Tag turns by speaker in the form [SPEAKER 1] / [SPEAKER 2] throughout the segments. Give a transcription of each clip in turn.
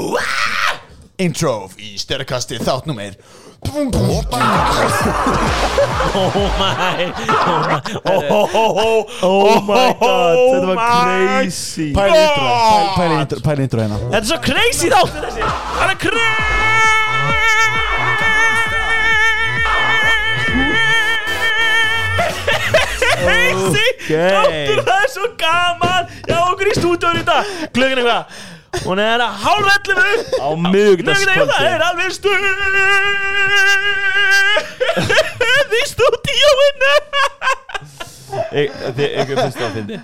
[SPEAKER 1] Wow! Intro í stjörnkasti þáttnúmer
[SPEAKER 2] Oh my, oh my, oh, oh, oh,
[SPEAKER 3] Oh my god,
[SPEAKER 1] Oh
[SPEAKER 3] þetta var crazy
[SPEAKER 1] Pæli
[SPEAKER 3] Pæli intro hérna
[SPEAKER 2] Þetta er svo crazy þáttur þessi Það er crazy
[SPEAKER 3] Ok.
[SPEAKER 2] Þáttur það er svo gaman Já, okkur í stúdíun í dag Klukkan er hvað? Hún er að hálf ellu
[SPEAKER 3] Á miðugdagskvöldi
[SPEAKER 2] Miðvikudaginn, það er alveg stuð Í stúdíóinu
[SPEAKER 3] Ykkur finnst það að finna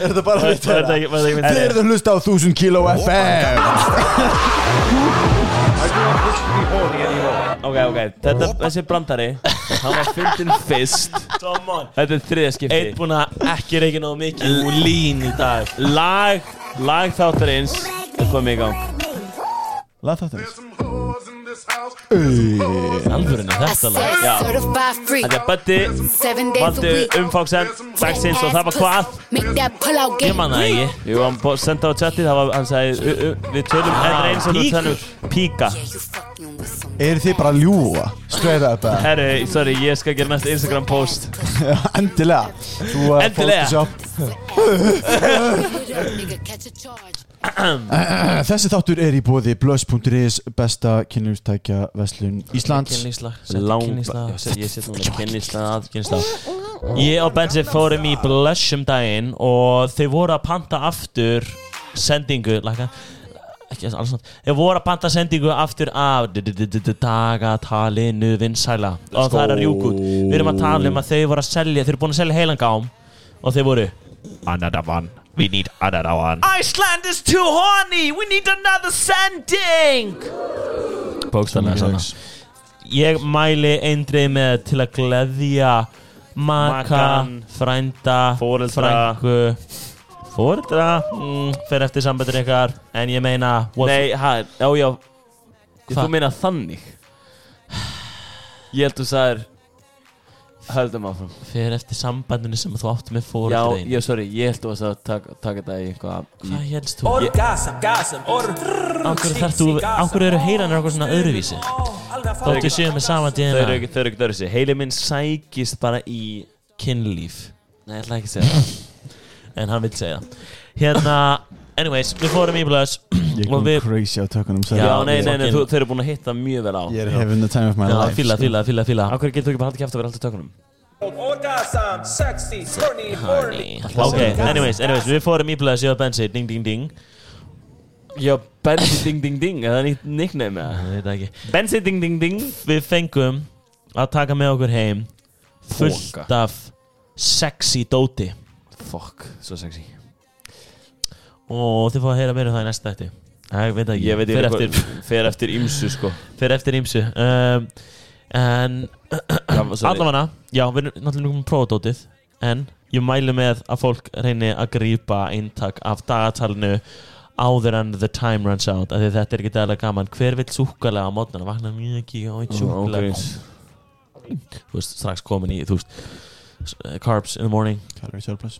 [SPEAKER 1] Er það bara
[SPEAKER 2] Var þetta
[SPEAKER 1] þetta?
[SPEAKER 2] ekki- var þetta ekki
[SPEAKER 1] Þið
[SPEAKER 2] myndið?
[SPEAKER 1] eruð að hlusta á 1000 kilo FM
[SPEAKER 3] Ok, ok, þetta, þessi brandari Hann var fyndin fyrst
[SPEAKER 2] Come on
[SPEAKER 3] Þetta er þriðja
[SPEAKER 2] Eitt
[SPEAKER 3] skipti
[SPEAKER 2] búinn að ekki reygin á mikið og lín í dag
[SPEAKER 3] Lag, lag þáttarins Það kom í gang
[SPEAKER 1] Lað þáttarins
[SPEAKER 2] Alvörinu þetta lag
[SPEAKER 3] Já.
[SPEAKER 4] Certified freak.
[SPEAKER 3] Þetta er Buddy
[SPEAKER 4] Seven days a
[SPEAKER 3] Valdu
[SPEAKER 4] week.
[SPEAKER 3] umfangsend Dagsins og það var hvað
[SPEAKER 4] Make that pull out game.
[SPEAKER 2] Ég man það ekki
[SPEAKER 3] Jú, hann bo- sendi á chati Það var, hann sagði "U- u- Við tölum, þetta er eins og þú
[SPEAKER 2] píkur.
[SPEAKER 3] tölum
[SPEAKER 4] Yeah,
[SPEAKER 3] Píka
[SPEAKER 4] you fucking with some
[SPEAKER 1] Eru þið bara að ljúa? Straight up eh?
[SPEAKER 3] Herru, sorry, ég skal gera næst Instagram post
[SPEAKER 1] Endilega Þú að
[SPEAKER 3] Endilega.
[SPEAKER 4] nigga catch a charge.
[SPEAKER 1] Eh, Þessi þáttur er í bóði blöss.is besta kynlumstækja Veslun Íslands
[SPEAKER 2] Kynlíslag
[SPEAKER 3] Lang-
[SPEAKER 2] Kynlíslag Ég set núna kynlíslag Kynlíslag Ég og Benji fórum í Blush um daginn og þau voru að panta aftur sendingu Lækka ekki alls nátt Þau voru að panta sendingu aftur af d- d- d- d- d- dagatalinu vinsæla og það er að rjúk út Við erum að tala um að þau voru að selja þau eru búin að selja heilan gám og þau voru
[SPEAKER 3] Another one We need another one
[SPEAKER 2] Iceland is too horny, we need another sending Bókstæðlega svona Ég mæli eindrið með til að gleðja Maka,
[SPEAKER 3] Makan,
[SPEAKER 2] frænda,
[SPEAKER 3] foreldra.
[SPEAKER 2] frængu Fóreldra mm, Fer eftir sambandur ykkar En ég meina what-
[SPEAKER 3] Nei, hæ, já, já Ég
[SPEAKER 2] Hva?
[SPEAKER 3] þú meina þannig Ég held þú sagðir Höldum áfram
[SPEAKER 2] Fer eftir sambandinu sem þú átti með
[SPEAKER 3] Já,
[SPEAKER 2] fóreldra
[SPEAKER 3] ég, sorry, ég held þú að sagði taka, taka þetta í eitthvað
[SPEAKER 2] Hvað helst þú? Ég,
[SPEAKER 5] Orgasm, gasm, orr
[SPEAKER 2] á hverju þarf þú Á hverju eru heilanir okkur svona öðruvísi? Þóttu séu með sama
[SPEAKER 3] Þau eru
[SPEAKER 2] DNA
[SPEAKER 3] ekki, þau eru ekki dörrisi Heili minn sækist bara í
[SPEAKER 2] Kynlíf
[SPEAKER 3] Nei, ég ætla ekki að segja það
[SPEAKER 2] En hann vil segja það. Hérna Anyways, við fórum í blöðs
[SPEAKER 1] Ég
[SPEAKER 2] Og
[SPEAKER 1] kom
[SPEAKER 2] við
[SPEAKER 1] crazy á tökunum sorry.
[SPEAKER 3] Já,
[SPEAKER 2] Já,
[SPEAKER 3] nei, nei, nei,
[SPEAKER 2] fucking-
[SPEAKER 3] þú, þau eru búin að hitta mjög vel á
[SPEAKER 1] Ég er having the time of my
[SPEAKER 2] Já,
[SPEAKER 1] life
[SPEAKER 2] fíla,
[SPEAKER 1] sko.
[SPEAKER 2] fíla, fíla, fíla
[SPEAKER 3] Af hverju getur þú ekki bara haldið kæft að vera alltaf tökunum?
[SPEAKER 5] Orgasm, sexy, horny, horny
[SPEAKER 2] Ok, anyways, anyways, við fórum í blöðs Ég og Bensi, ding, ding, ding
[SPEAKER 3] Já, Benzi Ding Ding Ding, er það nýtt nickname eða?
[SPEAKER 2] Ég veit það ekki
[SPEAKER 3] Benzi Ding Ding Ding
[SPEAKER 2] við fengum að taka með okkur heim fullt
[SPEAKER 3] Poka.
[SPEAKER 2] af sexy dóti
[SPEAKER 3] Fuck, svo sexy
[SPEAKER 2] og þið fáið að heyra meira um það í næsta þætti Æ, ég veit það ekki,
[SPEAKER 3] Ég veit
[SPEAKER 2] fer,
[SPEAKER 3] ég
[SPEAKER 2] eftir,
[SPEAKER 3] fer eftir ímsu sko
[SPEAKER 2] fer eftir ímsu um, en
[SPEAKER 3] Allavega
[SPEAKER 2] allavega, já, við erum náttúrulega um prófadótið en ég mælu með að fólk reyni að grípa eintak af dagatalinu áður en the time runs out af því að þetta er ekki dæðilega gaman hver vill súkulega á mótnana, vakna mjög ekki á einn súkulega þú veist, strax komin í, þú veist s- eh, carbs in the morning
[SPEAKER 1] Calorie surplus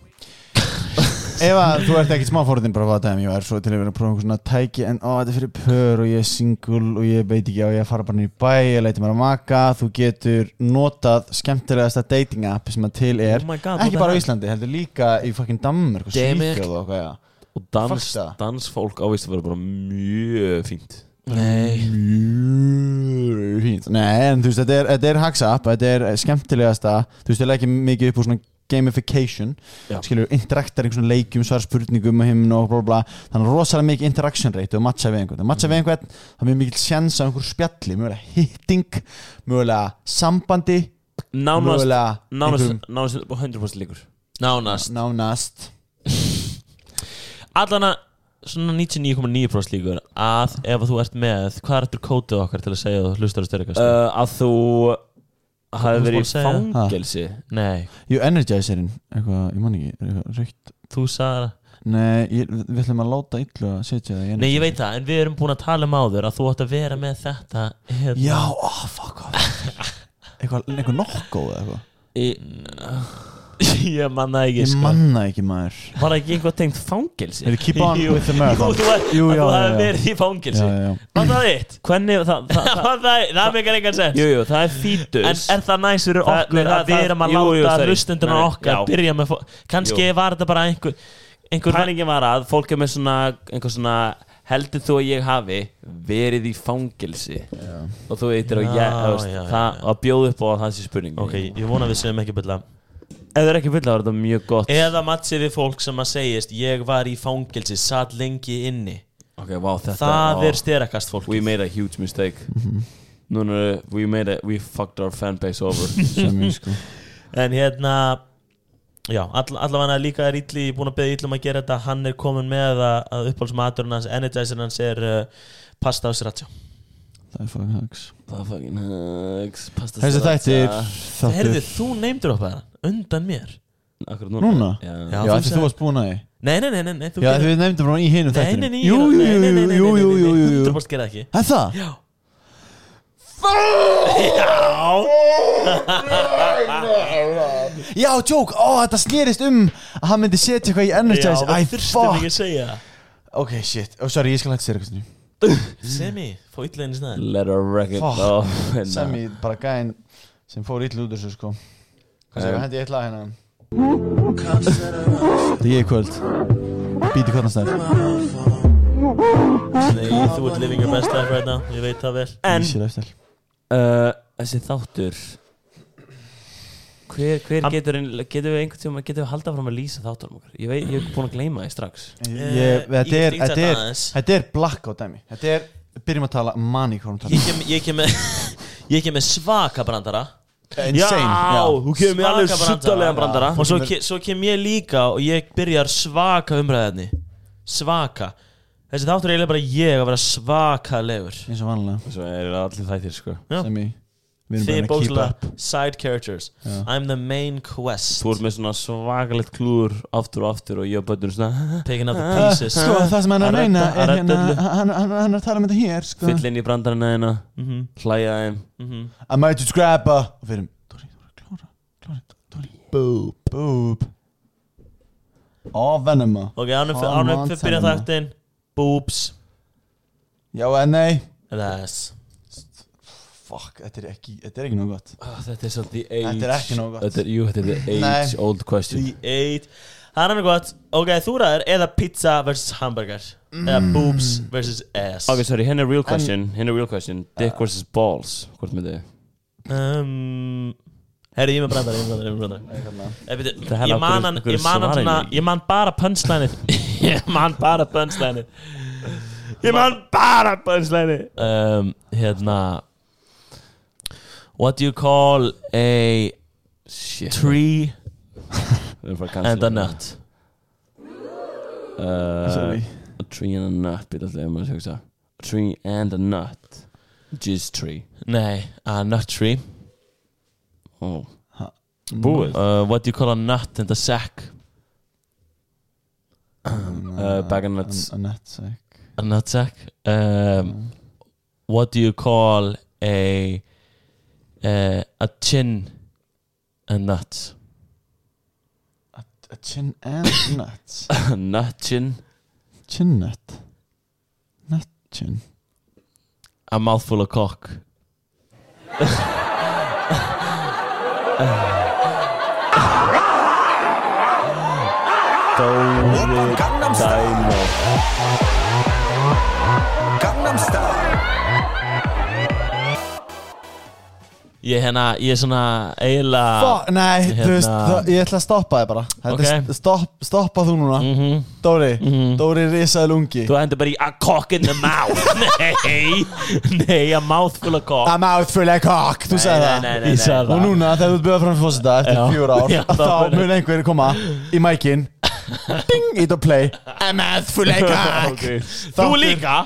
[SPEAKER 1] Ef að þú ert ekkert smá fórhundin bara hvað dæmi ég er svo til að vera að prófa einhver svona tæki en ó, þetta er fyrir pör og ég er single og ég veit ekki á ég að fara bara niður í bæ ég leiti mér að maka, þú getur notað skemmtilegasta dating app sem að til er
[SPEAKER 2] Oh my God, what the
[SPEAKER 1] ekki bara á
[SPEAKER 2] heck?
[SPEAKER 1] Íslandi, heldur líka í fucking Danmark og
[SPEAKER 2] Danmark.
[SPEAKER 1] Svíkjóð og eitthvað já.
[SPEAKER 3] Og dans,
[SPEAKER 1] Fuck það.
[SPEAKER 3] dansfólk á víst að vera bara mjög fínt
[SPEAKER 2] Nei
[SPEAKER 1] mjög fínt Nei, en þú veist, þetta er, þetta er hacks app þetta er skemmtilegasta, þú veist, ég legg ekki mikið upp úr svona gamification
[SPEAKER 3] Já.
[SPEAKER 1] skilur, interaktar einhvern svona leikjum, svar spurningum og himn og bla bla, bla. þannig að rosalega mikið interaction rate og matcha við einhvern, það matcha við einhvern það er mjög mikil sjens á einhver spjalli mögulega hitting, mögulega sambandi,
[SPEAKER 3] Nánast,
[SPEAKER 1] mögulega einhverjum-
[SPEAKER 3] nánast, nánast 100% líkur
[SPEAKER 2] Nánast
[SPEAKER 1] nánast
[SPEAKER 2] Allana svona 99,9% líkur að ef þú ert með hvað er eftir kótið okkar til að segja að þú hlustar að styrkast uh,
[SPEAKER 3] uh, Að þú hafi
[SPEAKER 2] þú
[SPEAKER 3] verið
[SPEAKER 2] varst
[SPEAKER 3] í
[SPEAKER 2] búin að segja?
[SPEAKER 3] fangelsi
[SPEAKER 2] Nei,
[SPEAKER 1] Jú, energizerinn, eitthvað, ég man ekki er eitthvað raukt,
[SPEAKER 2] þú sagði það
[SPEAKER 1] nei, ég, við ætlum að láta illu að setja það í
[SPEAKER 2] Nei,
[SPEAKER 1] energizer.
[SPEAKER 2] ég veit það, en við erum búin að tala um áður að þú átt að vera með þetta hérna.
[SPEAKER 1] Já, oh, fuck off Eitthvað, eitthvað nokko eða eitthvað
[SPEAKER 3] Í,
[SPEAKER 2] ég manna ekki
[SPEAKER 1] Ég
[SPEAKER 2] sko.
[SPEAKER 1] manna ekki maður
[SPEAKER 2] Var það ekki eitthvað tengt fangelsi?
[SPEAKER 1] Heyrðu, keep on
[SPEAKER 2] Jú,
[SPEAKER 1] with the marathon.
[SPEAKER 2] Jú, þú var-
[SPEAKER 1] Jú, já,
[SPEAKER 2] þú
[SPEAKER 1] já,
[SPEAKER 2] hafði
[SPEAKER 1] já.
[SPEAKER 2] verið í fangelsi
[SPEAKER 1] Já, já, já.
[SPEAKER 2] Var það þitt?
[SPEAKER 3] Hvernig, það, það, það,
[SPEAKER 2] Var það, það meikar engan sens
[SPEAKER 3] jú, jú, það er fítus
[SPEAKER 2] En er það næs fyrir
[SPEAKER 3] Það-
[SPEAKER 2] okkur
[SPEAKER 3] nei, það-
[SPEAKER 2] að við erum að
[SPEAKER 3] jú, jú,
[SPEAKER 2] láta
[SPEAKER 3] sorry.
[SPEAKER 2] hlustundina
[SPEAKER 3] Nei, nei,
[SPEAKER 2] okkar
[SPEAKER 3] já.
[SPEAKER 2] byrja með fó- Kannski
[SPEAKER 3] Jú.
[SPEAKER 2] var þetta bara einhver, einhver
[SPEAKER 3] Pælingin var að fólk er með svona, einhver svona heldur þú að ég hafi verið í fangelsi og þú veitir og
[SPEAKER 2] Já,
[SPEAKER 3] ég, þú veist,
[SPEAKER 2] já, já,
[SPEAKER 3] það, og að bjóða upp á það sé spurning
[SPEAKER 2] Ok, ég vona að við segjum ekki byrla
[SPEAKER 3] Ef það er ekki fulla var þetta mjög gott
[SPEAKER 2] Eða matsi við fólk sem að segist Ég var í fangelsi, satt lengi inni
[SPEAKER 3] Ok, wow, þetta
[SPEAKER 2] Það
[SPEAKER 3] ó,
[SPEAKER 2] er styrakast fólk
[SPEAKER 3] We made a huge mistake Núna, erum við- we made a, we fucked our fanbase over
[SPEAKER 1] sem ég sko
[SPEAKER 2] En hérna Já, all, allavega líka er Ítli búin að beða Ítli um að gera þetta Hann er komin með að, að uppáhaldsmaturinn hans Energizer hans er uh, pasta á sriracha
[SPEAKER 1] Það er fucking hugs
[SPEAKER 3] Það er fucking hugs Pasta
[SPEAKER 1] Þessi þættir
[SPEAKER 2] Herði,
[SPEAKER 1] Þáttur
[SPEAKER 2] þú neymdur okkur það Undan mér
[SPEAKER 3] Akkur núna
[SPEAKER 1] Núna?
[SPEAKER 2] Já.
[SPEAKER 3] Já,
[SPEAKER 1] Já,
[SPEAKER 2] þú
[SPEAKER 1] þetta
[SPEAKER 2] sagði-
[SPEAKER 1] þú varst búin að því
[SPEAKER 2] Nei, nei, nei, nei, nei þú
[SPEAKER 1] Já,
[SPEAKER 2] gerir-
[SPEAKER 1] þið nefndum bara í hinum
[SPEAKER 2] Nei,
[SPEAKER 1] þættinum
[SPEAKER 2] nei, nei,
[SPEAKER 1] Jú,
[SPEAKER 2] nei,
[SPEAKER 1] jú,
[SPEAKER 2] nei, nei, nei, nei,
[SPEAKER 1] jú, jú,
[SPEAKER 2] nei, nei,
[SPEAKER 1] jú,
[SPEAKER 2] nei,
[SPEAKER 1] jú, jú
[SPEAKER 2] 100% gera það ekki
[SPEAKER 1] Er það?
[SPEAKER 2] Já
[SPEAKER 1] Já, joke, ó, þetta snerist um að hann myndi setja eitthvað í
[SPEAKER 2] Já,
[SPEAKER 1] Energize
[SPEAKER 2] það
[SPEAKER 1] Æ,
[SPEAKER 2] þurftum ekki
[SPEAKER 1] fuck
[SPEAKER 2] að segja það.
[SPEAKER 1] Ok, shit, oh, sorry, ég skal hægt sér eitthvað
[SPEAKER 2] Semi, fá illa inn í snæðin
[SPEAKER 3] Let her wreck it
[SPEAKER 1] Fuck.
[SPEAKER 3] oh,
[SPEAKER 1] Sammy, bara gæinn sem fór illa út úr þessu sko Hvað segir,
[SPEAKER 3] Eh.
[SPEAKER 1] hendi ég eitt lag hérna Þetta er ég í kvöld Bíti kvarnastær
[SPEAKER 2] Nei, þú ert living your best life right now Ég veit það vel
[SPEAKER 3] En
[SPEAKER 1] Ísir eftir
[SPEAKER 3] uh, Þessi þáttur Hver, hver
[SPEAKER 2] Hann-
[SPEAKER 3] getur, getur við einhvern tíma Getur við halda fram að lýsa þáttunum okkar Ég veit, ég er búin að gleyma því strax
[SPEAKER 1] Ég- Þetta er,
[SPEAKER 2] Ég
[SPEAKER 1] þetta
[SPEAKER 2] strýta
[SPEAKER 1] er,
[SPEAKER 2] aðeins.
[SPEAKER 1] þetta er blackout dæmi Þetta er, byrjum að tala mani hvað hún tala
[SPEAKER 2] Ég kem, ég kem með Ég kem með svaka brandara
[SPEAKER 1] Eh, já.
[SPEAKER 3] þú kemur með alveg
[SPEAKER 2] Svaka
[SPEAKER 3] suttalegan brandara.
[SPEAKER 2] Og svo, ke, svo kem ég líka og ég byrjar svaka umræðinni Svaka Þessi þáttur er eiginlega bara ég að vera svakalegur
[SPEAKER 1] Eins og vanlega
[SPEAKER 3] Svo er allir þættir sko
[SPEAKER 2] Já.
[SPEAKER 1] Sammy, við
[SPEAKER 2] Þið
[SPEAKER 1] erum bara að keep up
[SPEAKER 2] bókslega side characters I'm the main quest
[SPEAKER 3] Þú ert með svona svakalegt klúður Aftur og aftur og ég og böttur svona
[SPEAKER 2] Picking up the pieces
[SPEAKER 1] Sko, það sem hann er að
[SPEAKER 3] Að
[SPEAKER 1] reyna
[SPEAKER 3] redda-
[SPEAKER 1] er
[SPEAKER 3] að
[SPEAKER 1] hérna
[SPEAKER 3] redda öllu.
[SPEAKER 1] Hann hann- hann er að tala um þetta hér sko
[SPEAKER 3] Fyll inn í brandarana þeina
[SPEAKER 1] Mhm.
[SPEAKER 3] Hlæja þeim
[SPEAKER 1] I might just grab a Og fyrir um Dóri, Dóri, klára Klára, Dóri Boob Boob Ó, Venema
[SPEAKER 2] Ok, ánum
[SPEAKER 1] Oh,
[SPEAKER 2] fyrir byrja
[SPEAKER 1] Montana.
[SPEAKER 2] þáttinn Boobs
[SPEAKER 1] Já, en nei
[SPEAKER 2] That's
[SPEAKER 1] Fuck, þetta er ekki, þetta er ekki nóg gott
[SPEAKER 3] oh, Þetta er samt the age
[SPEAKER 1] Þetta er ekki nóg gott.
[SPEAKER 3] Þetta er, jú, þetta er the
[SPEAKER 1] Nei.
[SPEAKER 3] age old question
[SPEAKER 2] Eight Það er hann gott Ok, þú ræður eða pizza versus hamburger Eða
[SPEAKER 1] Mm.
[SPEAKER 2] boobs versus ass
[SPEAKER 3] Ok, sorry, hérna er real question Hérna er real question
[SPEAKER 1] Uh.
[SPEAKER 3] Dick versus balls Hvort með þið?
[SPEAKER 2] um, Herri, ég er með brandar, ég er með brandar, ég er með brandar Nei, byrju,
[SPEAKER 3] Það er
[SPEAKER 2] Ég
[SPEAKER 3] af hverju-
[SPEAKER 2] man hann,
[SPEAKER 3] af hverju
[SPEAKER 2] ég man hann
[SPEAKER 3] svarar
[SPEAKER 2] svona
[SPEAKER 3] ég ekki?
[SPEAKER 2] Ég man bara punchline Ég man bara punchline Ég man bara punchline um, Hérna What do you call a
[SPEAKER 3] Shit
[SPEAKER 2] tree
[SPEAKER 3] við erum að fara að cancela
[SPEAKER 2] and a
[SPEAKER 3] það.
[SPEAKER 2] nut? Eh,
[SPEAKER 3] Uh,
[SPEAKER 1] Sorry.
[SPEAKER 3] A tree and a nut Býta allir maður að hugsa A tree and a nut Jizz tree
[SPEAKER 2] Nei, a nut tree
[SPEAKER 3] oh.
[SPEAKER 2] Búið uh, What do you call a nut and a sack?
[SPEAKER 1] Mm,
[SPEAKER 2] Eh,
[SPEAKER 3] uh, Bag of nuts
[SPEAKER 1] Annette, sæk
[SPEAKER 2] A nut sack um, What do you call a uh, A chin and nut?
[SPEAKER 1] A chin and nuts
[SPEAKER 3] Nut chin
[SPEAKER 1] Chin nut Nut chin
[SPEAKER 2] A mouthful of cock
[SPEAKER 3] Dóri Dæmo
[SPEAKER 2] Ég hérna, ég er svona eiginlega
[SPEAKER 1] Fuck, nei, þú
[SPEAKER 2] hérna-
[SPEAKER 1] veist, það, ég ætla að stoppa þið bara Þetta er
[SPEAKER 2] Ok. Mhm.
[SPEAKER 1] st- stopp, Stoppa þú núna Dóri, Dóri risaði lungi
[SPEAKER 2] Þú hendur bara í a cock in the mouth Nei, nei, a mouthful of cock
[SPEAKER 1] I'm out for like cock, þú sagði það
[SPEAKER 3] nei,
[SPEAKER 2] Ég sagði
[SPEAKER 1] Og
[SPEAKER 2] það
[SPEAKER 1] núna þegar þú ert byggðað fram fósita eftir
[SPEAKER 2] Já.
[SPEAKER 1] fjör ár
[SPEAKER 2] Já,
[SPEAKER 1] að
[SPEAKER 2] þá
[SPEAKER 1] þá
[SPEAKER 2] verður-
[SPEAKER 1] mun einhver koma í mækin Bing, ít og play I'm out for like cock
[SPEAKER 2] Þú líka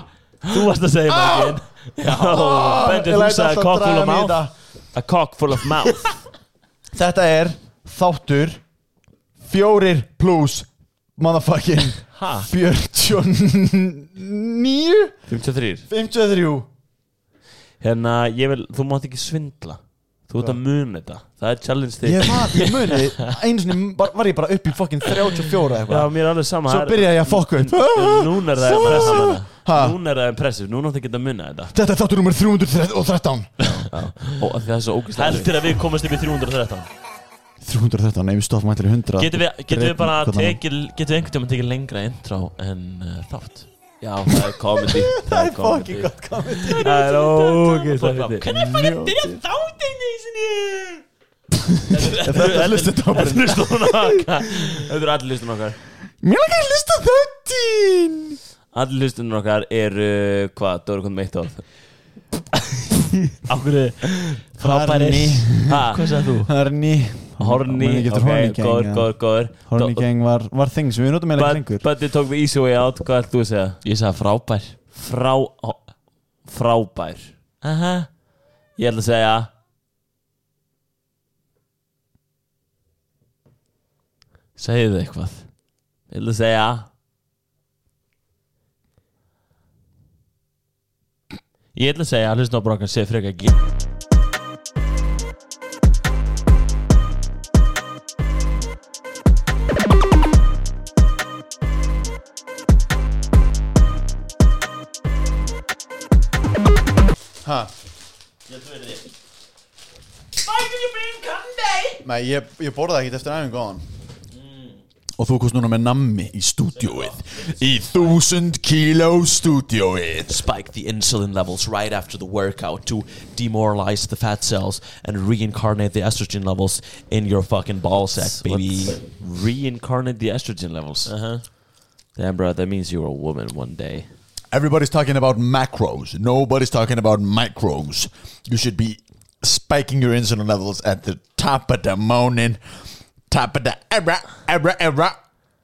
[SPEAKER 2] Þú varst að segja
[SPEAKER 1] Ah!
[SPEAKER 2] mækin Já, Benji, þú sagði a cock full of mouth A cock full of mouth
[SPEAKER 1] Þetta er þáttur fjórir plus motherfucking
[SPEAKER 2] Ha?
[SPEAKER 1] 49
[SPEAKER 3] 53
[SPEAKER 1] 53
[SPEAKER 3] Hérna, ég vil, þú mátt ekki svindla Þú ert að muna þetta Það er challenge þitt
[SPEAKER 1] Ég var, ég muni, einu sinni var, var ég bara upp í fokkin 34 eða
[SPEAKER 3] Já,
[SPEAKER 1] eitthvað
[SPEAKER 3] mér er alveg sama
[SPEAKER 1] Svo
[SPEAKER 3] það er-
[SPEAKER 1] byrjaði ég að fokka upp
[SPEAKER 3] Núna er það hérna.
[SPEAKER 1] Svo-
[SPEAKER 3] impressive
[SPEAKER 1] Ha?
[SPEAKER 3] Núna er það impressive Núna átti ekki að muna þetta
[SPEAKER 1] Þetta er þáttur nummer 313
[SPEAKER 3] Ó, af því það er svo ógæst
[SPEAKER 2] Heldur að við komast upp í 313
[SPEAKER 1] 313, ef við stoppum allir í 100
[SPEAKER 2] Getum við, getum við
[SPEAKER 1] Drepum
[SPEAKER 2] bara
[SPEAKER 1] hvern annan.
[SPEAKER 2] tekið Getum við einhvern tímann tekið lengra intro en uh, þátt
[SPEAKER 3] Já, það er comedy
[SPEAKER 1] Það er fokkin gott komið
[SPEAKER 3] Það er ógæst
[SPEAKER 2] Fólk bara, Hvernig er farið að byrja þáttinn í sinni?
[SPEAKER 1] Þetta er hlustið á bara
[SPEAKER 2] Hlustun okkar Þetta eru allir hlustun okkar
[SPEAKER 1] Mér langar að hlusta þáttin
[SPEAKER 3] Allir hlustunum okkar eru, hvað, Dóri kom meitt orð
[SPEAKER 2] Akkur
[SPEAKER 1] Horny.
[SPEAKER 3] Ha,
[SPEAKER 2] Hvað sagði þú?
[SPEAKER 1] Horny
[SPEAKER 3] horny,
[SPEAKER 1] Muni getur
[SPEAKER 3] ok,
[SPEAKER 1] horny gang,
[SPEAKER 3] góður,
[SPEAKER 1] já.
[SPEAKER 3] góður, góður
[SPEAKER 1] Horny gang var, var þing sem við notum eða
[SPEAKER 3] But,
[SPEAKER 1] kringur
[SPEAKER 3] but they took the easy way out, hvað ert þú að segja?
[SPEAKER 2] Ég sagði frábær
[SPEAKER 3] Frá, ho- frábær
[SPEAKER 2] Aha
[SPEAKER 3] Ég ætla að segja
[SPEAKER 2] Segðu þið eitthvað
[SPEAKER 3] Ég ætla að segja
[SPEAKER 2] Ég ætla að segja að hlustun okkar okkar sé frekar ekki
[SPEAKER 1] Ha? Nei, ég, ég borðaði ekkert eftir æfingu á hann Og þú kost núna með nammi í stúdióið Í þúsund kíló stúdióið
[SPEAKER 2] spike the insulin levels right after the workout to demoralize the fat cells and reincarnate the estrogen levels in your fucking ball sack, baby.
[SPEAKER 3] Reincarnate the estrogen levels
[SPEAKER 2] Uh-huh.
[SPEAKER 3] Damn bro, that means you're a woman one day
[SPEAKER 6] Everybody's talking about macros. Nobody's talking about micros. You should be spiking your insulin levels at the top of the morning, top of the era, era, era,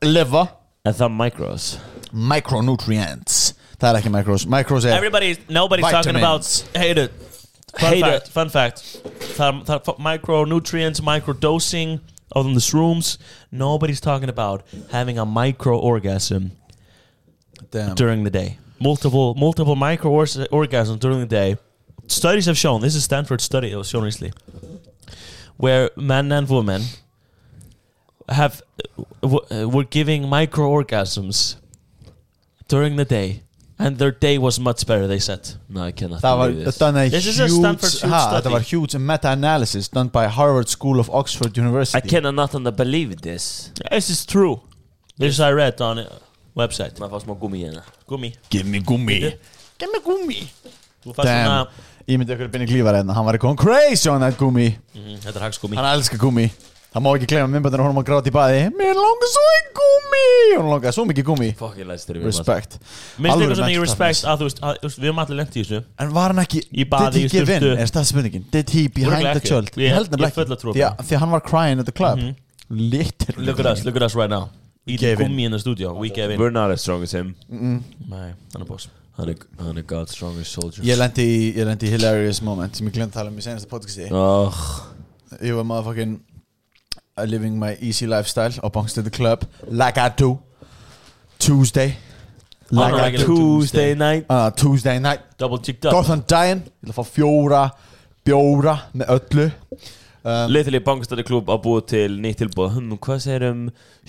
[SPEAKER 6] liver,
[SPEAKER 3] Er það micros?
[SPEAKER 6] micronutrients. Það er ekki micros. Micros er...
[SPEAKER 2] Everybody's nobody's talking about
[SPEAKER 6] Vitamins.
[SPEAKER 2] hate it. Fun
[SPEAKER 3] Hate
[SPEAKER 2] fact.
[SPEAKER 3] it.
[SPEAKER 2] Fun fact. Th- th- fu- micronutrients, microdosing of this rooms. Nobody's talking about having a micro orgasm
[SPEAKER 6] Damn.
[SPEAKER 2] during the day. Multiple multiple micro or- orgasms during the day. Studies have shown this is Stanford study that was shown recently, where men and women have w- uh, were giving micro orgasms during the day, and their day was much better. They said.
[SPEAKER 3] No, I cannot
[SPEAKER 1] Það var,
[SPEAKER 3] believe this
[SPEAKER 1] þetta er
[SPEAKER 2] This is a
[SPEAKER 1] huge,
[SPEAKER 2] Stanford huge
[SPEAKER 1] ha,
[SPEAKER 2] study.
[SPEAKER 1] þetta var huge meta-analysis done by Harvard School of Oxford
[SPEAKER 3] I
[SPEAKER 1] University
[SPEAKER 3] cannot not on believe this
[SPEAKER 2] This is true. This I read on a website.
[SPEAKER 3] Maður fá smá gummi hérna
[SPEAKER 2] Gumi.
[SPEAKER 6] Give me gummi. Give me gummi.
[SPEAKER 2] Þú fannst
[SPEAKER 1] Damn,
[SPEAKER 2] svona-
[SPEAKER 1] ég myndi okkur að byrja klífar hérna Hann var eitthvað crazy on that gummi
[SPEAKER 2] Mm, Þetta er hagsgumi.
[SPEAKER 1] Hann elskar gummi Það má ekki gleyma minnbændinu honum að gráta í baði Mér langar svo í gummi Hún langar svo mikið gummi
[SPEAKER 3] Fuck, ég læst þér
[SPEAKER 1] Respect
[SPEAKER 2] Minnst
[SPEAKER 1] Alvöru
[SPEAKER 2] eitthvað sem ég
[SPEAKER 1] mental toughness.
[SPEAKER 2] respect að þú veist, að, þú veist við erum allir lengt í þessu.
[SPEAKER 1] En var hann ekki
[SPEAKER 2] Í baði,
[SPEAKER 1] Did
[SPEAKER 2] í
[SPEAKER 1] he give in?
[SPEAKER 2] sturtu.
[SPEAKER 1] Er það spurningin? Did he behind
[SPEAKER 2] Örugglega
[SPEAKER 1] the
[SPEAKER 2] ekki.
[SPEAKER 1] child?
[SPEAKER 2] Ég-
[SPEAKER 1] held
[SPEAKER 2] ég full að trúa
[SPEAKER 1] Því
[SPEAKER 2] því.
[SPEAKER 1] að því að hann var crying at the club mm Literally
[SPEAKER 2] Mhm. Look at us, look at us right now. Eating
[SPEAKER 1] Gave in.
[SPEAKER 2] gummi in the studio. We gave in.
[SPEAKER 3] We're not as strong as him
[SPEAKER 2] Nei, þannig bós.
[SPEAKER 3] Hann er, hann er God's strongest soldier
[SPEAKER 1] Ég lendi í, ég lendi í hilarious moment sem ég glemt að tala um í senasta podcasti
[SPEAKER 3] oh,
[SPEAKER 1] Ég var motherfucking uh, living my easy lifestyle á Bongst at the club Like I do Tuesday
[SPEAKER 2] On a regular
[SPEAKER 1] um
[SPEAKER 2] Tuesday
[SPEAKER 1] night uh, Tuesday night
[SPEAKER 2] Double cheeked up.
[SPEAKER 1] Gott þann daginn Ég ætla að fá fjóra bjóra með öllu Um,
[SPEAKER 3] Leithili Bankastæði klub að búa til nýtt tilbúð hm, Hvað segir um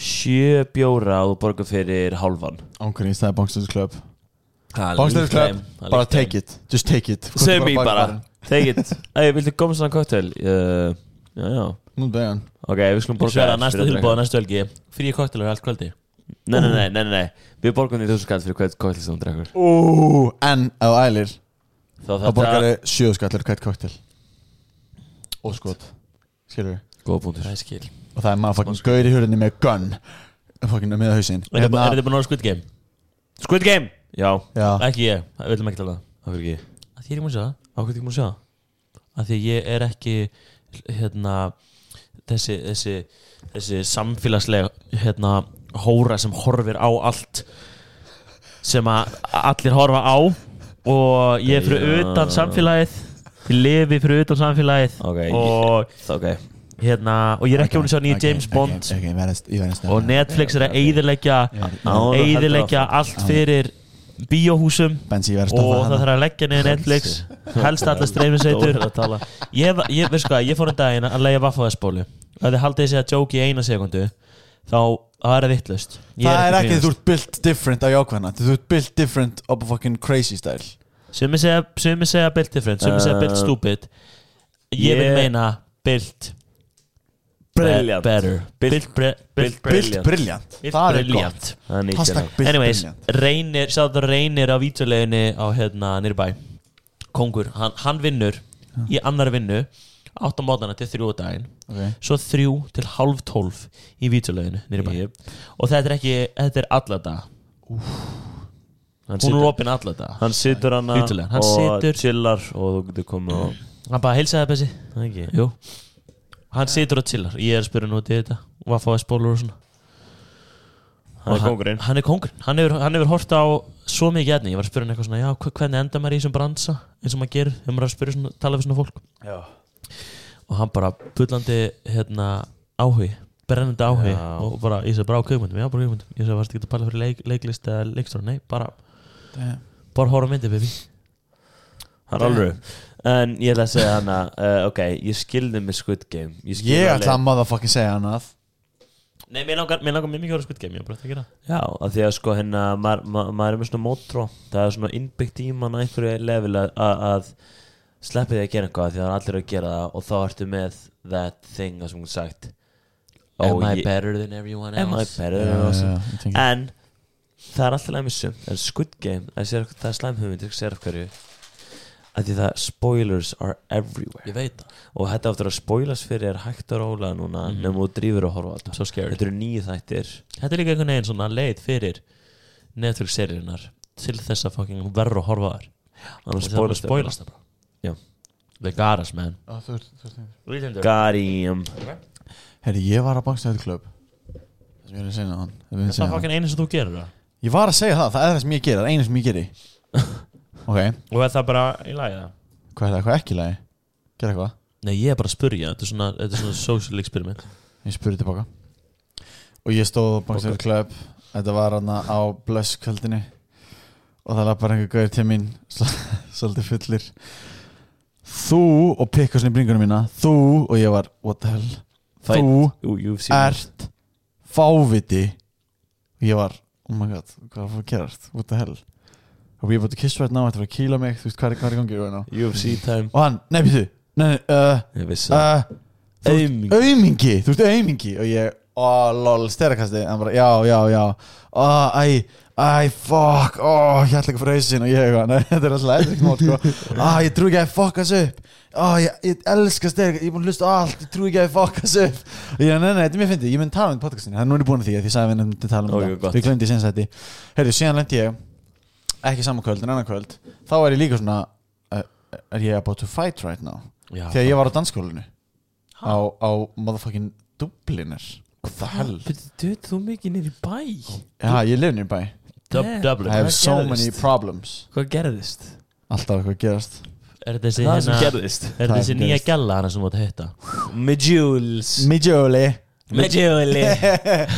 [SPEAKER 3] sjö bjóra og þú borgar fyrir hálfan
[SPEAKER 1] Ángurins, það er Bongst at the club Bongst at
[SPEAKER 3] Bankastæði
[SPEAKER 1] the club, bara take it Just take it
[SPEAKER 3] Segir mér bara Take it Æ, viltu koma svona koktel? Uh, já, já
[SPEAKER 1] Nú daginn
[SPEAKER 3] Ok, við skulum
[SPEAKER 2] Og
[SPEAKER 3] borga
[SPEAKER 2] svo er það
[SPEAKER 3] þér
[SPEAKER 2] næsta
[SPEAKER 3] fyrir að
[SPEAKER 2] tilbúið
[SPEAKER 3] drekka.
[SPEAKER 2] næsta helgi. Fríi koktelar allt kvöldi.
[SPEAKER 3] Nei, nei, nei, nei, nei, nei Við borgum því þúsund kall fyrir hvert koktel sem hún drekkur
[SPEAKER 1] Ú, en ef þú ælir
[SPEAKER 3] Þá
[SPEAKER 1] þá borgar
[SPEAKER 3] þetta
[SPEAKER 1] þau sjöðskallur hvert koktel og skot skilur við
[SPEAKER 3] Góða punktur
[SPEAKER 2] Það er skil.
[SPEAKER 1] og það er maður fucking gaur í hurðinni með gun fucking með hausinn
[SPEAKER 2] Er þið búin að orða Squid Game?
[SPEAKER 3] Squid Game Já
[SPEAKER 1] já,
[SPEAKER 2] Ekki ég. Við viljum ekki tala um það.
[SPEAKER 3] Af hverju ekki?
[SPEAKER 2] Af því ég er ekki múin að sjá það. Af hverju er ekki múin að sjá það? Af því ég er ekki hérna þessi, þessi, þessi samfélagslega hérna hóra sem horfir á allt sem að allir horfa á og ég er fyrir
[SPEAKER 3] Já.
[SPEAKER 2] utan samfélagið ég lifi fyrir utan samfélagið
[SPEAKER 3] Ok, ég-
[SPEAKER 2] og
[SPEAKER 3] Ok
[SPEAKER 2] hérna og ég er ekki múin að sjá nýja
[SPEAKER 1] Ok,
[SPEAKER 2] James Bond
[SPEAKER 1] ok, ok, verðast- ég verðast
[SPEAKER 2] og Netflix er að eyðileggja
[SPEAKER 3] Áður heldur
[SPEAKER 2] eyðileggja allt fyrir bíóhúsum
[SPEAKER 1] Bensi
[SPEAKER 2] og
[SPEAKER 1] Verstappen
[SPEAKER 2] það
[SPEAKER 1] hana.
[SPEAKER 2] þarf að leggja niður Netflix helst allar streymisveitur ég, hef- ég, veistu hvað, ég fór um daginn að leiða vaffaðsbólu og þið haldið þessi að jóki í eina sekundu þá þá er það vittlust
[SPEAKER 1] Það er ekki þú ert built different á jákvæðna Þú ert built different up a fucking crazy style
[SPEAKER 2] sumi segja, sumi segja built different sumi segja built
[SPEAKER 3] Uh,
[SPEAKER 2] stupid ég vil
[SPEAKER 3] ég-
[SPEAKER 2] meina built be-
[SPEAKER 3] Brilliant.
[SPEAKER 2] better built, bre, built,
[SPEAKER 1] Built
[SPEAKER 2] built,
[SPEAKER 3] Brilliant.
[SPEAKER 1] brilliant
[SPEAKER 2] built
[SPEAKER 1] Það er gott
[SPEAKER 2] brilliant
[SPEAKER 3] Það er nýtt
[SPEAKER 1] Hashtag
[SPEAKER 3] hérna.
[SPEAKER 1] built
[SPEAKER 2] Anyways,
[SPEAKER 1] brilliant
[SPEAKER 2] reynir, sá þetta reynir á vítjuleginni á hérna nýrbæ Kongur, hann, hann vinnur í annar vinnu 8 mótana til 3 daginn
[SPEAKER 1] Ok.
[SPEAKER 2] svo 3 til halv 12 í vítjuleginu nýrbæ
[SPEAKER 3] Jep.
[SPEAKER 2] og þetta er ekki, þetta er allada
[SPEAKER 3] Hann
[SPEAKER 2] hún er
[SPEAKER 3] situr-
[SPEAKER 2] opinn allada
[SPEAKER 3] Hann situr hann
[SPEAKER 2] Lítilega. Hann
[SPEAKER 3] og
[SPEAKER 2] situr-
[SPEAKER 3] chillar og þú getur komið og
[SPEAKER 2] hann bara heilsaði þessi
[SPEAKER 3] Það er ekki
[SPEAKER 2] Jú Hann situr og chillar, ég er að spyrja hann út í þetta og að fá að spólur og svona
[SPEAKER 3] Hann
[SPEAKER 2] Og
[SPEAKER 3] er kóngurinn
[SPEAKER 2] Hann er kongurinn, hann hefur, hann hefur hort á svo mikið efni, ég var að spyrja hann eitthvað svona já, hva- hvernig enda maður í þessum bransa eins og maður gerir, þegar maður er að spyrja svona, tala við svona fólk
[SPEAKER 3] Já.
[SPEAKER 2] og hann bara bullandi hérna áhugi, brennandi áhugi
[SPEAKER 3] Já.
[SPEAKER 2] og bara, ég segi bara á kveikmyndum, já bara kveikmyndum ég segi, varstu ekki að pæla fyrir leik, leiklist eða leikstur nei, bara,
[SPEAKER 1] Damn.
[SPEAKER 2] bara horfa á myndi, baby
[SPEAKER 3] Hann er alveg En ég ætla að segja hann að uh, Ok, ég skildi með Squid Game Ég, skil
[SPEAKER 1] Ég
[SPEAKER 3] alveg-
[SPEAKER 1] ætla að motherfucking segja hann að
[SPEAKER 2] Nei, mér langar, mér langar mjög mikið að horfa á Squid Game, ég er bara eftir að gera það.
[SPEAKER 3] Já, af því að sko hérna Maður ma ma er með svona mótró Það er svona innbyggt í mann að einhverju level að, að- að Sleppið því að gera eitthvað af Því að það er allir að gera það Og þá ertu með that thing Það sem hún sagt Ó,
[SPEAKER 2] Am I
[SPEAKER 3] ég-
[SPEAKER 2] better than everyone else?
[SPEAKER 3] Am I better
[SPEAKER 1] Já,
[SPEAKER 3] than
[SPEAKER 1] já,
[SPEAKER 3] us?
[SPEAKER 1] já, Eh, ég
[SPEAKER 2] Eh.
[SPEAKER 1] tengi.
[SPEAKER 3] En það er alltaf læmis sumt En Squid Game, það er, það er slæm hugmynd Það er hverju að Því það spoilers are everywhere
[SPEAKER 2] Ég veit það, Mhm.
[SPEAKER 3] Og þetta aftur að spoilers fyrir er hægt að róla núna mm. Nefnum þú drífur að horfa á þetta
[SPEAKER 2] so scared
[SPEAKER 3] Þetta eru nýju þættir
[SPEAKER 2] Þetta er líka einhvern veginn svona leið fyrir Netflix-seríunar til þess að fucking verður að horfa á þær
[SPEAKER 3] Annars
[SPEAKER 2] Og það er bara
[SPEAKER 3] spoilers
[SPEAKER 2] spoilast það bara
[SPEAKER 3] Já.
[SPEAKER 2] They got us man hérna. Got-
[SPEAKER 3] Garim
[SPEAKER 1] Herri, ég var að bankstæðu klub Það sem ég er að segja hann Það er
[SPEAKER 2] Það er fucking einu sem þú gerir það
[SPEAKER 1] Ég var að segja það, það er það sem ég gerir, það er einu sem ég gerir Ok,
[SPEAKER 2] Og er það bara í lagi það?
[SPEAKER 1] hvað er það, hvað ekki í lagi? Gerðu eitthvað,
[SPEAKER 2] Nei ég er bara að spurja Þetta er svona, þetta er svona social experiment
[SPEAKER 1] ég spurði tilbaka Og ég stóð á Bankstæður Club Þetta var hann á Blöss kvöldinni Og það lappar einhver gauðir til mín sl- Svolítið fullir Þú og pikka svona í bringunum mína Þú og ég var, what the hell
[SPEAKER 3] Fæn.
[SPEAKER 1] Þú
[SPEAKER 3] You've seen it.
[SPEAKER 1] ert fáviti og ég var, oh my god hvað er að fara að gerast, what the hell og ég búið að kiss right now, þetta var að kýla mig þú veist hvað er, hvað er í gangi right now
[SPEAKER 3] UFC time
[SPEAKER 1] og hann, nei býttu, nei, nei, uh,
[SPEAKER 3] Ég vissi það
[SPEAKER 1] uh, þú ert
[SPEAKER 3] Auming.
[SPEAKER 1] aumingi, þú ert aumingi og ég, oh lol, styrakasti hann bara, já, já, já oh, æ, æ, fuck, oh ég ætla ekki að fara hausinn og ég, eitthvað, nei, þetta er alltaf þetta er ekki nót, sko, ah, ég trú ekki að ég fuck þessu upp ah, ég, ég elska styrakasti ég er búin að hlusta á allt, ég trú ekki að ég fuck þessu upp og ég, nei, nei, þetta er mér fyndið, ég mun tala um þetta í podcastinu, það er núna búin að því að því sagði við nefndi tala um
[SPEAKER 3] Ok,
[SPEAKER 1] þetta,
[SPEAKER 3] gott.
[SPEAKER 1] við glemdi síðan sætti herru, síðan lendi ég ekki saman kvöld, en annan kvöld þá er ég líka svona, uh, er ég about to fight right now
[SPEAKER 2] Já
[SPEAKER 1] Þegar ég var á dansskólinu á, á motherfucking Dubliner What the hell
[SPEAKER 3] Þú ert þú mikið niður í bæ
[SPEAKER 1] Já, ég lifin í bæ
[SPEAKER 2] Dub-
[SPEAKER 1] I
[SPEAKER 2] Dublin
[SPEAKER 1] have
[SPEAKER 3] Hvað
[SPEAKER 1] so
[SPEAKER 3] gerðist?
[SPEAKER 1] many problems
[SPEAKER 3] Hvað gerðist?
[SPEAKER 1] Alltaf eitthvað að gerast
[SPEAKER 2] Er þessi
[SPEAKER 3] Það sem
[SPEAKER 2] hérna
[SPEAKER 3] gerðist
[SPEAKER 2] Er
[SPEAKER 1] Það
[SPEAKER 2] þessi
[SPEAKER 1] sem
[SPEAKER 2] nýja
[SPEAKER 1] gerist.
[SPEAKER 2] gælla hana sem þú átt að hitta?
[SPEAKER 3] Medjules
[SPEAKER 1] Midjóli
[SPEAKER 2] Medjúli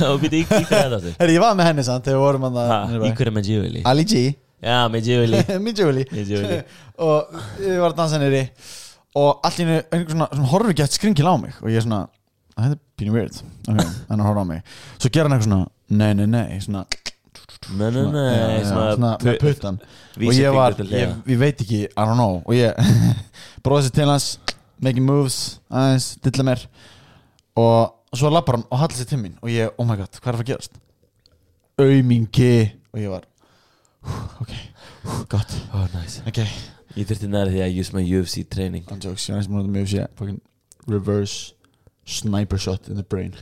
[SPEAKER 2] Og býtti í í hverju er það þáttur?
[SPEAKER 1] Herri, ég var með henni samt þegar við vorum að
[SPEAKER 2] Ha,
[SPEAKER 1] það
[SPEAKER 2] Í hverju er Medjúli?
[SPEAKER 1] Ali G
[SPEAKER 2] Já, Medjúli
[SPEAKER 1] Midjóli
[SPEAKER 2] Medjúli
[SPEAKER 1] Og ég var að dansa henni Og allt í henni einhver svona, svona horfur gett skringil á mig Og ég er svona Þetta er pínu weird okay, Hann horfur á mig Svo gera hann eitthvað svona Nei, nei, nei Svona
[SPEAKER 3] Nei, nei, nei
[SPEAKER 1] svona, svona með
[SPEAKER 3] pu-
[SPEAKER 1] puttan og
[SPEAKER 3] vísa
[SPEAKER 1] ég var,
[SPEAKER 3] fingur til
[SPEAKER 1] ég,
[SPEAKER 3] hliðar.
[SPEAKER 1] ég veit ekki I don't know, og ég bróði sér til hans making moves, aðeins, dilla mér og svo lappar hann og hallar sér til mín og ég, oh my god, hvað er að fara að gerast aumingi og ég var, hú, ok hú, gott,
[SPEAKER 3] Oh, nice.
[SPEAKER 1] ok
[SPEAKER 3] Ég þurfti næri því að use my UFC training
[SPEAKER 1] I'm jokes, ég er eins og múnum mjög sé fucking reverse sniper shot in the brain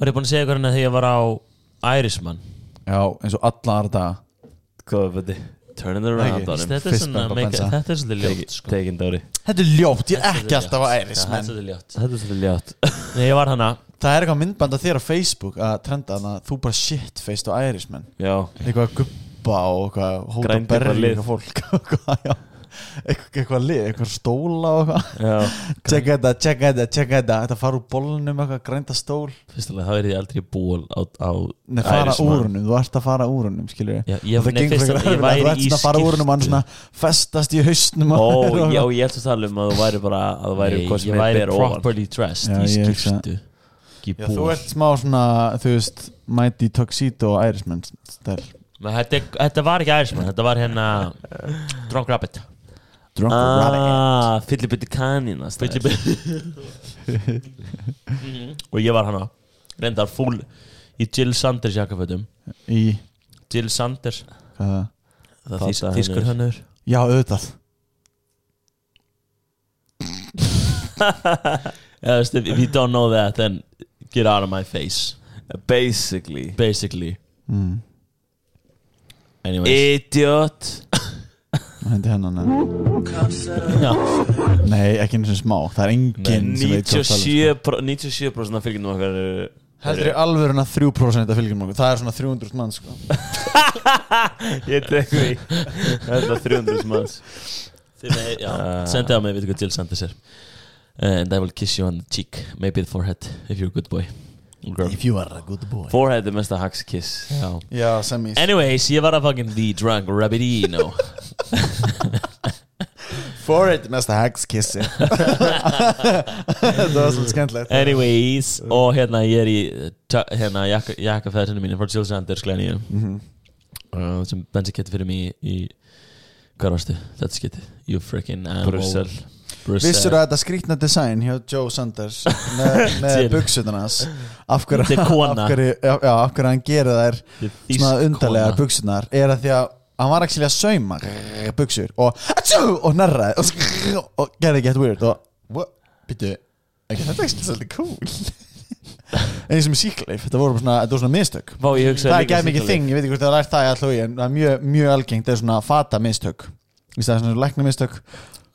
[SPEAKER 2] Var ég búin að segja hvernig að þegar ég var á Irishman
[SPEAKER 1] já, eins og alla aðra daga
[SPEAKER 3] Hvað var þetta? Turn it
[SPEAKER 1] Ekki.
[SPEAKER 3] around on him
[SPEAKER 2] Þetta er
[SPEAKER 1] Fist
[SPEAKER 2] svona
[SPEAKER 1] bump á
[SPEAKER 2] make-
[SPEAKER 1] Benza.
[SPEAKER 2] Þetta er svolítið ljótt sko.
[SPEAKER 3] Taken Dóri
[SPEAKER 1] þetta er ljótt, ég er
[SPEAKER 2] Þetta
[SPEAKER 1] ekki
[SPEAKER 2] er
[SPEAKER 1] alltaf að
[SPEAKER 2] ljótt.
[SPEAKER 1] æris
[SPEAKER 2] Já, Þetta er svolítið ljótt
[SPEAKER 3] Þetta er svolítið ljótt
[SPEAKER 2] Nei, ég var hana
[SPEAKER 1] það er eitthvað myndband að þér á Facebook að trenda hann að þú bara shitfaced á ærismenn
[SPEAKER 3] Já
[SPEAKER 1] eitthvað að gubba og eitthvað hóta
[SPEAKER 3] Grændi
[SPEAKER 1] berri
[SPEAKER 3] eitthvað lið.
[SPEAKER 1] eitthvað fólk og eitthvað, já. eitthvað eitthvað lið, eitthvað stóla og eitthvað
[SPEAKER 3] Já.
[SPEAKER 1] tjekka þetta, tjekka þetta, tjekka þetta þetta fara úr bólunum, eitthvað, grænda stól
[SPEAKER 2] Fyrstulega, þá er ég aldrei búið á, á
[SPEAKER 1] Nei, fara
[SPEAKER 2] Irishman.
[SPEAKER 1] úr húnum, þú ert að fara úr húnum skilur
[SPEAKER 2] Já, ég- nei, fyrst að- ég væri
[SPEAKER 1] Þú ert
[SPEAKER 2] í
[SPEAKER 1] svona að fara úr húnum, hann
[SPEAKER 2] skyrtu.
[SPEAKER 1] svona festast í haustnum á
[SPEAKER 3] Ó,
[SPEAKER 1] þér og-
[SPEAKER 3] já, ég ætti að tala um að þú væri bara að þú væri
[SPEAKER 2] Nei,
[SPEAKER 3] hvað sem
[SPEAKER 2] ég
[SPEAKER 3] er
[SPEAKER 2] væri
[SPEAKER 3] ber ofan
[SPEAKER 2] properly dressed
[SPEAKER 1] Já,
[SPEAKER 2] í
[SPEAKER 1] ég hugsa-
[SPEAKER 2] skýrstu ekki
[SPEAKER 1] Já, þú
[SPEAKER 2] búið
[SPEAKER 1] ert smá svona, þú veist Mighty Tuxedo og Irishman stel.
[SPEAKER 2] Men þetta, er- þetta var ekki Irishman, þetta var hérna Drunk Rabbit
[SPEAKER 1] Drunk Rabbit
[SPEAKER 3] Ah, fyllibutti kanina
[SPEAKER 2] Billy Bill. Og ég var hana Reyndar fúl í Jill Sanders jakkafötum
[SPEAKER 1] Í,
[SPEAKER 2] Jill Sanders
[SPEAKER 1] hvað það?
[SPEAKER 2] Það
[SPEAKER 3] Fata
[SPEAKER 2] þýs-
[SPEAKER 3] hennur.
[SPEAKER 2] þýskur hönnur
[SPEAKER 1] Já, auðvitað
[SPEAKER 2] yeah, If you don't know that then get out of my face
[SPEAKER 3] Basically
[SPEAKER 2] Basically
[SPEAKER 1] Mm.
[SPEAKER 2] Anyways
[SPEAKER 3] Idiot
[SPEAKER 1] Hendi hennan en-
[SPEAKER 2] Já.
[SPEAKER 1] Nei, ekki eins og smá, það er enginn sem veit hvað um, sko. það er
[SPEAKER 3] 97% pro- 97% af fylgjum okkar eru-
[SPEAKER 1] Heldur í alvöruna 3% af fylgjum okkur Það er svona 300 mann sko
[SPEAKER 3] Ég tek því Þetta er 300 manns
[SPEAKER 2] Þið með- já,
[SPEAKER 3] Ah.
[SPEAKER 2] Sendið á mig, veitu hvað Jill Sanders er Uh, And I will kiss you on the cheek Maybe the forehead If you're a good boy Or girl.
[SPEAKER 1] If you are a good boy
[SPEAKER 3] Forehead er mesta hagskiss
[SPEAKER 2] Já.
[SPEAKER 1] Já, sem í
[SPEAKER 2] Anyways, ég var að fucking The Drunk Rabbitino
[SPEAKER 1] Forehead mesta hagskissi Það var svolítið skemmtilegt
[SPEAKER 2] Anyways, og hérna ég er í ta- hérna, jakka- jakkafæðinu mínu frá Jill Sanders glæníu
[SPEAKER 1] Mhm.
[SPEAKER 2] uh, sem bensi kett fyrir mig í, í hvað varstu, þetta skytti you freaking animal
[SPEAKER 3] Brussel.
[SPEAKER 2] Brussel
[SPEAKER 1] Vissir að þetta skrýtna design hjá Joe Sanders með, með
[SPEAKER 2] Til.
[SPEAKER 1] buksutunars af hverju,
[SPEAKER 2] Þetta er
[SPEAKER 1] af,
[SPEAKER 2] kona.
[SPEAKER 1] hverju, já, já, af hverju hann gerir þær
[SPEAKER 2] þýsk
[SPEAKER 1] svona undarlegar
[SPEAKER 2] kona.
[SPEAKER 1] buksutunar er að því að hann var ekki að sauma buksur og, atjú, og narraði og, og, og gerði get weird og what, býttu ekki, þetta er ekki svolítið cool en eins og með síkleif, þetta voru bara svona, þetta voru svona mistök
[SPEAKER 3] Vá, ég hugsaði
[SPEAKER 1] það er
[SPEAKER 3] líka
[SPEAKER 1] gæð mikið
[SPEAKER 3] síðan-
[SPEAKER 1] þing, ég veit ekki hvort það er lært það í alltaf í en það er mjög, mjög algengt, það er svona fata mistök í staðar svona lækna mistök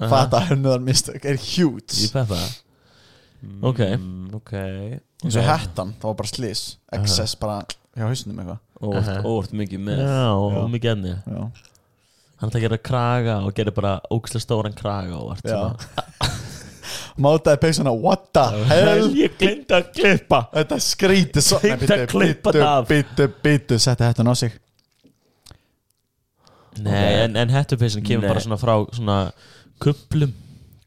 [SPEAKER 1] fata hönnuðar mistök er huge
[SPEAKER 2] Ég peppa það Ok,
[SPEAKER 3] Mm, Ok
[SPEAKER 1] eins og hættan, það var bara slís excess bara hjá hausnum eitthvað
[SPEAKER 3] Óvart- Óvart mikið með
[SPEAKER 2] já, og mikið enni
[SPEAKER 1] Já.
[SPEAKER 2] Hann ætla að gera kraga og gera bara ókslega stóran kraga og vart
[SPEAKER 1] Já. mátaði peysuna, what the hell
[SPEAKER 2] Ég glinda að klippa
[SPEAKER 1] þetta skríti svo
[SPEAKER 2] Hreint að klippa það af.
[SPEAKER 1] bitu, bitu, setti hættan á sig
[SPEAKER 2] Nei, en, en hettupeysin kemur
[SPEAKER 3] Nei.
[SPEAKER 2] bara svona frá svona kuplum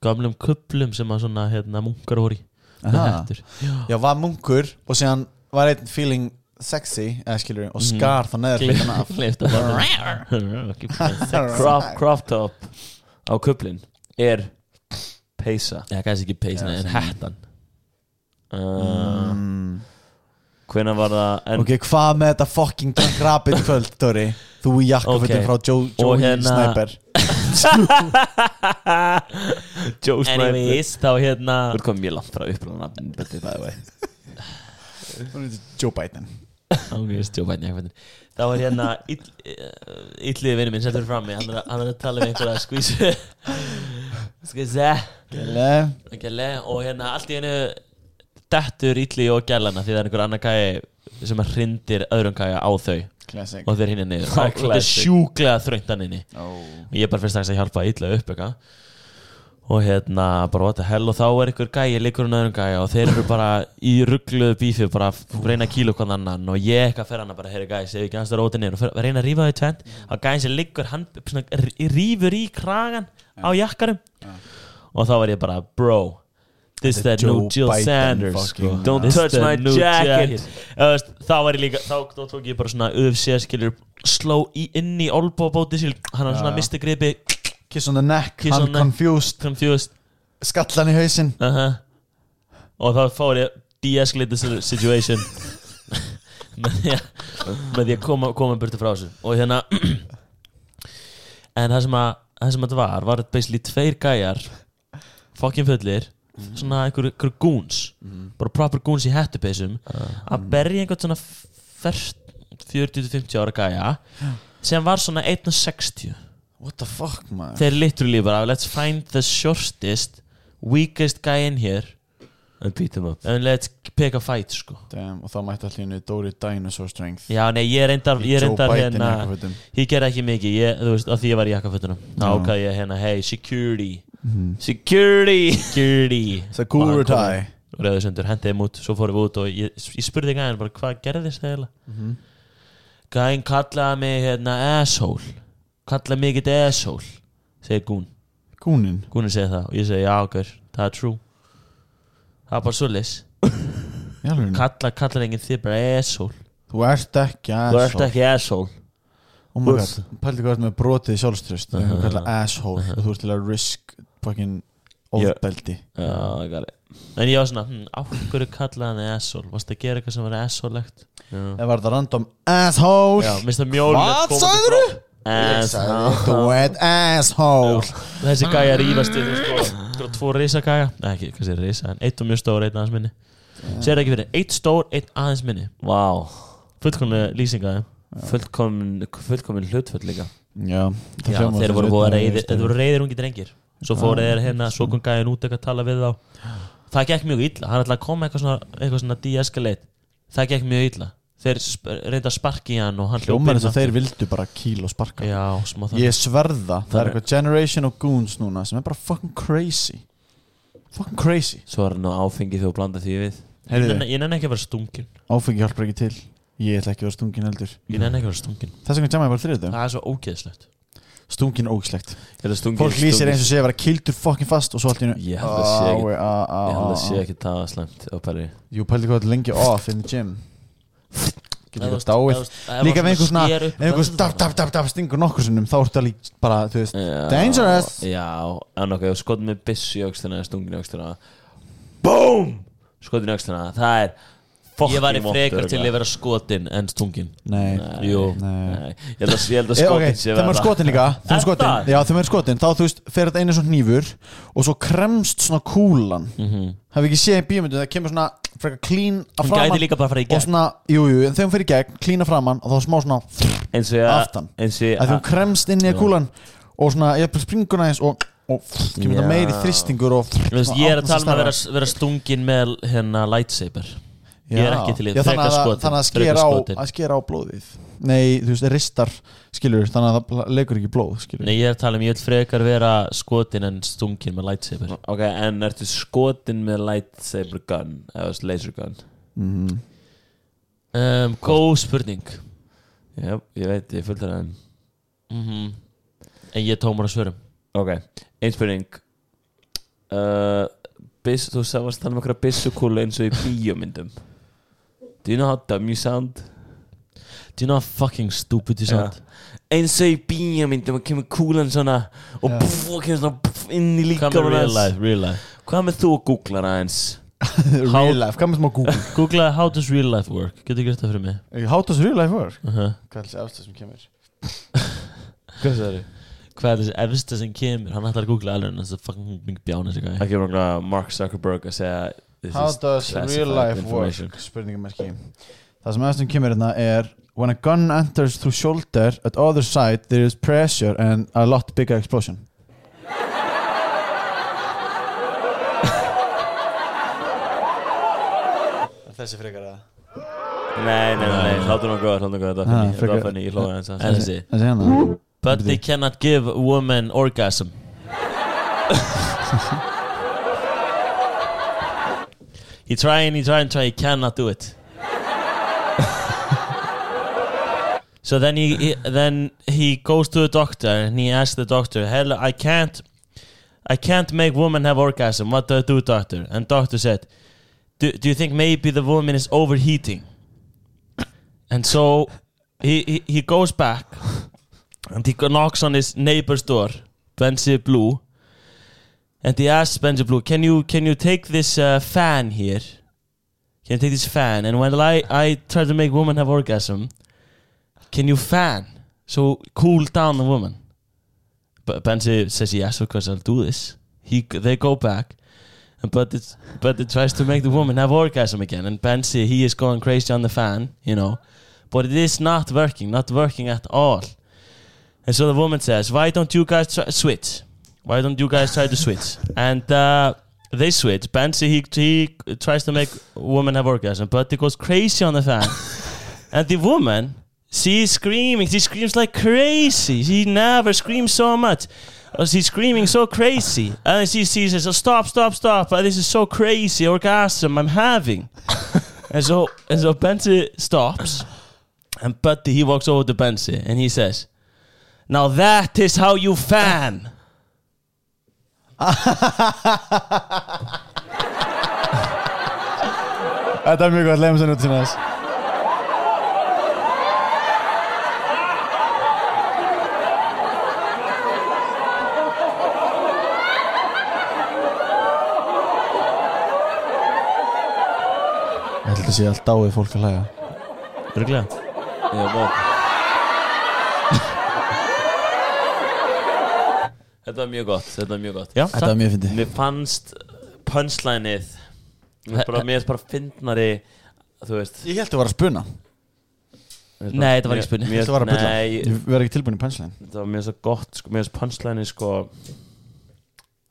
[SPEAKER 2] gamlum kuplum sem að svona hérna, munkar voru í með
[SPEAKER 1] Aha.
[SPEAKER 2] hettur. Já.
[SPEAKER 1] já, var munkur og síðan var einn feeling sexy, eða skilur og skar þá neður
[SPEAKER 2] Klip-
[SPEAKER 1] hlutan af
[SPEAKER 2] klippta bara. Keep going sex.
[SPEAKER 3] Crop, crop top á kuplin er peysa
[SPEAKER 2] Já, kannski ekki peysin en hettan
[SPEAKER 3] uh,
[SPEAKER 2] Mm.
[SPEAKER 3] Hvenær var það en
[SPEAKER 1] Ok, hvað með þetta fucking Drunk Rabbit kvöld, Dóri? Þú í jakkafötum
[SPEAKER 2] Ok.
[SPEAKER 1] frá Joe,
[SPEAKER 2] Og
[SPEAKER 1] Joey
[SPEAKER 2] hérna-
[SPEAKER 1] Sniper
[SPEAKER 3] Joe Sniper
[SPEAKER 2] Anyways, þá hérna
[SPEAKER 3] Þú ert komið mjög langt frá uppláðan
[SPEAKER 1] Joe Biden
[SPEAKER 2] Ángurist, Joe Biden, jakkafötin Þá var hérna ill- eh, illið vinnu minn settur fram mig Hann er að- hann er að tala um einhverja skvísu Skvísu
[SPEAKER 1] Gæle
[SPEAKER 2] Gæle, og hérna allt í einu dettur illi og gælana því það er einhver annar gæi sem hrindir öðrum gæja á þau
[SPEAKER 1] Classic
[SPEAKER 2] og þeir hinni niður
[SPEAKER 3] Það
[SPEAKER 2] og
[SPEAKER 3] er
[SPEAKER 2] þetta er
[SPEAKER 3] classic.
[SPEAKER 2] sjúklega þröngt hann inni
[SPEAKER 1] oh.
[SPEAKER 2] og ég er bara fyrst að hjálpa illa upp eitthvað og hérna bara what the hell og þá er einhver gæi leikur hún öðrum gæja og þeir eru bara í ruggluðu bífi bara að reyna að kýla hvað annan og ég eitthvað fer hann að bara heyri gæi segja ekki hans það róti niður og fer, reyna að rífa þau í tvent og gæi sem liggur hann svona, r- rífur í kragan á jakkarum og þá var ég bara bro This
[SPEAKER 1] Þetta er
[SPEAKER 2] that new
[SPEAKER 1] Joe
[SPEAKER 2] Jill
[SPEAKER 1] Biden
[SPEAKER 2] Sanders
[SPEAKER 1] fucking-
[SPEAKER 2] sko.
[SPEAKER 3] Don't
[SPEAKER 2] This
[SPEAKER 3] touch
[SPEAKER 2] that
[SPEAKER 3] my
[SPEAKER 2] new
[SPEAKER 3] jacket.
[SPEAKER 2] Eða, veist, Þá var ég líka Þá, þá tók ég bara svona UFC skilur Sló í, inn í olbóbóti skilur Hann var svona misti gripi
[SPEAKER 1] Kiss on the neck,
[SPEAKER 2] Kiss
[SPEAKER 1] hann
[SPEAKER 2] on the neck.
[SPEAKER 1] confused
[SPEAKER 2] Confused
[SPEAKER 1] Skallan í hausinn
[SPEAKER 2] uh Og þá fór ég De-escalate the situation Með því að Með því að koma, koma burtu frá þessu Og hérna En það sem að Það sem að þetta var Var basically tveir gæjar Fokkin fullir Svona einhver, einhver goons Bara proper goons í hettupesum Að berja einhvern svona fert 40-50 ára gæja Sem var svona 1.60
[SPEAKER 1] What the fuck, maður
[SPEAKER 2] þeir literally bara let's find the shortest weakest guy in here
[SPEAKER 3] and beat them up
[SPEAKER 2] and let's pick a fight sko
[SPEAKER 1] Damn, og þá mætti allir henni Dóri Dinosaur Strength
[SPEAKER 2] já nei ég reyndar, ég
[SPEAKER 1] Joe
[SPEAKER 2] reyndar
[SPEAKER 1] Biden
[SPEAKER 2] hérna
[SPEAKER 1] í jakkafötum.
[SPEAKER 2] ég ger ekki mikið ég, þú veist, að því ég var í jakkafötunum þá
[SPEAKER 1] Já.
[SPEAKER 2] ákvað ég hérna hey security
[SPEAKER 1] Mhm.
[SPEAKER 2] security security
[SPEAKER 1] Sakura tie
[SPEAKER 2] reyðu sundur, hendi þeim út, svo fórum við út og ég, ég spurði gæðin bara hvað gerðist það eiginlega mm gæðin kallaði mig hérna asshole kallaði mig ekkert asshole segir Gún,
[SPEAKER 1] Kúnin
[SPEAKER 2] Gúnin segir það og ég segi já okkur, það er true það er bara svolis
[SPEAKER 1] í alvörunni.
[SPEAKER 2] kalla, kallar enginn þið bara asshole
[SPEAKER 1] Þú ert ekki
[SPEAKER 2] þú ert
[SPEAKER 1] asshole
[SPEAKER 2] ekki asshole
[SPEAKER 1] Oh my god, pældi hvað þetta með brotið sjálfströst Það er eitthvað kallað
[SPEAKER 2] Uh-huh.
[SPEAKER 1] asshole og þú ert til að risk fucking
[SPEAKER 2] Ég-
[SPEAKER 1] ofbeldi
[SPEAKER 2] já, ég got it en ég var svona, hm, á hverju kallaði hann þig asshole varst að gera eitthvað sem var asshole-legt
[SPEAKER 1] Það var það random asshole
[SPEAKER 2] já, minnst það mjólulegt
[SPEAKER 1] Hvað sagðirðu?
[SPEAKER 2] asshole
[SPEAKER 1] Þú ert asshole
[SPEAKER 2] Þessi gæja rýfast yfir sko, sko tvo risa gæja Nei ekki, kannski risa, en eitt og mjög stór, einn aðeins minni Sér ekki fyrir, eitt stór, einn aðeins minni
[SPEAKER 3] wow
[SPEAKER 2] Fullkomlega lýsinga þeim
[SPEAKER 3] fullkomin, fullkomin hlutföll líka
[SPEAKER 1] Já, það
[SPEAKER 2] Já,
[SPEAKER 1] hljómar
[SPEAKER 2] þeir
[SPEAKER 1] svo
[SPEAKER 2] voru búið að
[SPEAKER 1] vitna í
[SPEAKER 2] reyðir,
[SPEAKER 1] veislu.
[SPEAKER 2] þeir voru reyðir ungi drengir Svo fóru þeir hérna, svo kom gæjan út eitthvað að tala við þá Það gekk mjög illa, hann ætlaði að koma eitthvað svona, eitthvað svona de-escalate Það gekk mjög illa Þeir sp- reyndu að sparki hann og hann hljóp
[SPEAKER 1] Hljómar
[SPEAKER 2] inn
[SPEAKER 1] þess að
[SPEAKER 2] aftur.
[SPEAKER 1] þeir vildu bara kíl og sparka
[SPEAKER 2] Já, smá það
[SPEAKER 1] Ég sverða, það er
[SPEAKER 2] Það er-
[SPEAKER 1] eitthvað generation of goons núna sem er bara fucking crazy Fucking crazy
[SPEAKER 3] svo er hann á áfengi þegar þú blandar því við
[SPEAKER 2] Ég
[SPEAKER 1] Heyrðu,
[SPEAKER 2] nenni- Ég nenni ekki að vera stungin
[SPEAKER 1] áfengi hjálpar ekki til Ég ætla ekki að vera stungin heldur
[SPEAKER 2] Ég nenni ekki að vera stungin
[SPEAKER 1] Þess vegna jamma ég bara þriðið
[SPEAKER 2] Það er svo ógeðslegt
[SPEAKER 1] Stungin ógislegt
[SPEAKER 3] er það stungið
[SPEAKER 1] Fólk lýsir eins og sé að vera kildur fucking fast og svo allt í hennu
[SPEAKER 3] Ég held að sé ekki- ég held að sé
[SPEAKER 1] ekki
[SPEAKER 3] ekki það slæmt á pæli
[SPEAKER 1] Jú, pældi hvað þetta er lengi off in the gym Getur líka dáið Líka með einhver svona ef einhver dab, dab, dab, dab, stingur nokkur sinnum þá ertu alveg bara, þú veist
[SPEAKER 3] Já,
[SPEAKER 1] Dangerous
[SPEAKER 3] Já, en okkur, skotin með byssu í öxtina eða stungin í öxtina BOOM Skotin í öxtina, það er
[SPEAKER 2] Ég var í
[SPEAKER 3] fucking
[SPEAKER 2] frekar
[SPEAKER 3] vont
[SPEAKER 2] til
[SPEAKER 3] örugglega.
[SPEAKER 2] að vera skotin en stungin
[SPEAKER 1] Nei,
[SPEAKER 3] Jú,
[SPEAKER 1] nei
[SPEAKER 3] nei Ég held að, ég held að
[SPEAKER 1] Eh,
[SPEAKER 3] skotin
[SPEAKER 1] ok,
[SPEAKER 3] sé
[SPEAKER 1] þegar maður er
[SPEAKER 3] verra.
[SPEAKER 1] skotin líka þegar maður er
[SPEAKER 3] Er
[SPEAKER 1] skotin,
[SPEAKER 3] það?
[SPEAKER 1] já, þegar maður er skotin, þá þú veist fer þetta einu svona hnífur og svo kremst svona kúlan mm
[SPEAKER 3] Mhm.
[SPEAKER 1] hafið ekki séð í bíómyndu, það kemur svona frekar clean að
[SPEAKER 2] Hún
[SPEAKER 1] framan
[SPEAKER 2] gæti líka bara að fara í
[SPEAKER 1] og
[SPEAKER 2] gegn
[SPEAKER 1] svona, jú, jú, en þegar hún fer í gegn clean að framan og þá smá svona
[SPEAKER 3] Eins og ég
[SPEAKER 1] aftan.
[SPEAKER 3] Eins og
[SPEAKER 1] að því hún
[SPEAKER 3] ég
[SPEAKER 1] kremst inn í kúlan og svona, ég springur næðis og, og kemur það
[SPEAKER 3] Já.
[SPEAKER 1] meiri þristingur og
[SPEAKER 2] Þú veist, Ég er að tala um að vera,
[SPEAKER 1] Já,
[SPEAKER 2] vera stungin með hérna lightsaber Ég er ekki til í
[SPEAKER 1] Já, þannig
[SPEAKER 2] frekar
[SPEAKER 1] að,
[SPEAKER 2] skotin
[SPEAKER 1] þannig að
[SPEAKER 2] frekar
[SPEAKER 1] skera á,
[SPEAKER 2] skotin.
[SPEAKER 1] að skera á blóðið Nei, þú veist, ristar, skilur Þannig að það leikur ekki blóð, skilur
[SPEAKER 2] Nei, ég er að tala um ég vil frekar vera skotin en stungin með lightsaber
[SPEAKER 3] Ok, en ertu skotin með lightsaber gun eða þú veist, laser gun
[SPEAKER 1] Mhm.
[SPEAKER 2] um, Góð spurning
[SPEAKER 3] Já, ég veit, ég fylgði það en
[SPEAKER 2] Mhm. En ég tómar að svörum
[SPEAKER 3] Ok, einn spurning uh, bis, Þú sagðast þannig um einhverja byssukúlu eins og í bíómyndum Do you know how dumb you sound?
[SPEAKER 2] Do you know how fucking stupid you
[SPEAKER 3] Já.
[SPEAKER 2] sound?
[SPEAKER 3] Eins og í bíómyndum og kemur kúlan svona og búf, og kemur svona búf, inn í líka
[SPEAKER 2] Hvað með real life, real life
[SPEAKER 3] Hvað með þú og googlar aðeins?
[SPEAKER 1] Real life, hvað með smá Google
[SPEAKER 2] Googlaði how does real life work Getur gert það fyrir mig
[SPEAKER 1] How does real life work?
[SPEAKER 2] uh -huh.
[SPEAKER 1] Hvað er þessi afstöð sem kemur?
[SPEAKER 3] Hvað sagði þau?
[SPEAKER 2] Hvað er þessi efsta sem kemur Hann ætlar að googla alveg en þessi fucking ming bjána þessi gæði
[SPEAKER 3] Það kemur einhverja Mark Zuckerberg að segja this
[SPEAKER 1] How
[SPEAKER 3] is
[SPEAKER 1] does
[SPEAKER 3] classified
[SPEAKER 1] real life
[SPEAKER 3] information.
[SPEAKER 1] work? Spurningamarki Það sem afstöð kemur hérna er When a gun enters through shoulder at other side there is pressure and a lot bigger explosion Er þessi frekar að
[SPEAKER 3] Nei, nei, nei, nei, hlátum nú góð, hlátum nú góð Þetta var
[SPEAKER 1] Ah,
[SPEAKER 3] funny, þetta var
[SPEAKER 1] frekar-
[SPEAKER 3] funny, ég hlóði aðeins
[SPEAKER 2] En
[SPEAKER 3] að
[SPEAKER 2] þessi
[SPEAKER 1] Þessi hérna
[SPEAKER 2] But they cannot give women orgasm He try and he try and try He cannot do it So then he, he then he goes to a doctor and he asks the doctor, "Hello, I can't, I can't make women have orgasm. What do I do, doctor?" And doctor said, "Do, do you think maybe the woman is overheating?" And so he he, he goes back and he go- knocks on his neighbor's door, Benji Blue, and he asks Benji Blue, "Can you can you take this uh, fan here? Can you take this fan?" And when I I try to make women have orgasm, can you fan so cool down the woman? But Benji says yes because I'll do this. He they go back. and But it's but it tries to make the woman have orgasm again, and Benji he is going crazy on the fan, you know, but it is not working, not working at all. And so the woman says, "Why don't you guys try switch? Why don't you guys try to switch?" and uh, They switch. Benji, he, he tries to make women have orgasm, but he goes crazy on the fan. and the woman, she's screaming. She screams like crazy. She never screams so much. Uh, She's screaming so crazy. And then she, she says, oh, stop, stop, stop. Uh, This is so crazy. Orgasm I'm having. and so, and so Benji stops. And Buddy, he walks over to Benji and he says, Now that is how you fan.
[SPEAKER 1] Þetta er mjög gott, leiðum sér nút sinna þess Ég held að sé allt dáið fólk að hlæga
[SPEAKER 2] Örglega.
[SPEAKER 3] Já, vá. Þetta var mjög gott, þetta var mjög gott
[SPEAKER 2] Já,
[SPEAKER 1] Þetta
[SPEAKER 2] takk.
[SPEAKER 1] var mjög fyndið
[SPEAKER 3] Mér fannst punchlineið Mér fannst bara, mér fannst bara fyndnari Þú veist
[SPEAKER 1] Ég held að vera að spuna
[SPEAKER 2] Nei, þetta var ekki spurning.
[SPEAKER 1] Þetta var að bulla
[SPEAKER 3] Nei,
[SPEAKER 1] Ég verð ekki tilbúin í penslæn
[SPEAKER 3] þetta var mér svo gott sko, Mér finnst punchlineið sko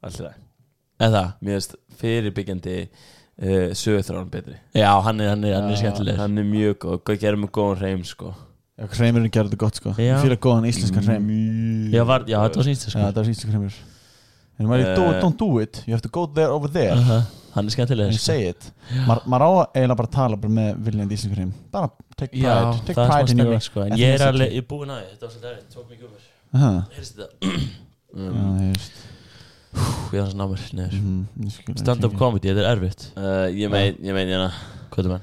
[SPEAKER 3] Alltaf
[SPEAKER 2] Eða,
[SPEAKER 3] Mér finnst fyrirbyggjandi uh, Söðurþráðan betri
[SPEAKER 2] já, hann er, hann er, hann er skemmtilegur.
[SPEAKER 3] Hann er mjög góð, góð gerir með góðan reym sko
[SPEAKER 1] Hreimurinn gerði þetta gott sko
[SPEAKER 2] Já.
[SPEAKER 1] Ég fýla góðan íslenskan hreim
[SPEAKER 2] Já, var, já, þetta var sýnst,
[SPEAKER 1] Já,
[SPEAKER 2] sko.
[SPEAKER 1] það var íslenskan hreimur En maður er, don't,
[SPEAKER 3] Eh.
[SPEAKER 1] don't do it You have to go there over there
[SPEAKER 2] Uh -huh. Hann er skemmtilegur.
[SPEAKER 1] When you
[SPEAKER 2] Sko.
[SPEAKER 1] say it Maður maður á að eiginlega bara að tala bara með viljandi íslensku hreim Bara take pride
[SPEAKER 2] Já,
[SPEAKER 1] take
[SPEAKER 2] það er smá
[SPEAKER 1] pride in your
[SPEAKER 2] stemning, sko. En ég er alveg, ég er búinn að því. Þetta var svolítið erfið, tók mikið um mér.
[SPEAKER 1] Aha,
[SPEAKER 2] Heyrðist þetta? Mm.
[SPEAKER 1] já, ég veist.
[SPEAKER 2] Pú, ég var hans námur, neður.
[SPEAKER 1] Mhm, ég skil
[SPEAKER 2] Stand-up
[SPEAKER 1] ekki.
[SPEAKER 2] comedy, þetta er erfitt.
[SPEAKER 3] uh, Ég mein, ég mein hérna
[SPEAKER 2] Hvað er það?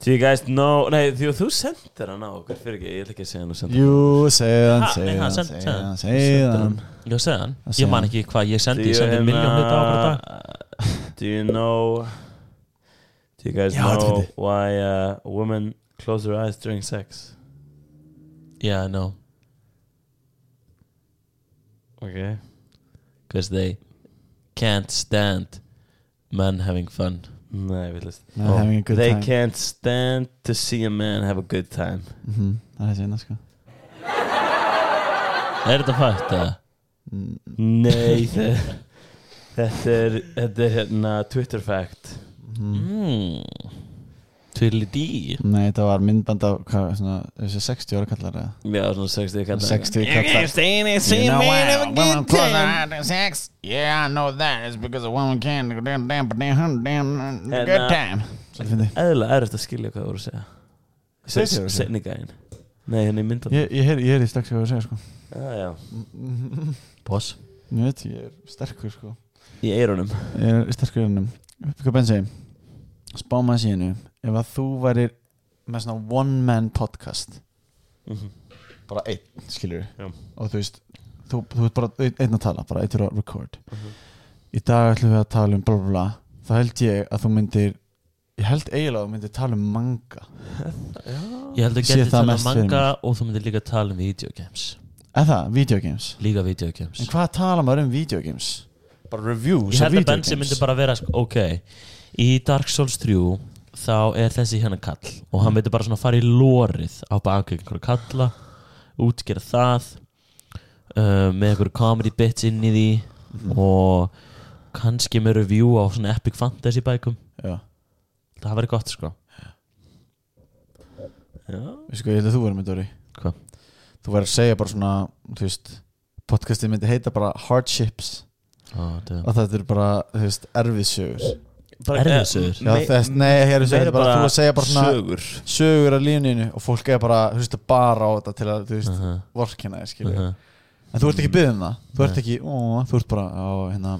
[SPEAKER 3] Do you guys know Nei, því að þú sendir hann á okkur Fyrir ekki, ég ætla ekki að segja hann og senda
[SPEAKER 1] Jú, segðan,
[SPEAKER 2] Ha, nei, ha,
[SPEAKER 1] segðan,
[SPEAKER 2] send-
[SPEAKER 1] segðan,
[SPEAKER 2] send-
[SPEAKER 1] segðan
[SPEAKER 2] Ég var að segja hann.
[SPEAKER 1] Að segja
[SPEAKER 2] Ég man
[SPEAKER 1] hann.
[SPEAKER 2] ekki hvað ég sendi,
[SPEAKER 3] Do
[SPEAKER 2] ég
[SPEAKER 3] you
[SPEAKER 2] sendi
[SPEAKER 3] hérna-
[SPEAKER 2] miljón hluta á hverju dag.
[SPEAKER 3] Do you know Do you guys
[SPEAKER 1] Já, þetta
[SPEAKER 3] know
[SPEAKER 1] veit ég.
[SPEAKER 3] why uh, women close their eyes during sex?
[SPEAKER 2] Yeah, I know.
[SPEAKER 3] Okay.
[SPEAKER 2] Because they can't stand men having fun.
[SPEAKER 3] Nei, við list
[SPEAKER 1] Man
[SPEAKER 2] Oh,
[SPEAKER 1] having a good
[SPEAKER 3] They
[SPEAKER 1] time
[SPEAKER 3] can't stand to see a man have a good time
[SPEAKER 1] Mhm, Það er segna sko
[SPEAKER 2] Er þetta fætt eða?
[SPEAKER 3] Nei, þe- þetta er þetta er hérna Twitter fact Hmm.
[SPEAKER 2] Mm. Tvili D
[SPEAKER 1] Nei, þetta var myndband af, hvað, svona, þessi 60 ára kallar eða
[SPEAKER 3] Já, svona 60 kallar
[SPEAKER 1] 60 kallar
[SPEAKER 7] You know why a
[SPEAKER 1] women
[SPEAKER 7] women
[SPEAKER 1] close
[SPEAKER 7] close
[SPEAKER 1] their
[SPEAKER 7] their eyes sex? Yeah, I know that. It's because a woman can't go down, down, but down, down,
[SPEAKER 3] And,
[SPEAKER 7] good
[SPEAKER 3] uh,
[SPEAKER 7] time.
[SPEAKER 1] Svolítið fyndið.
[SPEAKER 3] Eðlilega erist að skilja hvað þú voru að segja
[SPEAKER 1] Segðu þér, segðu.
[SPEAKER 3] Setni gæðin Nei, hérna henni myndan
[SPEAKER 1] Ég, ég heyri, ég heyri strax hvað ég var að segja sko
[SPEAKER 3] Já, já
[SPEAKER 2] Boss
[SPEAKER 1] Ég veit, ég er sterkur sko
[SPEAKER 3] Í eyrunum
[SPEAKER 1] Ég er sterkur ennum Hvað benn segi Spáma síðinu Ef að þú værir með svona one man podcast Mhm. Bara einn, skilur
[SPEAKER 3] Já.
[SPEAKER 1] Og þú veist Þú, þú ert bara ein- einn að tala, bara eittur að record Í dag ætlum við að tala um bla bla bla Það held ég að þú myndir Ég held eiginlega að þú myndir tala um manga
[SPEAKER 2] Ég held að
[SPEAKER 1] Ég sé
[SPEAKER 2] geti
[SPEAKER 1] það
[SPEAKER 2] tala um
[SPEAKER 1] mest fyrir
[SPEAKER 2] manga og þú myndir líka tala um videogames
[SPEAKER 1] Eða það, videogames
[SPEAKER 2] Líka videogames
[SPEAKER 1] En hvað tala maður um videogames? Bara reviews
[SPEAKER 2] Ég
[SPEAKER 1] af
[SPEAKER 2] held að
[SPEAKER 1] videogames
[SPEAKER 2] Benzi myndi bara vera sko, Ok, í Dark Souls 3 þá er þessi hérna kall og
[SPEAKER 1] Mm.
[SPEAKER 2] hann myndi bara svona fara í lórið á baki einhverju kalla útgera það uh, með einhverju comedy bits inn í því
[SPEAKER 1] Mm.
[SPEAKER 2] og kannski með review á svona epic fantasy bækum
[SPEAKER 1] Já.
[SPEAKER 2] það væri gott sko
[SPEAKER 1] Sko, ég held að þú verður með Dóri
[SPEAKER 2] Hvað?
[SPEAKER 1] Þú verður að segja bara svona, þú veist Podcastið myndi heita bara Hardships
[SPEAKER 2] Ó, þetta-
[SPEAKER 1] Og þetta er bara, þú veist, erfiðsögur eh,
[SPEAKER 2] Erfiðsögur?
[SPEAKER 1] Já, þess, nei, ég er að segja
[SPEAKER 3] meira
[SPEAKER 1] þetta bara Þú að segja bara svona sögur,
[SPEAKER 3] sögur
[SPEAKER 1] af líninu Og fólk er bara, þú veist, bara á þetta Til að, þú veist,
[SPEAKER 2] Aha.
[SPEAKER 1] vorkina, ég skilja
[SPEAKER 2] Uh-huh.
[SPEAKER 1] En þú ert ekki byggðið um það Þú ert ekki, ó, þú ert bara, á, hérna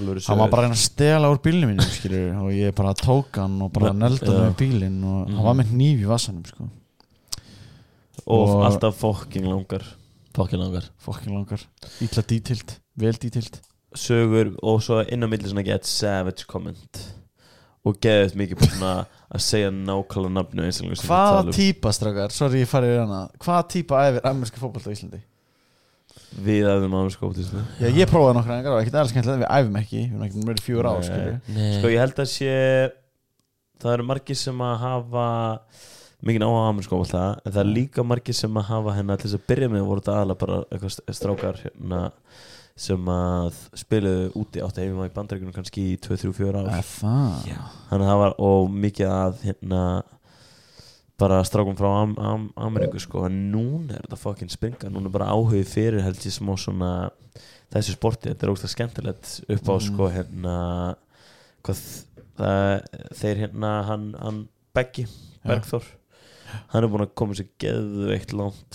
[SPEAKER 3] alveg
[SPEAKER 1] Hann var bara að reyna að stela úr bílinu mínum, skilur Og ég bara tók hann og bara nelda hann
[SPEAKER 3] Já.
[SPEAKER 1] með bílinn Og hann var með nýf í vassanum, sko
[SPEAKER 3] og
[SPEAKER 1] Og-
[SPEAKER 3] alltaf fokking langar
[SPEAKER 2] Fokkin langar
[SPEAKER 1] Fokkin langar, ítla dítilt Vel dítilt
[SPEAKER 3] sögur og svo inn á milli svona get savage comment og geðið mikið bara svona að segja nákvæmlega nafnu einstaklingu sem við
[SPEAKER 1] Hvaða
[SPEAKER 3] tala um.
[SPEAKER 1] típa, strákar, sorry ég farið í hana Hvaða típa æfir ameríska fótbolta á Íslandi?
[SPEAKER 3] við aðeins maður sko til svona
[SPEAKER 1] Já, ég prófaði nokkra engar og ekkert aðeins skemmtilega en Við æfum ekki, við erum ekki mjög fjör á,
[SPEAKER 3] Nei.
[SPEAKER 1] skilur
[SPEAKER 2] Nei
[SPEAKER 3] sko ég held að sé það eru margir sem að hafa mikið áhuga á amerísku fótbolta en það er líka margir sem að hafa hérna til þess að byrja með voru þetta aðalega bara eitthvað st- strákar hérna sem að spiluðu úti átti heima í bandaríkunum kannski í 2-3-4 ár
[SPEAKER 1] Það
[SPEAKER 3] þannig að það var og mikið að hérna bara strákum frá Am Am Ameríku sko en núna er þetta fucking springa núna er bara áhugið fyrir held ég smá svona þessu sporti, þetta er ógst að skemmtilegt upp á sko hérna hvað það, þeir hérna hann, hann Beggi Bergþór hann er búin að koma sér geðveikt langt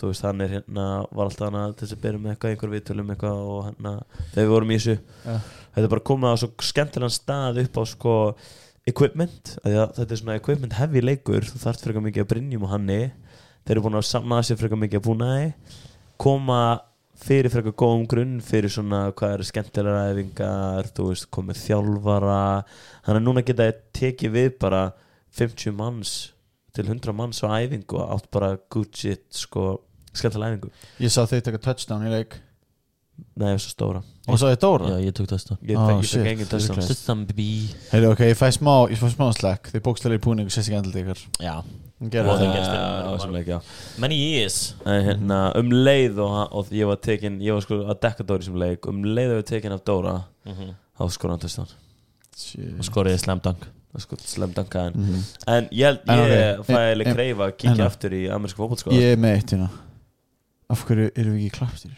[SPEAKER 3] þú veist hann er hérna var alltaf hann að til þess að byrja með eitthvað einhver viðtölum eitthvað og hérna þegar við vorum í þessu þetta er bara komið á svo skemmtilegan stað upp á sko equipment af því að þetta er svona equipment heavy leikur þú þarft frekar mikið að brinjum og hanni þeir eru búin að samna að sér frekar mikið að búnaði koma fyrir frekar góðum grunn fyrir svona hvað eru skemmtilega æfingar þú veist komið þjálfara þannig að núna geta ég tekið við bara 50 manns til 100 manns á æfingu og átt bara good shit sko skemmtilega æfingu
[SPEAKER 1] Ég sá þau taka touchdown í leik
[SPEAKER 3] nei, svo stóra
[SPEAKER 1] Og sá þau Dóra
[SPEAKER 2] Já, ég tók testa
[SPEAKER 3] ég,
[SPEAKER 1] Ah,
[SPEAKER 3] oh, ég
[SPEAKER 1] shit.
[SPEAKER 3] fekk engin touchdown
[SPEAKER 2] Sitt saman bí
[SPEAKER 1] Heyrðu, ok, ég fæ smá, ég fæ smá slack Þið bókstælega í búning og sést ekki andlut ykkar
[SPEAKER 2] Já,
[SPEAKER 1] Hún
[SPEAKER 2] Og
[SPEAKER 1] gerir
[SPEAKER 2] það
[SPEAKER 1] það.
[SPEAKER 2] gerst þegar
[SPEAKER 3] Já,
[SPEAKER 2] við
[SPEAKER 3] sem
[SPEAKER 2] erum
[SPEAKER 3] leik, já
[SPEAKER 2] bara- Many years
[SPEAKER 3] En hérna, um leið og, og ég var tekin ég var sko að dekka Dóri sem leik um leið og ég var tekin af Dóra
[SPEAKER 2] Mhm.
[SPEAKER 3] þá skor hann töstan
[SPEAKER 2] og
[SPEAKER 3] Sko.
[SPEAKER 2] skoriði slam dunk
[SPEAKER 3] það sko slemdanka en,
[SPEAKER 1] Mhm.
[SPEAKER 3] en ég held
[SPEAKER 1] En
[SPEAKER 3] ég
[SPEAKER 1] ok, en-
[SPEAKER 3] fæ eiginlega
[SPEAKER 1] en-
[SPEAKER 3] kreifa að
[SPEAKER 1] en-
[SPEAKER 3] kíkja aftur í amerísku fótbollskóla
[SPEAKER 1] Ég er með eitt hérna Af hverju eru við ekki klapstir?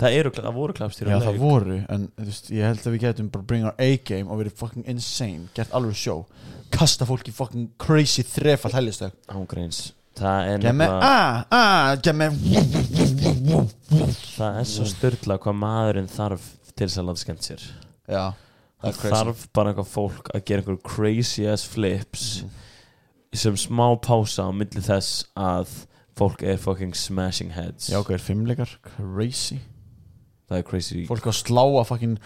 [SPEAKER 3] það, eru, það voru um klapstýr
[SPEAKER 1] Já, það voru, en þú veist, ég held að við getum bara bring our A-game og verið fucking insane Gert alveg sjó Kasta fólki fucking crazy þrefald helgistök
[SPEAKER 3] ángreins það er,
[SPEAKER 1] Gemme,
[SPEAKER 3] nefnilega-
[SPEAKER 1] a, a, gemme
[SPEAKER 3] það er svo styrla hvað maðurinn þarf til þess að láta skemmt sér
[SPEAKER 1] Já,
[SPEAKER 3] það þarf bara eitthvað fólk að gera einhver crazy ass
[SPEAKER 1] Mhm.
[SPEAKER 3] flips sem smá pása á milli þess að fólk er fucking smashing heads
[SPEAKER 1] Já, ok, er fimmleikar, crazy
[SPEAKER 3] það er crazy
[SPEAKER 1] Fólk að slá að fucking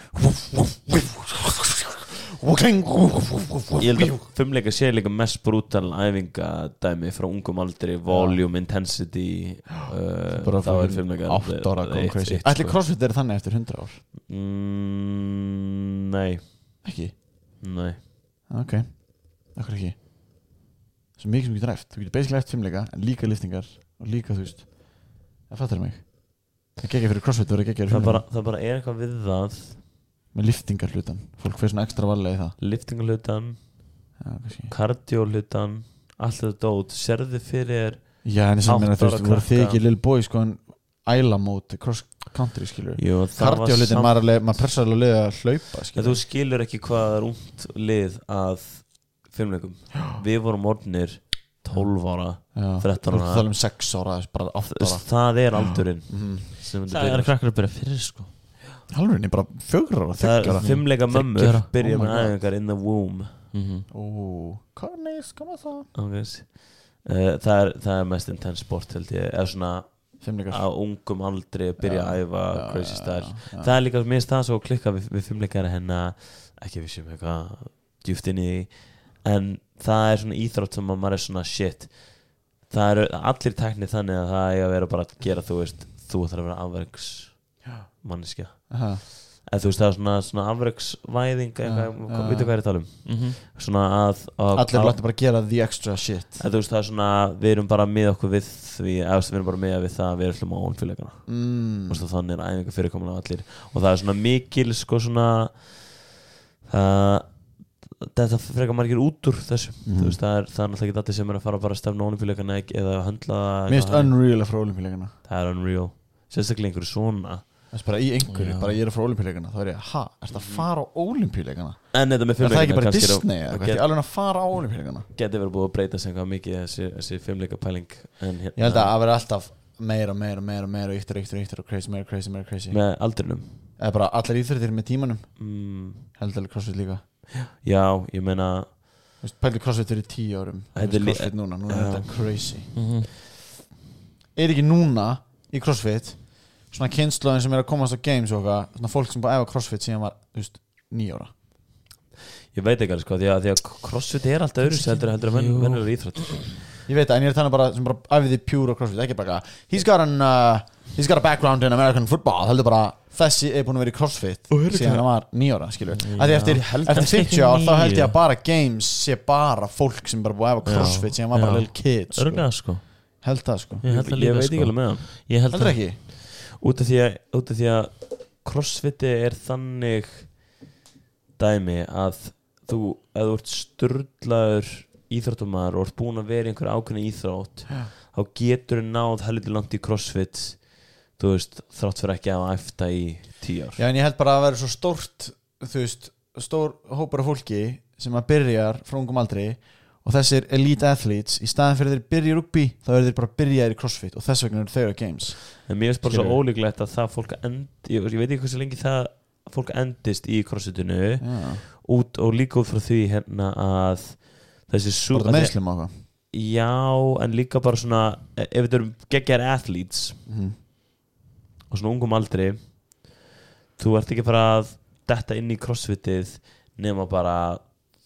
[SPEAKER 3] ég held að fimmleika sé líka mest brútal æfingadæmi frá ungum aldri volume, intensity uh,
[SPEAKER 1] Bara
[SPEAKER 3] þá er
[SPEAKER 1] fucking
[SPEAKER 3] fimmleika
[SPEAKER 1] Átt ára kom crazy Ætli
[SPEAKER 3] sko.
[SPEAKER 1] crossfit er þannig eftir 100 ár
[SPEAKER 3] mm, nei,
[SPEAKER 1] Ekki?
[SPEAKER 3] nei
[SPEAKER 1] Ok, okkur ekki Svo mikið sem þú getur eft Þú getur basically eft fimmleika en líka liftingar og líka þú veist Það fattar mig Það gekkja fyrir crossfit það verður gekkja fyrir
[SPEAKER 3] það bara,
[SPEAKER 1] fimmleika
[SPEAKER 3] það bara er eitthvað við það
[SPEAKER 1] Með liftingar hlutan Fólk fyrir svona ekstra valega í það
[SPEAKER 3] liftingalutan,
[SPEAKER 1] Já, kannski
[SPEAKER 3] kardiolutan allt þetta dót, sérðu fyrir þér-
[SPEAKER 1] Já, en þess
[SPEAKER 3] Átta
[SPEAKER 1] að meina þú
[SPEAKER 3] ára
[SPEAKER 1] veist Þú voru þig
[SPEAKER 3] krakka.
[SPEAKER 1] ekki lil boy sko en æla móti cross country skilur
[SPEAKER 3] Jú, það var
[SPEAKER 1] Kardio hlutin
[SPEAKER 3] samt-
[SPEAKER 1] maður alveg- maður pressar alveg liðið að hlaupa
[SPEAKER 3] En
[SPEAKER 1] skilur
[SPEAKER 3] þú skilur ekki hvað er ungt lið að fimmleikum við vorum orðnir 12 ára
[SPEAKER 1] Já,
[SPEAKER 3] 13
[SPEAKER 1] þú ert
[SPEAKER 3] ára.
[SPEAKER 1] að tala um 6 ára bara 8 ára
[SPEAKER 3] það er aldurinn sem þetta
[SPEAKER 2] Það
[SPEAKER 3] byrjar.
[SPEAKER 2] er krakkar að byrja fyrir sko
[SPEAKER 1] Halvurinn er bara 4 ára 3
[SPEAKER 3] það er
[SPEAKER 1] ára
[SPEAKER 3] fimmleika mömmur
[SPEAKER 2] Þryggjara.
[SPEAKER 3] byrja
[SPEAKER 1] Oh my
[SPEAKER 3] með
[SPEAKER 1] God.
[SPEAKER 3] æfingar in the womb
[SPEAKER 2] Mhm.
[SPEAKER 1] Ó, Carnes, koma það
[SPEAKER 3] okay. uh, það, er, það er mest intense sport held ég eða svona
[SPEAKER 1] Fimmleikar
[SPEAKER 3] á ungum aldri að byrja að æfa
[SPEAKER 1] já,
[SPEAKER 3] crazy
[SPEAKER 1] já,
[SPEAKER 3] style
[SPEAKER 1] já.
[SPEAKER 3] það er líka minnst það svo klikka við, við fimmleikar hennar ekki við séum eitthvað djúft inn í því en það er svona íþrótt sem að maður er svona shit það eru allir tæknir þannig að það er að vera bara að gera þú veist þú þarf að vera afverks manneskja
[SPEAKER 1] Aha.
[SPEAKER 3] eða þú veist það er svona, svona afreksvæðing eitthvað,
[SPEAKER 1] já,
[SPEAKER 3] veitu hvað ég er að tala um
[SPEAKER 2] Mhm.
[SPEAKER 3] svona að, að
[SPEAKER 1] Allir
[SPEAKER 3] að,
[SPEAKER 1] láttu bara gera the extra shit
[SPEAKER 3] að þú veist það er svona við erum bara með okkur við því eða þú veist, við erum bara með við það að við erum hljóma á ónfjöleikana
[SPEAKER 1] mm.
[SPEAKER 3] mm. þannig er æfingar fyrirkomulega allir og það er svona mikil sko svona uh, þetta frekar margir út úr þessu
[SPEAKER 1] Mhm.
[SPEAKER 3] þú veist það er, það er náttúrulega ekki allir sem er að fara bara að stefna á ónfjöleikana eða höndla
[SPEAKER 1] Mér
[SPEAKER 3] það
[SPEAKER 1] finnst
[SPEAKER 3] eitthvað.
[SPEAKER 1] unreal að frá olimpíuleikana
[SPEAKER 3] það er unreal sérstaklega einhverju svona
[SPEAKER 1] Það er bara í einhverju, bara ég er að frá olimpíuleikana Þá er ég, ha, ertu að fara á olimpíuleikana?
[SPEAKER 3] en þetta með
[SPEAKER 1] Er það
[SPEAKER 3] fimmleikana
[SPEAKER 1] ekki bara
[SPEAKER 3] kannski er að-
[SPEAKER 1] Disney? eða
[SPEAKER 3] að
[SPEAKER 1] Hvað er alveg að fara á olimpíuleikana?
[SPEAKER 3] geti verið búið að breyta sem hvað mikið þessi, þessi fimmleika pæling en hérna
[SPEAKER 1] Ég held að það vera alltaf meira, meira, meira, meira Íttur, íttur, íttur og crazy, meira, crazy, meira, crazy
[SPEAKER 3] með aldrinum
[SPEAKER 1] Eða bara allar íþrættir með tímanum
[SPEAKER 3] mm,
[SPEAKER 1] Held alveg crossfit líka
[SPEAKER 3] já, ég meina
[SPEAKER 1] Þú veist, Pældu crossfit fyrir tíu árum
[SPEAKER 3] Þetta
[SPEAKER 1] Þetta
[SPEAKER 3] er
[SPEAKER 1] er
[SPEAKER 3] lí-
[SPEAKER 1] crossfit núna, núna er
[SPEAKER 3] Já.
[SPEAKER 1] þetta crazy
[SPEAKER 2] Mhm.
[SPEAKER 1] Er ekki núna í crossfit Svona kynnslóðin sem er að komast á games og eitthvað Svona fólk sem bara efa crossfit síðan var, þú veist, nýjóra
[SPEAKER 3] ég veit ekki alveg sko því að, því að crossfit er alltaf öðru heldur, heldur að menn,
[SPEAKER 2] Jú.
[SPEAKER 3] mennur íþróttir
[SPEAKER 1] Ég veit það, en ég er þannig bara sem bara æfiði pure og crossfit, ekki bara He's got an, uh, he's got a background in American football heldur bara, þessi er búin að vera í crossfit síðan hann var nýjóra, skilur mm, að því eftir,
[SPEAKER 2] held
[SPEAKER 1] eftir
[SPEAKER 2] kannski
[SPEAKER 1] 50
[SPEAKER 2] ekki
[SPEAKER 1] ár, þá held ég
[SPEAKER 2] níu.
[SPEAKER 1] að bara games sé bara fólk sem bara búið að æfa crossfit síðan var bara
[SPEAKER 2] já.
[SPEAKER 1] little kids, sko.
[SPEAKER 2] Örgulega sko
[SPEAKER 1] held það sko
[SPEAKER 2] Ég held
[SPEAKER 3] Ég,
[SPEAKER 2] það líka
[SPEAKER 3] veit ekki
[SPEAKER 2] sko
[SPEAKER 3] alveg með hann
[SPEAKER 2] Ég held
[SPEAKER 1] heldur
[SPEAKER 2] það
[SPEAKER 1] ekki,
[SPEAKER 3] út af því að, út af því að crossfiti er þannig dæmi að þú, að þú ert sturdlaður íþróttumar og ert búin að vera í einhver ákveðni íþrótt þá getur þú náð helviti langt í crossfit þú veist, þrátt fyrir ekki að hafa æfta í tíu ár
[SPEAKER 1] já en ég held bara að vera svo stórt þú veist, stór hópur af fólki sem að byrjar frá ungum aldri og þessir elite athletes í staðan fyrir þeir byrja í rugby þá eru þeir bara byrjaðir í crossfit og þess vegna eru þeir að games
[SPEAKER 3] en mér finnst bara svo
[SPEAKER 1] Skilurðu?
[SPEAKER 3] ólíklegt að það fólk end ég, ég veit ekki hversu lengi það fólk endist í crossfitinu
[SPEAKER 1] já.
[SPEAKER 3] út og líka út frá því hérna að þessi sú,
[SPEAKER 1] bara
[SPEAKER 3] að-
[SPEAKER 1] meðslum á hvað
[SPEAKER 3] Já, en líka bara svona e, ef þetta eru geggjar athletes
[SPEAKER 2] Mhm.
[SPEAKER 3] og svona ungum aldri þú ert ekki bara að detta inn í crossfitið nema bara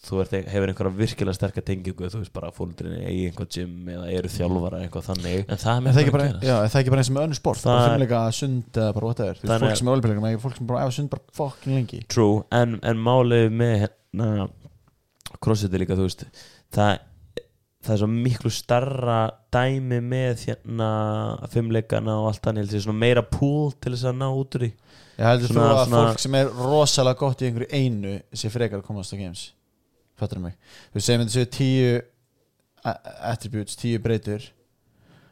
[SPEAKER 3] þú ert, e, hefur einhverja virkilega sterka tengingu þú veist bara fóldrinni í einhver gym eða eru þjálfara eitthvað þannig
[SPEAKER 2] En það er
[SPEAKER 1] Er
[SPEAKER 2] mér
[SPEAKER 1] það ekki bara,
[SPEAKER 2] að
[SPEAKER 1] já,
[SPEAKER 2] gerast
[SPEAKER 1] er það ekki bara eins og með önnur sport
[SPEAKER 3] Það
[SPEAKER 1] bara
[SPEAKER 3] er-
[SPEAKER 1] fimmleika sund eða bara whatever Þú veist,
[SPEAKER 3] Þannig
[SPEAKER 1] fólk
[SPEAKER 3] að-
[SPEAKER 1] sem er olimpíuleikum eða fólk sem bara efa sund bara fucking lengi
[SPEAKER 3] True, en, en málið með hérna crossfit er líka, þú veist það, það er svo miklu starra dæmi með hérna fimmleikana og allt þannig, þessi svona meira pool til þess að ná út úr því
[SPEAKER 1] ég heldur þú
[SPEAKER 3] Svona-
[SPEAKER 1] að
[SPEAKER 3] svona-
[SPEAKER 1] fólk sem er rosalega gott í einhverju einu sé frekar að komast á games fattur mig, þú segjum þetta séu tíu a- attributes, tíu breytur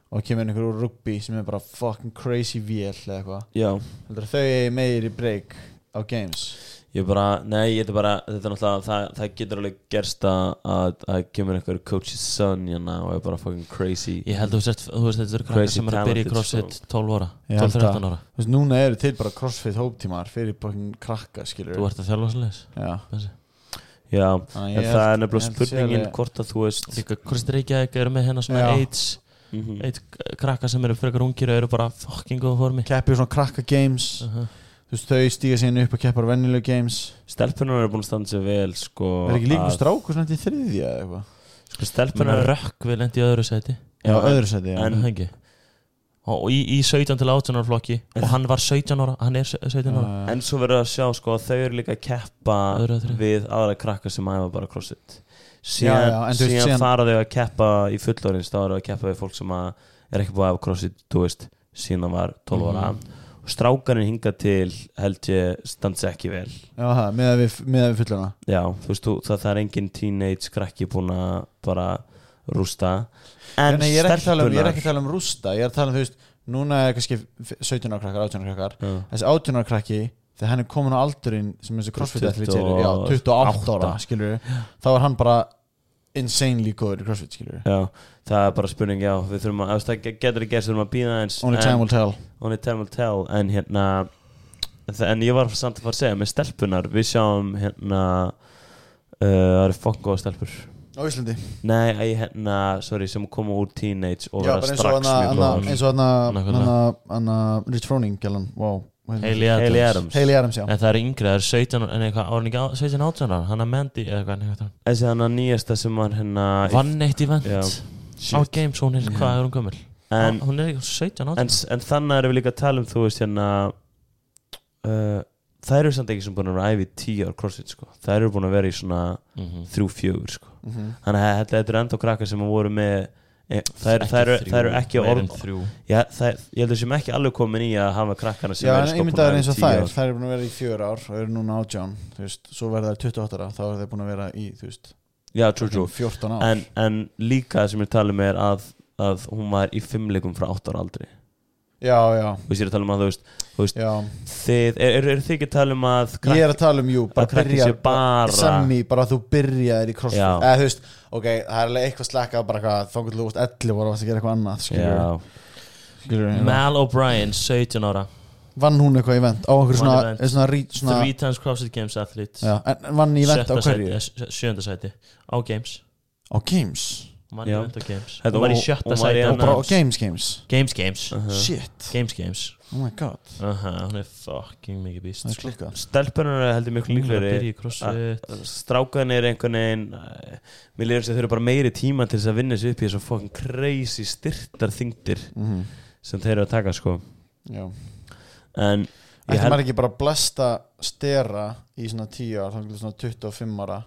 [SPEAKER 1] og kemur einhverju úr rugby sem er bara fucking crazy vél eða eitthvað,
[SPEAKER 3] Já,
[SPEAKER 1] heldur að þau eigi meiri breyk á games
[SPEAKER 3] ég bara, nei, ég þetta bara þetta er náttúrulega, það, það getur alveg gerst að, að, að kemur einhver coach's son hérna og er bara fucking crazy
[SPEAKER 2] Ég held þú sért, þú veist þetta eru krakkar
[SPEAKER 3] Crazy
[SPEAKER 2] sem eru að byrja í
[SPEAKER 3] talented,
[SPEAKER 2] crossfit 12 ára,
[SPEAKER 1] Ég held að-
[SPEAKER 2] 12-13 ára
[SPEAKER 1] þú veist, núna eru til bara crossfit hóptímar fyrir fucking krakka
[SPEAKER 2] Þú
[SPEAKER 1] skilur
[SPEAKER 2] ert að þjálfa sliðis
[SPEAKER 1] já
[SPEAKER 3] Já,
[SPEAKER 1] Þannig
[SPEAKER 3] en
[SPEAKER 1] ég
[SPEAKER 3] það
[SPEAKER 1] held-
[SPEAKER 3] er
[SPEAKER 1] ég held
[SPEAKER 3] nefnilega
[SPEAKER 1] að sé
[SPEAKER 3] spurningin
[SPEAKER 1] alveg-
[SPEAKER 3] hvort að þú veist
[SPEAKER 2] Líka crossfit reykjaðik eru með hérna svona
[SPEAKER 1] Já.
[SPEAKER 2] AIDS
[SPEAKER 3] mm
[SPEAKER 1] Mhm.
[SPEAKER 3] -hmm.
[SPEAKER 2] eitt krakkar sem eru frekar ungir og eru bara fucking góð formi
[SPEAKER 1] keppir svona krakka games
[SPEAKER 2] uh
[SPEAKER 1] þú veist þau stíga síðan upp og keppar vennilega games
[SPEAKER 3] stelpunar eru búin að standa sér vel sko,
[SPEAKER 1] er ekki líka með
[SPEAKER 3] að-
[SPEAKER 1] stráku svona til þriðja eða eitthvað
[SPEAKER 3] sko,
[SPEAKER 2] Menna
[SPEAKER 3] stelpunar
[SPEAKER 2] rökk við lendi í öðru seti
[SPEAKER 1] já,
[SPEAKER 3] en-
[SPEAKER 1] öðru sæti já.
[SPEAKER 3] en-
[SPEAKER 2] en hengi og í, í 17 til 18 ára flokki og hann var 17 ára, hann er 17 ára
[SPEAKER 1] Já, já.
[SPEAKER 3] En svo verður að sjá sko að þau eru líka að keppa
[SPEAKER 2] Öðru og þriðja.
[SPEAKER 3] við aðra krakka sem æfa bara crossfit
[SPEAKER 1] Já,
[SPEAKER 3] síðan,
[SPEAKER 1] já, en þú veist,
[SPEAKER 3] síðan,
[SPEAKER 1] síðan-
[SPEAKER 3] fara þau að keppa í fullorins þá eru þau að keppa við fólk sem að er ekki búið að hafa crossfit þú veist, síðan hann var 12
[SPEAKER 1] Mhm.
[SPEAKER 3] ára og strákarinn hinga til held ég standa sig ekki vel
[SPEAKER 1] já, það, með að við, með að við fullana
[SPEAKER 3] já, þú veist, þú, það, það er engin teenage krakki búin að bara rústa en
[SPEAKER 1] en ég er ekki að tala um, ég er
[SPEAKER 3] stelpunar
[SPEAKER 1] ekki að tala um rústa ég er að tala um þú veist núna er kannski f- 17 ára krakkar 18 ára krakkar
[SPEAKER 3] Já.
[SPEAKER 1] þessi 18 ára krakki þegar hann er komin á aldurinn sem þessi crossfit athlete eru já, 28 ára
[SPEAKER 3] 28.
[SPEAKER 1] skilur þá er hann bara insanely góður í crossfit skilur
[SPEAKER 3] Já, það er bara spurning, já, við þurfum að, ef það getur ekki gerst, við þurfum að býða eins
[SPEAKER 1] only time will tell
[SPEAKER 3] Only time will tell en hérna þa- en ég var samt að fara að segja með stelpunar við sjáum hérna uh, það eru fokk góða stelpur
[SPEAKER 1] á Íslandi
[SPEAKER 3] nei, æ, hérna, sorry, sem koma úr teenage og
[SPEAKER 1] já,
[SPEAKER 3] vera
[SPEAKER 1] bara eins og
[SPEAKER 3] strax
[SPEAKER 1] hana,
[SPEAKER 3] mjög
[SPEAKER 1] hana,
[SPEAKER 3] góðar.
[SPEAKER 1] eins og hana,
[SPEAKER 2] Nákvæmlega.
[SPEAKER 1] hana, hana Rich Froning gælan, wow Hvað heitir hún?
[SPEAKER 2] Hayley
[SPEAKER 3] Hayley
[SPEAKER 2] Adams
[SPEAKER 3] Adams
[SPEAKER 1] Hayley Adams, já
[SPEAKER 2] en það er yngri, það er 17 ára- en eitthvað, ára ekki á- 17 18 ára hann er Mandy eða eitthvað, nei, hvað
[SPEAKER 3] þessi hann að nýjasta sem var hérna
[SPEAKER 2] það vann eitt event
[SPEAKER 3] Já.
[SPEAKER 2] á Games, hún er, hvað er hún gömul
[SPEAKER 3] en,
[SPEAKER 2] hún er eitthvað 17
[SPEAKER 3] en,
[SPEAKER 2] 18
[SPEAKER 3] en þannig erum við líka að tala um þú veist hérna uh, það eru samt ekki sem búin að vera æfi tíu ár crossfit sko, það eru búin að vera í svona
[SPEAKER 2] Mhm.
[SPEAKER 3] þrjú fjögur sko
[SPEAKER 1] Mhm.
[SPEAKER 3] þannig að þetta, þetta eru enda krakkar sem voru með e, það eru- það eru- það eru ekki
[SPEAKER 2] meir en
[SPEAKER 3] orð
[SPEAKER 2] þrjú
[SPEAKER 3] Já, það, ég heldur sem ekki alveg komin í að hafa krakkana sem
[SPEAKER 1] Já,
[SPEAKER 3] eru
[SPEAKER 1] en
[SPEAKER 3] sko
[SPEAKER 1] ég myndi að það
[SPEAKER 3] búin að
[SPEAKER 1] er
[SPEAKER 3] vera
[SPEAKER 1] eins og
[SPEAKER 3] í
[SPEAKER 1] þær
[SPEAKER 3] 10 ár.
[SPEAKER 1] Þær eru búin að vera í fjör ár og eru núna átján Þú veist, svo verða þær 28 ára Þá eru þeir búin að vera í, þú veist,
[SPEAKER 3] Já, true, true.
[SPEAKER 1] 14 ár
[SPEAKER 3] En, en líka það sem ég tala um er að, að hún var í fimmleikum frá 8 ára aldri
[SPEAKER 1] Já, já,
[SPEAKER 3] Þú veist, ég er að tala um að þú veist, þú veist
[SPEAKER 1] já
[SPEAKER 3] þið, er, er, er þið ekki að tala um að
[SPEAKER 1] Ég er að tala um, jú, bara
[SPEAKER 3] Að krakki
[SPEAKER 1] byrja
[SPEAKER 3] sé bara-
[SPEAKER 1] Sammi, bara þú byrjaðir í crossfit
[SPEAKER 3] Já.
[SPEAKER 1] Eða þú veist, ok, það er alveg eitthvað slakað bara hvað, þá getur þú veist 11 ára varst að gera eitthvað annað Skilur,
[SPEAKER 3] Já,
[SPEAKER 1] skilur hérna.
[SPEAKER 2] Mal O'Brien, 17 ára
[SPEAKER 1] Vann hún eitthvað event á einhver
[SPEAKER 2] Vann
[SPEAKER 1] svona,
[SPEAKER 2] event.
[SPEAKER 1] svona, svona, rít- svona
[SPEAKER 2] Three times CrossFit Games athlete
[SPEAKER 1] já, En en vann í event á
[SPEAKER 2] Sjötta
[SPEAKER 1] hverju?
[SPEAKER 2] sæti- eh, sjö- Sjöunda sæti á Games
[SPEAKER 1] Á Games
[SPEAKER 2] Vann
[SPEAKER 3] Já.
[SPEAKER 2] Invento Games
[SPEAKER 3] Þetta
[SPEAKER 2] Hún var í
[SPEAKER 3] hún-
[SPEAKER 2] sjötta
[SPEAKER 3] hún var í
[SPEAKER 2] sæti
[SPEAKER 3] annað-
[SPEAKER 1] og bara
[SPEAKER 2] annars.
[SPEAKER 1] og Games Games
[SPEAKER 2] Games Games
[SPEAKER 3] Uh-huh.
[SPEAKER 1] shit
[SPEAKER 2] Games Games
[SPEAKER 1] oh my god
[SPEAKER 2] Aha, Hún er fucking mikið býst
[SPEAKER 1] það er klikkað
[SPEAKER 3] Stelpunar er heldur miklu
[SPEAKER 2] Hún er að
[SPEAKER 3] líklegri
[SPEAKER 2] byrja í crossfit
[SPEAKER 3] Strákan er einhvern veginn eh, Mér lýður sem þau eru bara meiri tíma til þess að vinna sér upp í þessu fucking crazy styrtar þingdir
[SPEAKER 1] Mhm.
[SPEAKER 3] sem þeir eru að taka sko
[SPEAKER 1] já
[SPEAKER 3] En ég
[SPEAKER 1] ætti
[SPEAKER 3] held
[SPEAKER 1] maður ekki bara að blesta stera í svona 10 ára þannig svona 25 ára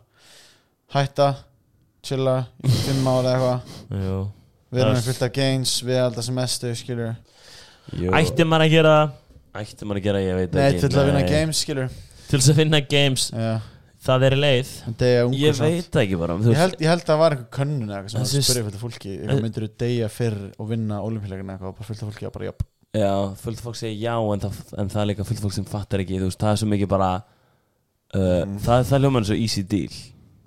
[SPEAKER 1] hætta chilla í 5 ára eða eitthvað
[SPEAKER 2] Jú.
[SPEAKER 1] við erum
[SPEAKER 3] Það
[SPEAKER 1] með fullt af gains við alltaf sem mestu skilur
[SPEAKER 3] jú,
[SPEAKER 2] Ætti maður að gera það?
[SPEAKER 3] ætti maður að gera, ég veit
[SPEAKER 1] nei
[SPEAKER 3] ekki
[SPEAKER 1] til að vinna
[SPEAKER 3] nei.
[SPEAKER 1] games skilur
[SPEAKER 2] til þess að finna games
[SPEAKER 1] já
[SPEAKER 2] Það er leið
[SPEAKER 1] en deyja ungur
[SPEAKER 3] Ég
[SPEAKER 1] samt.
[SPEAKER 3] veit það ekki bara þú
[SPEAKER 1] Ég
[SPEAKER 3] veist-
[SPEAKER 1] held, ég held að það var eitthvað könnun eða eitthvað sem
[SPEAKER 2] Þessi
[SPEAKER 1] var að spyrja fullt af fólki eitthvað myndir þú deyja fyrr og vinna olimpíuleikana eitthvað og bara fullt af fólki að bara jafn
[SPEAKER 3] Já, fullt fólk segir já en það, en það er líka fullt fólk sem fattar ekki þú veist, það er svo mikið bara uh, það, það hljóma eins og easy deal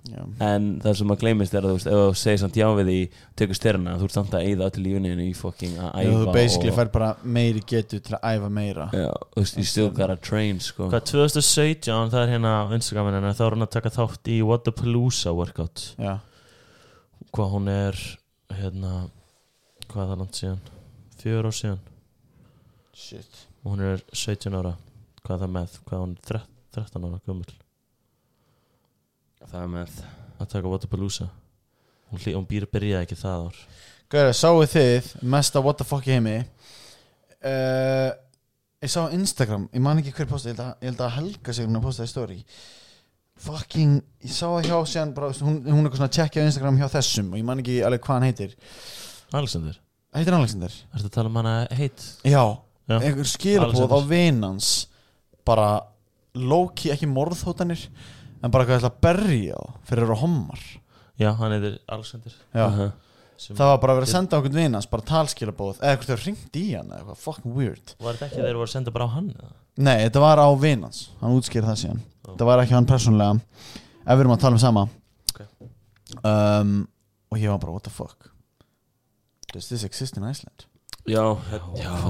[SPEAKER 1] Já.
[SPEAKER 3] en það sem að gleymist er að þú veist ef þú segir samt já við því tekur styrna þú ert samt að eyða öllu lífinu í fucking að
[SPEAKER 1] Þegar
[SPEAKER 3] æfa
[SPEAKER 1] þú basically
[SPEAKER 3] og,
[SPEAKER 1] fær bara meiri getu til að æfa meira
[SPEAKER 3] já, þú veist, you still gotta train sko
[SPEAKER 2] Hvað 2017 það er hérna á Instagramin hennar þá er hún að taka þátt í What the Palooza workout
[SPEAKER 1] Já,
[SPEAKER 2] Hvað hún er hérna hvað er það langt síðan fjör ár síðan
[SPEAKER 1] shit
[SPEAKER 2] og hún er 17 ára hvað er það með hvað er hún 13, 13 ára gömul
[SPEAKER 3] það er með
[SPEAKER 2] að taka What the Palooza hún, hlý- hún býr byrjaði ekki það ár
[SPEAKER 1] Gauðra, sáu þið mesta what the fuck í heimi uh, Ég sá á Instagram, ég man ekki hver posta Ég held að, ég held að Helga sig hún að posta í story Fucking, ég sá það hjá síðan bara, hún, hún er eitthvað svona að tjekkja á Instagram hjá þessum og ég man ekki alveg hvað hann heitir
[SPEAKER 2] Alexander
[SPEAKER 1] Heitir hann Alexander?
[SPEAKER 2] Ertu að tala um hana heitt?
[SPEAKER 1] Já,
[SPEAKER 2] Já.
[SPEAKER 1] einhver skilabóð á
[SPEAKER 2] Alexander.
[SPEAKER 1] vinans bara low-key, ekki morðhótanir en bara hvað ætla að berja á fyrir að vera hommar
[SPEAKER 2] Já, hann heitir Alexander
[SPEAKER 1] Já,
[SPEAKER 2] sem
[SPEAKER 1] það var bara að vera að senda okkur vinans bara talskilabóð, eða eitthvað þau ringt í hann eða eitthvað, fucking weird
[SPEAKER 2] Var þetta ekki þeir voru að senda bara á hann? eða?
[SPEAKER 1] Nei, þetta var á vinans, hann útskýrði það síðan Þetta var ekki hann persónulega Ef við erum að tala um sama
[SPEAKER 2] Ok.
[SPEAKER 1] um, Og ég var bara, what the fuck Does this exist in Iceland?
[SPEAKER 3] já, þetta- já,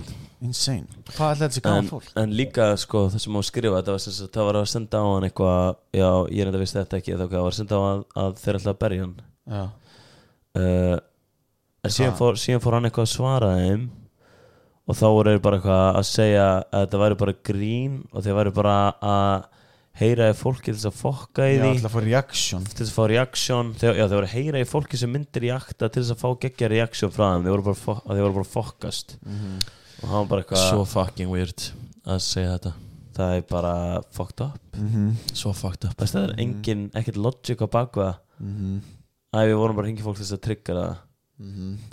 [SPEAKER 3] 100%
[SPEAKER 1] Insane Hvað ætla þessi
[SPEAKER 3] en,
[SPEAKER 1] gaman fólk?
[SPEAKER 3] en líka sko það sem hún skrifa þetta var, sem sagt, það var að senda á hann eitthvað já, ég er enda veist þetta ekki eða hvað, það var að senda á hann að þeir ætla að berja hann
[SPEAKER 1] Já,
[SPEAKER 3] uh, en síðan
[SPEAKER 1] Ha.
[SPEAKER 3] fór, síðan fór hann eitthvað að svara þeim og þá voru þeir bara eitthvað að segja að þetta væri bara grín og þeir væri bara að heyra í fólki til þess að fokka í
[SPEAKER 1] ég
[SPEAKER 3] því
[SPEAKER 1] ætla að fá reaction
[SPEAKER 3] til þess að fá reaksjón þeir, já, þeir voru að heyra í fólki sem myndir í akta til þess að fá geggja reaksjón frá þeim þeir voru bara, að fo- að þeir voru bara að fokkast og hann bara eitthvað
[SPEAKER 2] Mhm. Svo fucking weird að segja þetta
[SPEAKER 3] það er bara fucked up
[SPEAKER 2] Svo fucked up
[SPEAKER 3] Best, það er engin, ekkert logic á bakva mm -hmm. að við vorum bara að hengja fólk til þess að trygga það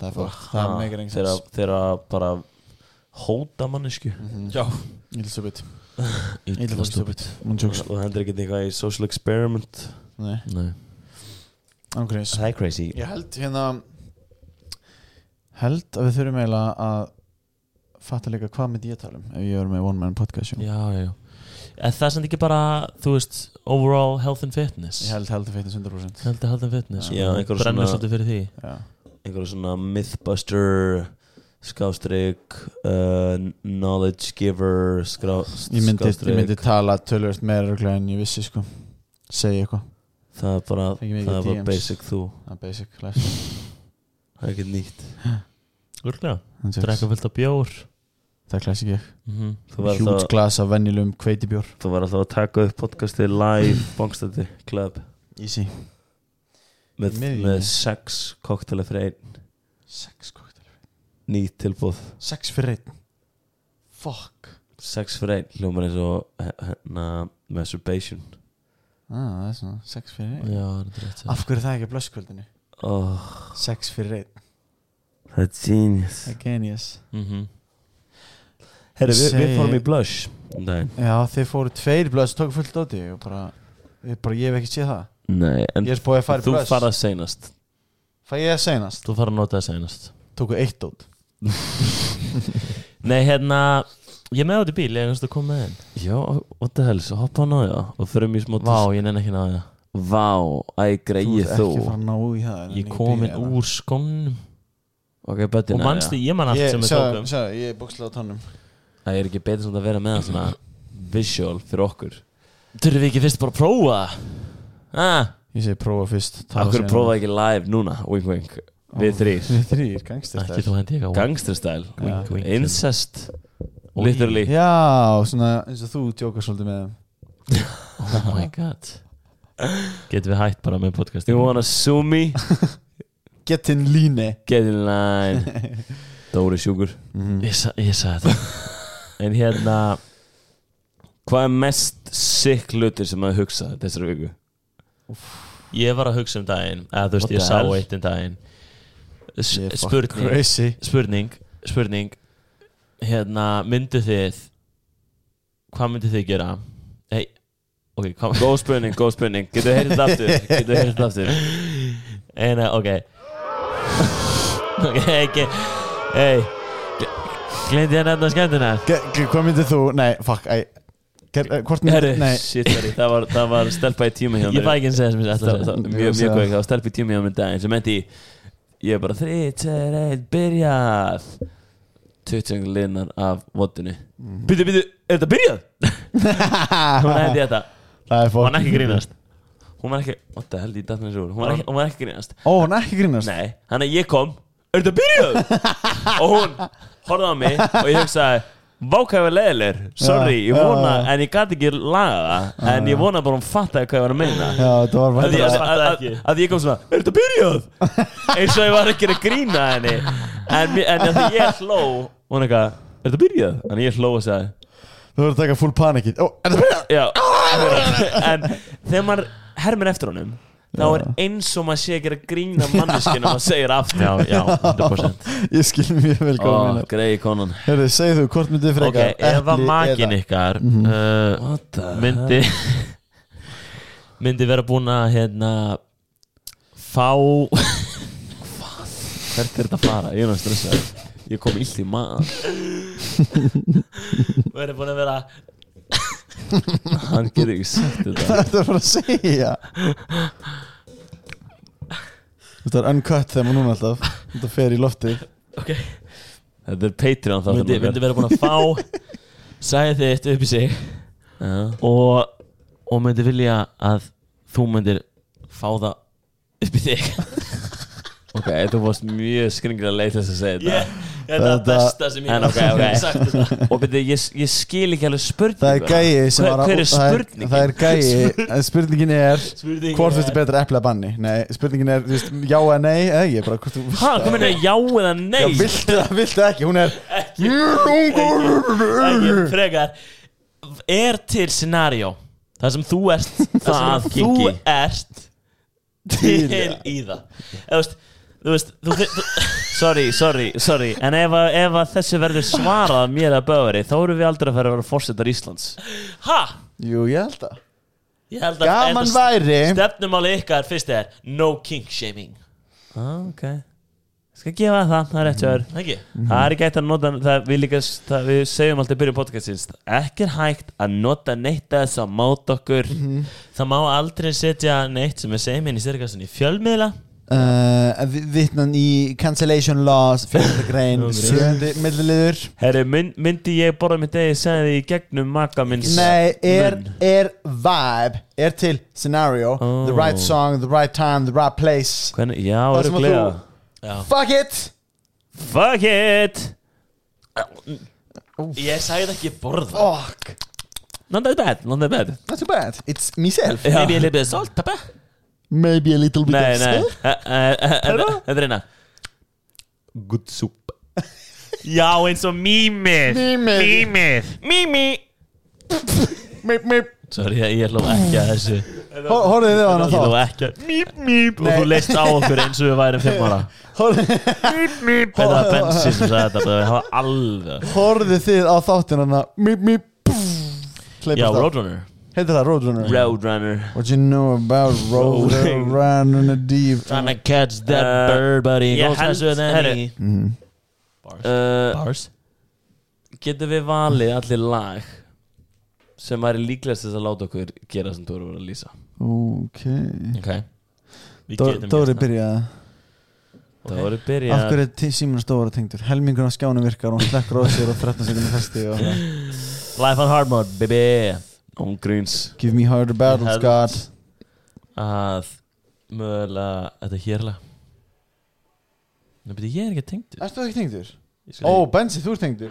[SPEAKER 1] Það er fólk, það
[SPEAKER 3] Ha,
[SPEAKER 1] er megar
[SPEAKER 3] Ah, þeirra,
[SPEAKER 1] engsens
[SPEAKER 3] þeirra bara hóta mannesku
[SPEAKER 2] Já
[SPEAKER 1] Ítla stupid Ítla fucking stupid Nún
[SPEAKER 3] og
[SPEAKER 1] jokes
[SPEAKER 3] það hendur ekki eitthvað í social experiment
[SPEAKER 1] Nei,
[SPEAKER 2] Nei
[SPEAKER 1] ángriðis
[SPEAKER 3] það er crazy
[SPEAKER 1] Ég held hérna Held að við þurfum eiginlega að Fatta líka hvað myndi ég tala um Ef ég verður með One Man Podcast show.
[SPEAKER 2] Já, já, já En það er samt ekki bara, þú veist, overall health and fitness
[SPEAKER 1] Ég held heldur feitin 100%
[SPEAKER 2] Held að health and fitness
[SPEAKER 3] Já,
[SPEAKER 2] sko.
[SPEAKER 3] einhver
[SPEAKER 2] Brennur
[SPEAKER 3] svona-
[SPEAKER 2] svolítið fyrir því
[SPEAKER 1] Já
[SPEAKER 3] einhverja svona mythbuster skástrík uh, knowledge giver skrá,
[SPEAKER 1] Ég myndi, ég
[SPEAKER 3] skástrik,
[SPEAKER 1] myndi tala tölvöld meira röglega en ég vissi sko Segja eitthvað
[SPEAKER 3] það er bara,
[SPEAKER 1] Fengi mikið
[SPEAKER 3] það er bara
[SPEAKER 1] DMs.
[SPEAKER 3] basic þú
[SPEAKER 1] Það er basic life
[SPEAKER 3] það er ekkert nýtt
[SPEAKER 2] Úrlega,
[SPEAKER 1] En þú veist,
[SPEAKER 2] drekka fullt af bjór
[SPEAKER 1] Það er classic ég
[SPEAKER 2] Mhm.
[SPEAKER 3] þú var
[SPEAKER 1] Hjúts
[SPEAKER 3] alltaf,
[SPEAKER 1] glas af venjulegum kveitibjór
[SPEAKER 3] þú var alltaf að taka upp podcastið live bongstætti club
[SPEAKER 1] Easy
[SPEAKER 3] með,
[SPEAKER 1] Miðjunni.
[SPEAKER 3] með sex koktela fyrir einn
[SPEAKER 1] Sex koktelur
[SPEAKER 3] nýtt tilbúð
[SPEAKER 1] Sex fyrir einn Fuck
[SPEAKER 3] sex fyrir einn hljómar eins og he- hérna masturbation
[SPEAKER 1] ah, Það er svona sex fyrir einn
[SPEAKER 2] Já, þetta er rétt
[SPEAKER 1] Af hverju er það ekki að blöskvöldinu?
[SPEAKER 3] oh,
[SPEAKER 1] Sex fyrir einn
[SPEAKER 3] það er genius
[SPEAKER 1] Það er genius
[SPEAKER 2] Mhm.
[SPEAKER 3] herru við, við
[SPEAKER 1] Segi-
[SPEAKER 3] fórum í blush um daginn.
[SPEAKER 1] Já þið fóru tveir blöðs og tóku fullt dóti og bara ég, bara ég hef ekki séð það
[SPEAKER 3] nei en
[SPEAKER 1] Ég er búið að fara í
[SPEAKER 3] þú
[SPEAKER 1] blöðs
[SPEAKER 3] farað seinast
[SPEAKER 1] Fæ ég að seinast
[SPEAKER 2] Þú fara að nota það seinast
[SPEAKER 1] Tóku eitt dót
[SPEAKER 2] Nei, hérna Ég er með átt í bíl, ég er að koma með þinn
[SPEAKER 3] já what the hell svo hoppa hann á já og förum í smá
[SPEAKER 2] Vá, ég nenni ekki náða
[SPEAKER 3] vá æ greið
[SPEAKER 1] ert
[SPEAKER 3] þú
[SPEAKER 1] ekki fara að ná í það en
[SPEAKER 2] það Ég
[SPEAKER 1] byrja
[SPEAKER 2] komin
[SPEAKER 1] hérna.
[SPEAKER 2] úr skónum
[SPEAKER 3] ok betur
[SPEAKER 2] Og mannstu, ég man allt
[SPEAKER 1] Ég-
[SPEAKER 2] sem við
[SPEAKER 1] sjáðu-
[SPEAKER 2] tókum
[SPEAKER 1] sjáðu, Ég er bókslega á tónum
[SPEAKER 3] það er ekki betur svona að vera með hann svona visual fyrir okkur
[SPEAKER 2] Þurfum við ekki fyrst bara að prófa það? Ah,
[SPEAKER 1] Ég segi prófa fyrst tala
[SPEAKER 3] Akkur
[SPEAKER 1] síðan.
[SPEAKER 3] prófaði ekki live núna, wink wink Við þrýr,
[SPEAKER 1] Við þrýr, gangstir
[SPEAKER 2] Ekki þú hendi eitthvað
[SPEAKER 3] gangsterstæl
[SPEAKER 2] Wink, wink.
[SPEAKER 3] Incest Literally
[SPEAKER 1] Já, svona eins og þú djókar svolítið með þeim
[SPEAKER 2] Oh my god Getum við hætt bara með podcastin
[SPEAKER 3] You wanna sue me?
[SPEAKER 1] Get in líni
[SPEAKER 3] Get in line Dóri sjúkur
[SPEAKER 2] Ég, sa, ég sagði þetta
[SPEAKER 3] En hérna Hvað er mest sick hlutir sem maður hugsa þessari viku?
[SPEAKER 2] Ég var að hugsa um daginn eða þú veist, ég
[SPEAKER 3] What the
[SPEAKER 2] sá
[SPEAKER 3] hell?
[SPEAKER 2] eitt um daginn S
[SPEAKER 1] Ég er fucking
[SPEAKER 2] Spurning
[SPEAKER 1] Crazy
[SPEAKER 2] Spurning Spurning Hérna, myndu þið Hvað myndu þið gera? Nei Ok, hvað
[SPEAKER 3] Góð spurning, góð spurning Getur heyrðið þetta aftur? Getur heyrðið þetta aftur?
[SPEAKER 2] En, uh, ok Ok, ekki Ei Glendi ég að nefna skemmtina
[SPEAKER 1] Ge- ge- Hvað myndir þú, nei, fuck æ, ge- eh, Hvort myndir,
[SPEAKER 3] Herri,
[SPEAKER 1] nei
[SPEAKER 3] shit, herri, það var, það var stelpa í tíma hjá
[SPEAKER 2] Ég
[SPEAKER 3] mér
[SPEAKER 2] fæ ekki að segja sem ég ætla að
[SPEAKER 3] Það-
[SPEAKER 2] segja
[SPEAKER 3] það- Mjög, mjög
[SPEAKER 1] Ég
[SPEAKER 3] góð, það var stelpa í tíma hjá mér daginn sem endi Ég er bara 3, 2, 1, byrjað 20 linnar af vodunni Býtu, býtu, er þetta byrjað? Hún endi þetta,
[SPEAKER 1] Það er
[SPEAKER 2] Hún
[SPEAKER 1] fólk
[SPEAKER 2] var ekki að grínast
[SPEAKER 3] hún var ekki What the hell, ég datt með þessu úr Hún var ekki, hún var ekki grínast
[SPEAKER 1] Ó, hann er ekki grínast
[SPEAKER 3] Nei, hann að ég kom Er þetta byrjað? og hún horfði á mig og ég hugsaði Vákæfa leðilegur, sorry,
[SPEAKER 1] Já,
[SPEAKER 3] ég
[SPEAKER 1] já,
[SPEAKER 3] vona
[SPEAKER 1] já.
[SPEAKER 3] En ég gat ekki laga það En ég vona bara hún fattaði hvað ég var að meina
[SPEAKER 1] Já, það var
[SPEAKER 3] að
[SPEAKER 1] væntanlega-
[SPEAKER 3] ég, að, að, að ég kom svona Er þetta byrjuð? eins og ég var ekki að grína að henni en, mér- en að ég hló og hún eitthvað, er þetta byrjuð? en ég hló og sagði
[SPEAKER 1] Þú verður að taka full panikið Ó, er það byrjað?
[SPEAKER 3] já, en þegar maður hermir eftir honum þá er eins og maður sé ekki að grína manneskinu og maður segir aftur
[SPEAKER 2] Já, já, 100%
[SPEAKER 1] Ég skil mjög vel hvað
[SPEAKER 3] Ó,
[SPEAKER 1] hann er
[SPEAKER 3] greiði konan
[SPEAKER 1] Herri, segðu þú, hvort myndir
[SPEAKER 2] Ok,
[SPEAKER 1] freka
[SPEAKER 2] ef að makin ykkar
[SPEAKER 3] Mhm.
[SPEAKER 2] uh,
[SPEAKER 3] What the
[SPEAKER 2] myndi myndi vera búin að hérna fá
[SPEAKER 3] Hvert er þetta að fara? Ég er náttúrulega stressað Ég kom illt í maður
[SPEAKER 2] verið búin að vera
[SPEAKER 3] Hann getur ekki sagt þetta
[SPEAKER 1] Þetta er bara að segja Þetta er uncut þegar maður núna alltaf Þetta fer í lofti
[SPEAKER 2] ok,
[SPEAKER 3] Þetta er Patreon þáttur
[SPEAKER 2] myndi, myndi vera búin að fá sagði þitt upp í sig og, og myndi vilja að þú myndir fá það upp í þig
[SPEAKER 3] Ok, þú fost mjög skringilega leið til þess að segja þetta
[SPEAKER 2] Ég- Þetta er það
[SPEAKER 1] Þetta-
[SPEAKER 2] besta sem ég
[SPEAKER 3] En ok, ok.
[SPEAKER 2] hef sagt um þetta
[SPEAKER 3] Og byrju, ég, ég skil ekki alveg spurningu
[SPEAKER 1] Það er gæi sem
[SPEAKER 3] Hver-
[SPEAKER 1] var að-
[SPEAKER 3] Hver er
[SPEAKER 1] það er-
[SPEAKER 3] spurningin?
[SPEAKER 1] Það er gæi, en spurningin er
[SPEAKER 2] Spurningin
[SPEAKER 1] Hvort
[SPEAKER 2] er-
[SPEAKER 1] finnst þið betra epli að banni? Nei, spurningin er, þú veist, já eða nei Eða ég bara, hvort þú
[SPEAKER 3] Hæ, hvað meina já eða nei?
[SPEAKER 1] Já, viltu það, viltu það ekki, hún er
[SPEAKER 2] Ekki frekar Er til scenario þar sem þú ert þar
[SPEAKER 3] að
[SPEAKER 2] sem þú
[SPEAKER 3] kiki.
[SPEAKER 2] ert til í það Eða, þú veist, Þú veist þú, þú,
[SPEAKER 3] Sorry, sorry, sorry En ef, að- ef að þessu verður svarað mér að bauðri Þá erum við aldrei að fara að vera fórsetar Íslands
[SPEAKER 2] Ha?
[SPEAKER 1] Jú, ég held að
[SPEAKER 2] Ég held að
[SPEAKER 1] Gaman
[SPEAKER 2] ég held að
[SPEAKER 1] væri
[SPEAKER 2] Stefnumáli ykkar fyrst er No kink shaming
[SPEAKER 3] ah, Ok Mm, Skal gefa það, það er rétt hjá þér
[SPEAKER 2] Ekki?
[SPEAKER 3] Það er ekki hægt að nota það, við, líka, það, við segjum alltaf í byrjun podcastins Ekki er hægt að nota neitt þess að máta okkur
[SPEAKER 2] Það má aldrei setja neitt sem er seimin í styrkastin í fjölmiðla
[SPEAKER 1] Uh, vi- Vitnan í cancellation laws Fjölda grein, sjöndi milliliður
[SPEAKER 3] Herri, mynd, myndi ég borða mitt degi segði því í gegnum maka minns
[SPEAKER 1] Nei, er,
[SPEAKER 3] munn?
[SPEAKER 1] er vibe Er til scenario The right song, the right time, the right place
[SPEAKER 3] Hvernig, já,
[SPEAKER 1] Það sem að
[SPEAKER 3] öruglega
[SPEAKER 1] Fuck it
[SPEAKER 3] Fuck it
[SPEAKER 2] Ég sagði þetta ekki borða
[SPEAKER 1] Fuck,
[SPEAKER 3] Not that bad, not that bad
[SPEAKER 1] not too bad It's myself
[SPEAKER 2] Maybe a little bit of salt, pepper
[SPEAKER 1] Maybe a little bit
[SPEAKER 3] Nei,
[SPEAKER 1] of
[SPEAKER 3] nei,
[SPEAKER 1] salt
[SPEAKER 3] eh, eh, eh, þetta er eina Good soup
[SPEAKER 2] Já, eins og mýmið Mýmið Mými
[SPEAKER 1] Meep, meep.
[SPEAKER 2] Sorry, ég, ég hló ekki að þessu
[SPEAKER 1] Hor- Horfðu þið á hana
[SPEAKER 2] Ég hló
[SPEAKER 1] þá
[SPEAKER 2] ekki að Mýp, mýp Og þú leist á okkur eins og við værum fimm ára Mýp, mýp Þetta var bensin sem sagði þetta Það var alveg
[SPEAKER 1] Horfðu þið á þáttin hana Meep, meep
[SPEAKER 2] Já,
[SPEAKER 1] Kleipast á
[SPEAKER 2] Roadrunner
[SPEAKER 1] Heitir það Roadrunner
[SPEAKER 3] Roadrunner
[SPEAKER 1] What you know about Roadrunner Deep
[SPEAKER 2] Trying to catch that
[SPEAKER 3] Uh,
[SPEAKER 2] bird, buddy
[SPEAKER 3] ég
[SPEAKER 2] Ég
[SPEAKER 3] held-
[SPEAKER 2] held
[SPEAKER 3] herri.
[SPEAKER 2] Herri
[SPEAKER 1] Mm-hmm.
[SPEAKER 3] uh,
[SPEAKER 2] Bars
[SPEAKER 3] Getum við valið allir lag sem væri líklegast þess að láta okkur gera sem þú eru að vera að lýsa
[SPEAKER 1] Ok
[SPEAKER 2] Ok Við
[SPEAKER 1] Dó-
[SPEAKER 2] getum
[SPEAKER 1] Dóri
[SPEAKER 2] gert það.
[SPEAKER 1] byrjaði
[SPEAKER 3] Það voru
[SPEAKER 1] Af
[SPEAKER 3] byrjað
[SPEAKER 1] hverju er símur stóra tengdur? Helmingun á skjánum virkar og hún slekkur á sér og 13 sekundum festi og
[SPEAKER 2] Life on hard mode, baby
[SPEAKER 3] On Greens
[SPEAKER 1] Give me harder battles,
[SPEAKER 2] Held-
[SPEAKER 1] God
[SPEAKER 2] Að mögulega Þetta er hérlega Nei, betur ég er ekki tengdur
[SPEAKER 1] Erst þú ekki tengdur?
[SPEAKER 2] Ég skal-
[SPEAKER 1] Ó, Benzi, þú ert tengdur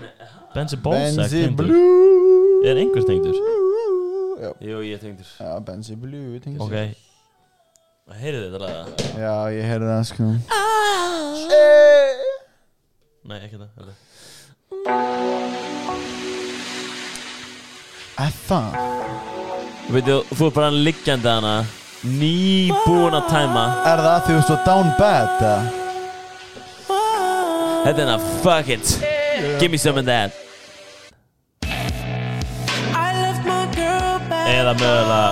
[SPEAKER 2] Benzi Bolsa
[SPEAKER 1] Benzi
[SPEAKER 2] tengdur.
[SPEAKER 1] Blue
[SPEAKER 2] Er einhver tengdur?
[SPEAKER 1] Já,
[SPEAKER 2] Jú, ég er tengdur
[SPEAKER 1] já Benzi Blue er tengdur
[SPEAKER 2] Ok Heyrðu þetta laga?
[SPEAKER 1] Já, ég heyrði það sko
[SPEAKER 2] Nei, ekki þetta heldur.
[SPEAKER 1] Er það?
[SPEAKER 2] Veitu, þú er bara liggjandi hana Nýbúin að tæma
[SPEAKER 1] Er það því þú ert svo down bad? eða?
[SPEAKER 2] Þetta er hana, fuck it Give me some of that Eða mögulega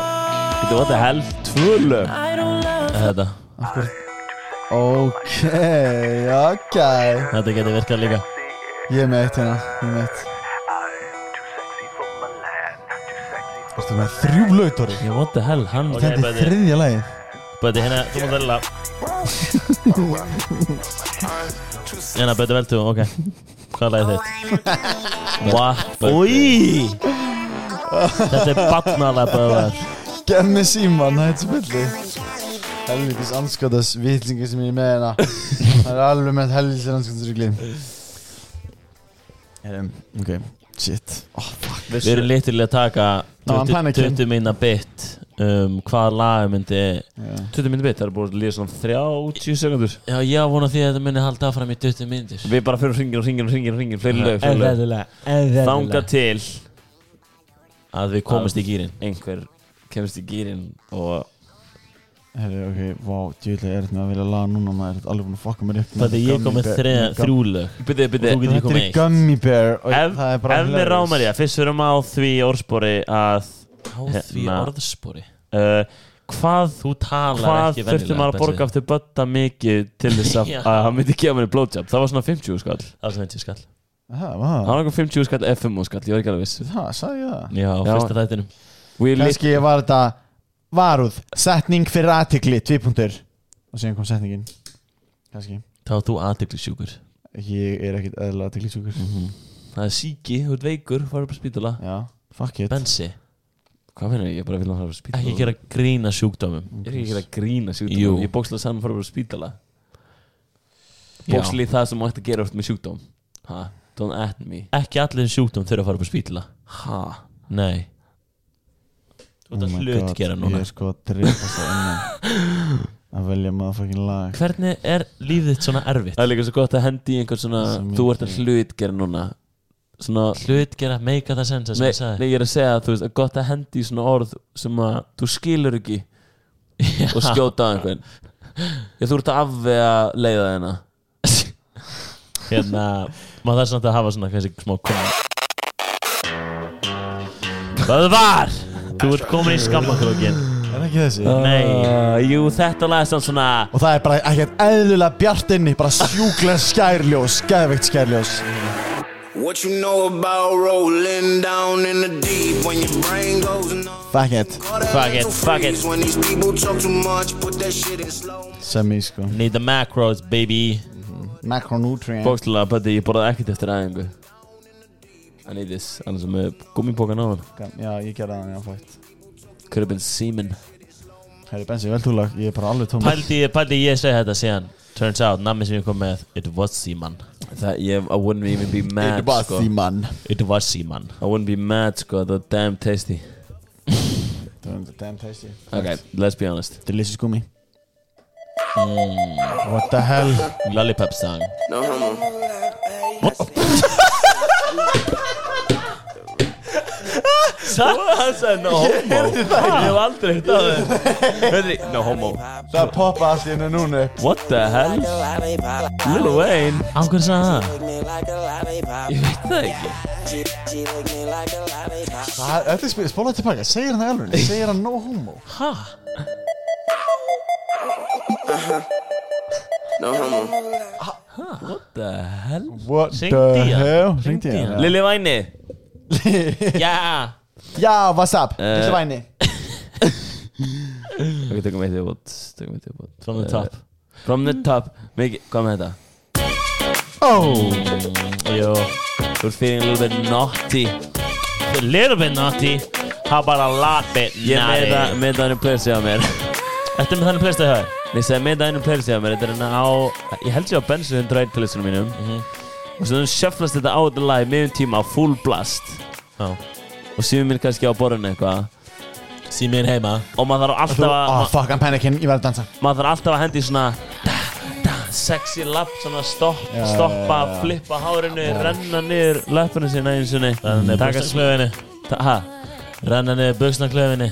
[SPEAKER 2] Veitu, what the hell Tvö lög Þetta
[SPEAKER 1] Ok, ok
[SPEAKER 2] Þetta getur virkað líka
[SPEAKER 1] Ég er með eitt hérna, ég er með eitt Ertu með þrjú blöytori?
[SPEAKER 2] Yeah, what the hell Hann
[SPEAKER 1] Þetta er þriðja lagið
[SPEAKER 2] Böti, hérna, þú mátt velja Hérna, Böti, vel þú, ok Hvað er lagið þitt? What? Úi Þetta er batnalega böðar
[SPEAKER 1] Gef mig síman, það er spilli Helvítis anskotas vitlingi sem ég er með hérna Það er alveg með helvítis anskotas rugli Erum, ok, Ehm, shit oh,
[SPEAKER 2] Við erum litrilega að taka
[SPEAKER 1] Ná, hann
[SPEAKER 2] 20,
[SPEAKER 1] panikinn.
[SPEAKER 2] 20 minna bit um, Hvað lag myndi
[SPEAKER 3] 20 minnir bit, það er búin að líða svona 30 sekundur
[SPEAKER 2] Já, ég á vona því að þetta myndi halda fram í 20 minnir
[SPEAKER 3] Við bara fyrir hringin og hringin og hringin og hringin Fleiri lög, fleiri lög Þanga
[SPEAKER 2] Þanga
[SPEAKER 3] til
[SPEAKER 2] að við komumst í gýrin
[SPEAKER 3] einhver kemst í gýrin og
[SPEAKER 1] Herri, ok, vá, wow, djúlega er þetta með að vilja laga núna maður er alveg búin að fokka mér upp með
[SPEAKER 2] Þetta ég kom
[SPEAKER 1] gummy
[SPEAKER 2] með
[SPEAKER 1] bear-
[SPEAKER 2] þriða-
[SPEAKER 1] gum-
[SPEAKER 2] þrjú lög
[SPEAKER 3] Byrði, byrði
[SPEAKER 2] Og þú getur-
[SPEAKER 1] Þetta er
[SPEAKER 2] Ég kom
[SPEAKER 1] gummy bear og
[SPEAKER 3] Ef,
[SPEAKER 1] það er bara
[SPEAKER 3] ef mér
[SPEAKER 1] hilarious.
[SPEAKER 3] rámar ég, fyrst við erum á því orðspori að
[SPEAKER 2] Á
[SPEAKER 3] því
[SPEAKER 2] því orðspori
[SPEAKER 3] uh, hvað,
[SPEAKER 2] Þú talar
[SPEAKER 3] hvað
[SPEAKER 2] ekki venjulega
[SPEAKER 3] þurfti maður að
[SPEAKER 2] Bensi.
[SPEAKER 3] borga eftir bötta mikið til þess að,
[SPEAKER 2] Já.
[SPEAKER 3] að hann myndi gefa mér blowjob það var svona 50 skall það
[SPEAKER 2] Það sem veit ég skall
[SPEAKER 1] Aha, vá,
[SPEAKER 3] var einhver 50 skall eða 5 skall, ég var ekki alveg viss
[SPEAKER 1] Það, sagði ég það
[SPEAKER 2] Já, á
[SPEAKER 3] Já.
[SPEAKER 2] fyrsta þættinum
[SPEAKER 3] We lit,
[SPEAKER 1] Kanski var þetta varuð Setning fyrir aðtikli, tvípuntur Og síðan kom setningin Kanski
[SPEAKER 2] Þá er þú aðtekli sjúkur
[SPEAKER 1] Ég er ekkit eðla aðtikli sjúkur
[SPEAKER 2] Það er síki, þú ert veikur, farið bara spítala
[SPEAKER 1] Já, fuck it
[SPEAKER 2] Bensi,
[SPEAKER 3] hvað finnir ég, ég bara vil hann fara að spýta
[SPEAKER 2] ekki gera grína sjúkdómum
[SPEAKER 3] Ég er ekki að gera grína sjúkdóma
[SPEAKER 2] Jú.
[SPEAKER 3] Ég bókslega sann fara bara á spítala
[SPEAKER 2] Já.
[SPEAKER 3] Bókslega það sem mætti að gera oft með sjúkdóm ha, Don't at me
[SPEAKER 2] Ekki allir um sjúkdóm þurfa að fara upp á spítala
[SPEAKER 3] ha.
[SPEAKER 2] Nei Þú
[SPEAKER 1] Oh my
[SPEAKER 2] ert að
[SPEAKER 1] god,
[SPEAKER 2] hlut gera núna
[SPEAKER 1] Ég er sko að drepa sér innan Að velja maður fucking lag
[SPEAKER 2] Hvernig er lífið þitt svona erfitt?
[SPEAKER 3] Það er líka svo gott að hendi í einhvern svona
[SPEAKER 1] Sem ég
[SPEAKER 3] Þú ert að hlut gera núna Svona
[SPEAKER 2] Hlut gera, make that sense það sem
[SPEAKER 3] Nei,
[SPEAKER 2] ég sagði
[SPEAKER 3] nei, ég er að segja að þú veist að gott að hendi í svona orð sem að þú skilur ekki og skjóta á einhvern Ég þú ert að afvega leiða þeirna
[SPEAKER 2] Hérna, maður þarf samt að hafa svona kannski smá koma Böðvar Þú ert komin í skammakrókin
[SPEAKER 1] Er ekki þessi?
[SPEAKER 2] Nei
[SPEAKER 3] uh, Jú, þetta lagði sann svona
[SPEAKER 1] Og það er bara ekkert eðlilega bjart inni Bara sjúklega skærljós, skæðveikt skærljós
[SPEAKER 8] What you know about rolling down in the deep when your brain goes numb?
[SPEAKER 1] Fuck it
[SPEAKER 2] Fuck it, fuck it.
[SPEAKER 8] When these people talk too much, put that shit in slow.
[SPEAKER 1] Sem ég sko
[SPEAKER 2] Need the macros, baby
[SPEAKER 1] Macronutrient
[SPEAKER 3] Bókslega, bæti, ég borðaði ekkert eftir aðingu I need this, annars er með gummipokan á hann
[SPEAKER 1] Já, ég gerði það, já, fætt
[SPEAKER 3] Could have been semen
[SPEAKER 1] Herri Bensi, vel túlag, ég er bara alveg tóma
[SPEAKER 2] Pældi, pældi ég segi þetta síðan Turns out, namni sem ég kom með It was Seaman
[SPEAKER 3] Það, ég, I wouldn't even be mad,
[SPEAKER 9] It was
[SPEAKER 3] sko
[SPEAKER 9] the man
[SPEAKER 2] It was Seaman
[SPEAKER 3] I wouldn't be mad, sko, það var damn tasty
[SPEAKER 2] Sko.
[SPEAKER 1] Damn tasty
[SPEAKER 3] Ok, let's be honest
[SPEAKER 1] Delicious gummi What the hell
[SPEAKER 2] Lollipop song
[SPEAKER 8] No homo.
[SPEAKER 2] Það sagði no homo Ég hef aldrei hitt á þau No homo
[SPEAKER 1] Það poppa allt innu núna upp
[SPEAKER 3] What the hell? Lil Wayne
[SPEAKER 2] Á hverju sagði það?
[SPEAKER 3] Ég veit það ekki
[SPEAKER 1] Þetta er spil, spóla tilbaka, segir hann það alveg Segir hann no homo
[SPEAKER 2] Ha?
[SPEAKER 8] No homo.
[SPEAKER 3] The hell?
[SPEAKER 1] What
[SPEAKER 2] Hringdi í hann.
[SPEAKER 1] Ringdi ég hann
[SPEAKER 3] Lili Væni
[SPEAKER 2] Já
[SPEAKER 1] Já, what's up, þessi væni
[SPEAKER 3] Ok, tökum eitt viðbót Tökum eitt viðbót Eh,
[SPEAKER 2] From the top
[SPEAKER 3] From the top Miki, hvað með þetta?
[SPEAKER 1] Oh
[SPEAKER 2] Jó
[SPEAKER 3] Þú ert feeling a little bit naughty
[SPEAKER 2] A little bit naughty How about a lot bit
[SPEAKER 3] Ég með
[SPEAKER 2] naughty
[SPEAKER 3] það, með það hann er plösið á mér
[SPEAKER 2] Þetta er með þannig playstað hjá þér
[SPEAKER 3] Ég segi með það einum playlist hjá mér Þetta er hérna á Ég held ég á Bensu 101 playlistunum mínum Og svo sjöflast þetta á þetta lag Miðjum tíma á full blast
[SPEAKER 2] Já.
[SPEAKER 3] Og síðan minn kannski á borðinu eitthvað
[SPEAKER 2] Síminn heima
[SPEAKER 3] Og maður þarf
[SPEAKER 1] Þú,
[SPEAKER 3] alltaf að
[SPEAKER 1] oh, fuck, I'm panicking, ég verð að dansa
[SPEAKER 3] Maður þarf alltaf að hendi í svona da, da, Sexy lap Svona stopp, stoppa Flippa hárinu Renna niður löpunum sína einu sinni
[SPEAKER 2] Þannig að
[SPEAKER 3] Taka
[SPEAKER 2] buksnaklöfinni
[SPEAKER 3] ta- ha,
[SPEAKER 2] Renna niður buksnaklöfinni